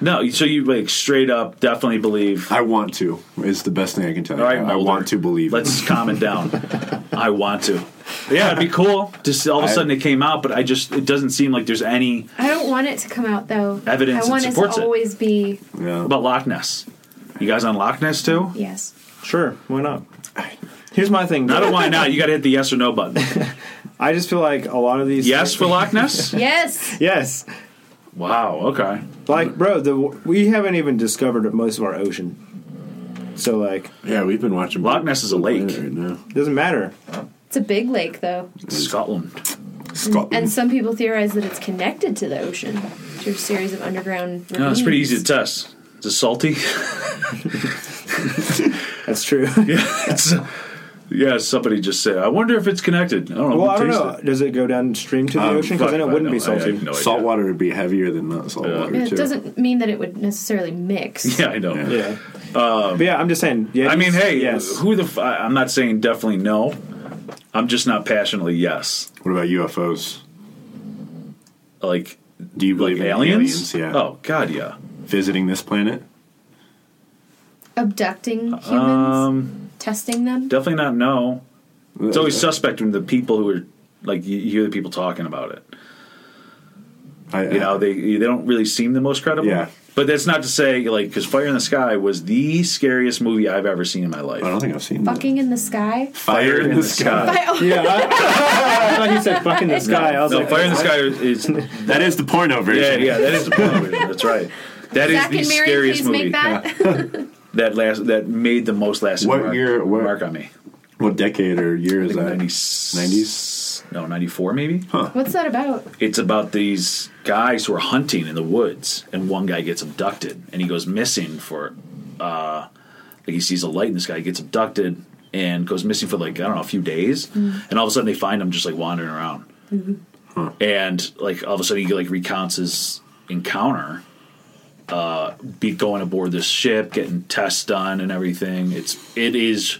S5: No, so you like straight up definitely believe.
S3: I want to is the best thing I can tell you.
S5: All right,
S3: I
S5: Mulder,
S3: want to believe. it.
S5: Let's calm it down. I want to. Yeah, it'd be cool. Just all of a sudden it came out, but I just it doesn't seem like there's any
S6: I don't want it to come out though.
S5: Evidence that
S6: I want
S5: supports
S6: it
S5: it.
S6: to always be
S3: Yeah.
S5: about Loch Ness. You guys on Loch Ness too?
S6: yes.
S4: Sure. Why not? Here's my thing.
S5: Not
S4: though.
S5: a why not. You got to hit the yes or no button.
S4: I just feel like a lot of these.
S5: Yes for Loch Ness.
S6: Yes.
S4: Yes.
S5: Wow. Okay.
S4: Like, bro, the we haven't even discovered most of our ocean. So like,
S3: yeah, we've been watching
S5: Loch Ness is a lake.
S3: right now.
S4: it doesn't matter.
S6: It's a big lake though.
S5: Scotland.
S6: And
S3: Scotland.
S6: some people theorize that it's connected to the ocean through a series of underground
S5: No, it's pretty
S6: ravines.
S5: easy to test. Is it salty?
S4: That's true.
S5: It's- yeah. Somebody just said. I wonder if it's connected. I don't know.
S4: well, I don't
S5: Taste
S4: know. Does it go downstream to the
S3: Um,
S4: ocean?
S5: Fuck
S4: Because then it
S5: if I
S4: wouldn't
S5: know.
S4: be
S5: I- I
S4: salty.
S5: have no idea.
S3: Salt water would be heavier than not salt
S5: Yeah.
S3: water.
S6: Yeah,
S3: too.
S6: It doesn't mean that it would necessarily mix.
S5: Yeah, I know.
S3: Yeah.
S4: Yeah. but yeah, I'm just saying. Yeah.
S5: Um, I mean, hey,
S4: Yes.
S5: who the? F- I- I'm not saying definitely no. I'm just not passionately yes.
S3: What about UFOs?
S5: Like,
S3: Do you
S5: like
S3: believe in
S5: aliens?
S3: aliens? Yeah.
S5: Oh God, yeah.
S3: Visiting this planet?
S6: Abducting humans,
S5: Um,
S6: testing them.
S5: definitely not no. It's always suspect when the people who are like you you hear the people talking about it.
S3: I,
S5: You know, they they don't really seem the most credible.
S3: Yeah.
S5: But that's not to say like because Fire in the Sky was the scariest movie I've ever seen in my life.
S3: I don't think I've seen that.
S6: Fucking in the sky.
S3: Fire in the sky.
S6: By- oh,
S4: yeah. I, I thought you said fucking the
S5: No,
S4: sky. I was
S5: no,
S4: like,
S5: Fire in the Sky is, is
S3: That is the porno
S5: yeah
S3: version.
S5: yeah that is the problem. That's right. That is
S6: Zach
S5: the
S6: and Mary,
S5: scariest
S6: please
S5: movie.
S6: make that.
S5: that last that made the most lasting
S3: What
S5: mark,
S3: year- what-
S5: mark on me.
S3: What decade or year is that?
S5: 90s? No, 94 maybe?
S6: What's that about?
S5: It's about these guys who are hunting in the woods, and one guy gets abducted, and he goes missing for, uh, like he sees a light in the sky, he gets abducted, and goes missing for like I don't know a few days, and all of a sudden they find him just like wandering around, and like all of a sudden he like recounts his encounter, uh, be going aboard this ship, getting tests done and everything. It's it is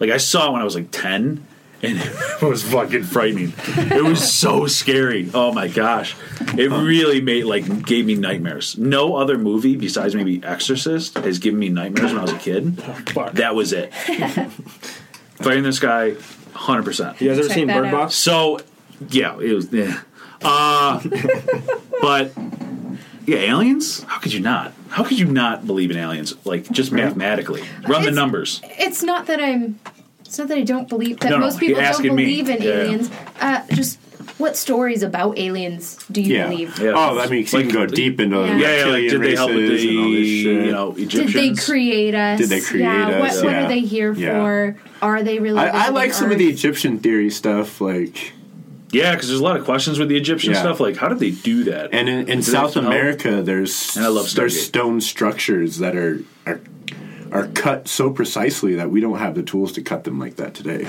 S5: like I saw it when I was like ten. And it was fucking frightening. It was so scary. Oh my gosh, it really made like gave me nightmares. No other movie besides maybe Exorcist has given me nightmares when I was a kid. That was it. Fighting this guy, hundred percent.
S4: You guys ever
S6: Check
S4: seen
S6: that
S4: Bird
S6: out.
S4: Box?
S5: So, yeah, it was. Yeah. Uh, but yeah, aliens. How could you not? How could you not believe in aliens? Like just mathematically, run the
S6: It's-
S5: numbers.
S6: It's not that I'm. It's not that I don't believe that
S5: No, no,
S6: most people
S5: you're
S6: don't
S5: asking me.
S6: believe in
S5: Yeah.
S6: aliens. Uh, just what stories about aliens do you
S3: Yeah.
S6: believe?
S5: Yeah.
S3: Oh, I mean, 'cause you can go
S5: Like-
S3: deep into
S6: Yeah.
S5: Yeah, yeah. Like,
S3: reptilian
S5: did they help with
S3: races
S5: the
S3: and all this shit.
S5: you know
S6: Did
S5: Egyptians?
S6: they create us?
S3: Did they create
S6: yeah,
S3: us?
S6: What, what
S3: Yeah.
S6: are they here
S3: Yeah.
S6: for? Are they really?
S3: I, I
S6: living
S3: like
S6: on
S3: some of
S6: Earth?
S3: the Egyptian theory stuff, like
S5: Yeah, because there's a lot of questions with the Egyptian
S3: Yeah.
S5: stuff. Like, how did they do that?
S3: and in, in
S5: Did they
S3: South
S5: know?
S3: America, there's
S5: And I love
S3: there's
S5: Stargate.
S3: stone structures that are are are cut so precisely that we don't have the tools to cut them like that today.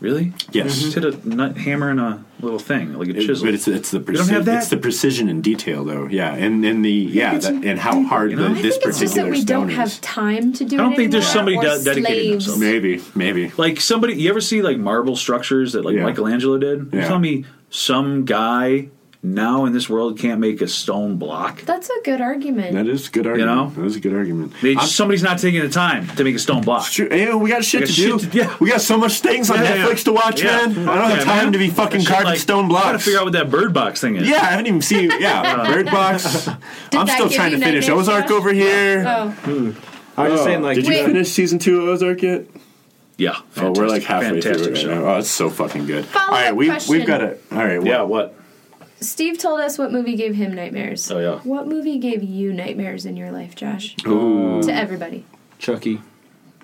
S5: Really?
S3: Yes.
S5: Just hit a nut hammer and a little thing, like a
S3: It-
S5: chisel.
S3: but it's it's the
S5: don't have
S3: precision
S5: that?
S3: it's the precision and detail though. Yeah, and and the yeah that, and how hard
S5: know?
S3: the,
S5: I
S6: I
S3: this
S6: think it's just that
S3: particular
S6: we
S3: stone
S6: don't have
S3: is.
S6: time to do.
S5: I don't
S6: it
S5: think there's
S6: anymore,
S5: somebody
S6: or
S5: de- dedicating
S6: slaves.
S5: themselves.
S3: Maybe maybe.
S5: like somebody you ever see like marble structures that like
S3: Yeah.
S5: Michelangelo did?
S3: Yeah.
S5: You tell me some guy now in this world can't make a stone block.
S6: That's a good argument.
S3: That is a good argument.
S5: know?
S3: that is a good argument.
S5: They,
S3: I'm-
S5: somebody's not taking the time to make a stone block.
S3: Sure, yeah, we got shit
S5: We got
S3: to
S5: shit
S3: do.
S5: to- yeah.
S3: We got so much things on
S5: Yeah, yeah.
S3: Netflix to watch,
S5: Yeah.
S3: man. I don't
S5: Yeah,
S3: have time
S5: man.
S3: to be fucking
S5: Shit,
S3: carving
S5: like,
S3: stone
S5: I gotta
S3: blocks.
S5: figure out what that bird box thing is.
S3: yeah, I haven't even seen. Yeah, Bird Box. I'm
S6: that
S3: still
S6: give
S3: trying
S6: you
S3: to finish
S6: nightmares,
S3: Ozark
S6: Josh?
S3: over here.
S6: oh,
S4: I
S5: Oh,
S4: was just saying, like,
S3: Did you
S6: Wait.
S3: finish season two of Ozark yet?
S5: Yeah.
S3: Oh, we're like
S5: Fantastic-
S3: halfway
S5: fantastic
S3: through it right
S5: show.
S3: now. Oh, it's so fucking good.
S6: Follow-up
S3: all right, we
S6: question.
S3: we've got it. All right,
S5: Yeah,
S3: well,
S5: what?
S6: Steve told us what movie gave him nightmares.
S5: Oh, yeah.
S6: What movie gave you nightmares in your life, Josh? To everybody.
S4: Chucky.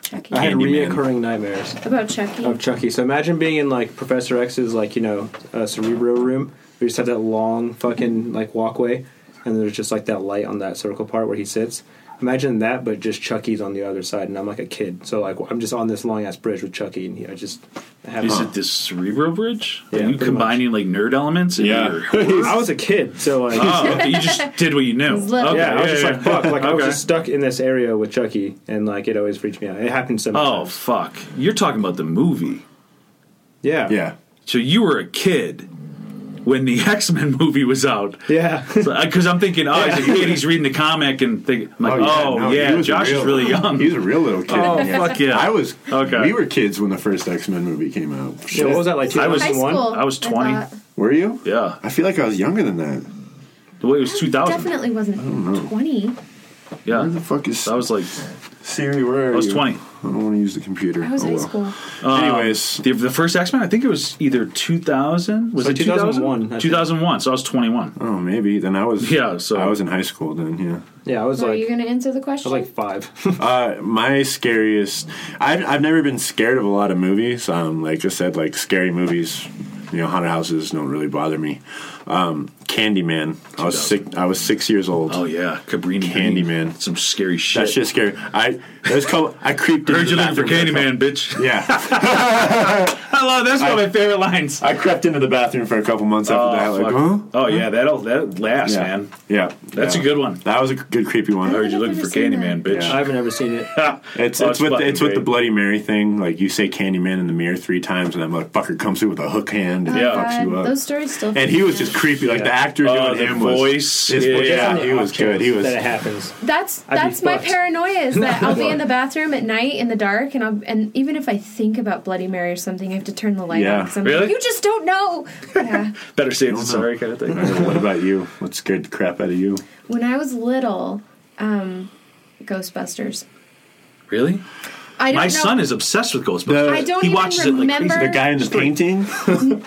S6: Chucky.
S4: I had
S3: Candyman.
S4: reoccurring nightmares
S6: About Chucky.
S4: of Chucky. So imagine being in like Professor X's, like you know, uh, Cerebro room. We just have that long fucking like walkway, and there's just like that light on that circle part where he sits. Imagine that, but just Chucky's on the other side, and I'm like a kid. So like I'm just on this long ass bridge with Chucky, and he, I just
S3: Uh-huh.
S4: have.
S5: Is it this cerebral bridge?
S4: Yeah,
S5: Are you
S4: pretty
S5: combining like nerd elements? in
S3: Yeah.
S5: your-
S4: I was a kid, so like.
S5: oh, okay. You just did what you knew.
S6: He's little.
S5: Okay,
S4: Yeah, I was just
S5: yeah,
S4: like, fuck. Like, I was
S5: Okay.
S4: just stuck in this area with Chucky, and, like, it always freaked me out. It happened so many
S5: Oh
S4: times.
S5: fuck! You're talking about the movie.
S4: Yeah.
S3: yeah.
S5: So you were a kid when the X Men movie was out.
S4: Yeah.
S5: Because I'm thinking, oh, he's a kid. He's reading the comic and think, I'm like, oh yeah,
S3: no, he was
S5: Josh
S3: real-
S5: is really young.
S3: He was a real little kid.
S5: oh fuck yeah!
S3: I was.
S5: Okay.
S3: We were kids when the first X Men movie came out.
S4: Yeah, what was that, like,
S5: I was-
S6: High school.
S4: 2001?
S5: I was 20.
S6: thought.
S3: Were you?
S5: yeah.
S3: I feel like I was younger than that.
S5: Well, it was 2000.
S6: Definitely wasn't 20.
S5: Yeah.
S3: Where the fuck is
S5: So I was like,
S3: Siri? Where are
S5: I was
S3: you?
S5: 20.
S3: I don't want to use the computer.
S6: I was
S3: Oh,
S6: high
S3: well.
S6: school.
S3: Anyways,
S5: the, the first X Men. I think it was either 2000. Was
S4: It's
S5: it
S4: like 2001, I
S5: 2000?
S4: think.
S5: 2001. So I was 21.
S3: oh maybe then I was
S5: Yeah, so-
S3: I was in high school then. Yeah.
S4: Yeah, I was,
S6: So are
S4: like,
S6: you
S4: I
S6: going to answer the question?
S4: was, like, five.
S3: Uh, my scariest. I've I've never been scared of a lot of movies. Um, like I said, like scary movies. You know, haunted houses don't really bother me. Um, Candyman. I was six. I was six years old.
S5: Oh yeah, Cabrini.
S3: Candyman.
S5: Some scary shit.
S3: That's just scary. I it was called. I creeped.
S5: Heard
S3: into
S5: you
S3: the
S5: looking for
S3: bathroom a
S5: Candyman, bitch.
S3: couple- Yeah.
S5: I love that's one of my favorite lines.
S3: I crept into the bathroom for a couple months after that. Like,
S5: fuck.
S3: huh?
S5: oh yeah, that'll that lasts,
S3: Yeah.
S5: man.
S3: Yeah.
S5: That's
S3: Yeah.
S5: a good one.
S3: That was a good creepy one.
S5: Heard you
S6: I've
S5: looking
S6: never
S5: for
S6: seen
S5: Candyman, bitch.
S4: I haven't ever seen it.
S3: It's,
S5: Oh,
S3: it's
S5: it's
S3: with the,
S5: fucking
S3: it's with the
S5: great.
S3: Bloody Mary thing. Like you say, Candyman in the mirror three times, and that motherfucker comes through with a hook hand and
S5: Yeah.
S3: fucks you
S6: God,
S3: up.
S6: those stories still.
S3: and he was just creepy. Like the actor doing
S5: Oh, the
S3: him was
S5: voice.
S3: his
S5: Yeah,
S3: voice- yeah,
S5: yeah.
S3: he was good. He was.
S4: That it happens.
S6: That's
S4: I'd be
S6: that's my
S4: fucked.
S6: paranoia is that I'll be
S4: What?
S6: in the bathroom at night in the dark and I'll and even if I think about Bloody Mary or something, I have to turn the light
S3: Yeah.
S6: on. 'cause I'm
S5: Really?
S6: Like, you just don't know. Yeah.
S5: Better safe than sorry, kind of thing.
S3: what about you? What scared the crap out of you?
S6: when I was little, um, Ghostbusters.
S5: Really?
S6: I don't
S5: My
S6: know.
S5: son is obsessed with Ghostbusters.
S3: The-
S6: I don't
S5: he
S6: even
S5: watches it like
S6: remember.
S5: crazy.
S3: The guy in the painting.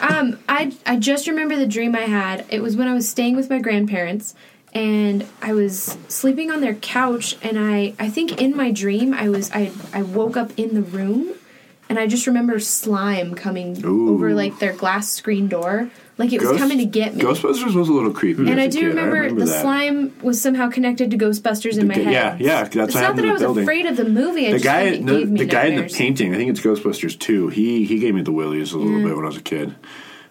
S6: Um, I I just remember the dream I had. It was when I was staying with my grandparents, and I was sleeping on their couch, and I I think in my dream I was I I woke up in the room, and I just remember slime coming
S3: Ooh.
S6: over like their glass screen door, like it was
S3: Ghost-
S6: coming to get me.
S3: Ghostbusters was a little creepy.
S6: and
S3: as
S6: I
S3: a
S6: do
S3: kid.
S6: remember, the
S3: that.
S6: slime was somehow connected to Ghostbusters in my
S3: guy-
S6: head.
S3: yeah, yeah, that's what
S6: it's
S3: happened
S6: not that
S3: in
S6: I
S3: the
S6: was
S3: building.
S6: afraid of the movie. I
S3: The
S6: just
S3: guy,
S6: think it
S3: no,
S6: gave me
S3: the guy in the
S6: nightmares.
S3: painting. I think it's Ghostbusters too. He he gave me the willies a little bit when I was a kid.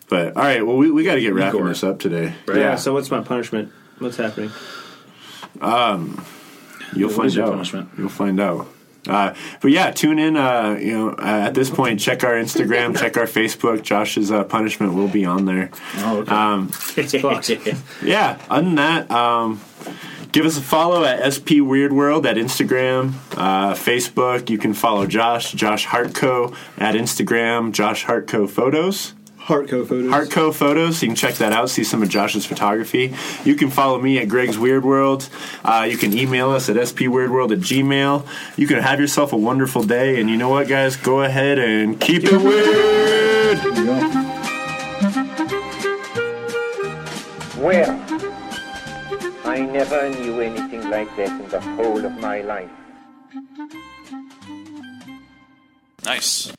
S3: But all right, well, we, we got to get wrapping
S5: Igor.
S3: this up today.
S5: Right.
S4: Yeah. So what's my punishment? What's happening?
S3: You'll
S5: What
S3: find
S5: is your
S3: out.
S5: punishment?
S3: You'll find out. Uh, but yeah, tune in. Uh, you know, uh, at this point, check our Instagram, check our Facebook. Josh's uh, punishment will be on there.
S5: Oh, okay.
S3: Um,
S4: It's fucked.
S3: yeah. Other than that, um, give us a follow at SP Weird World at Instagram, uh, Facebook. You can follow Josh, Josh Hartco at Instagram, Josh Hartco Photos.
S4: Heartco photos.
S3: Artco Photos. You can check that out, see some of Josh's photography. You can follow me at Greg's Weird World. Uh, you can email us at spweirdworld at gmail. You can have yourself a wonderful day. And you know what, guys? Go ahead and keep it weird!
S1: Well, I never knew anything like that in the whole of my life.
S2: Nice.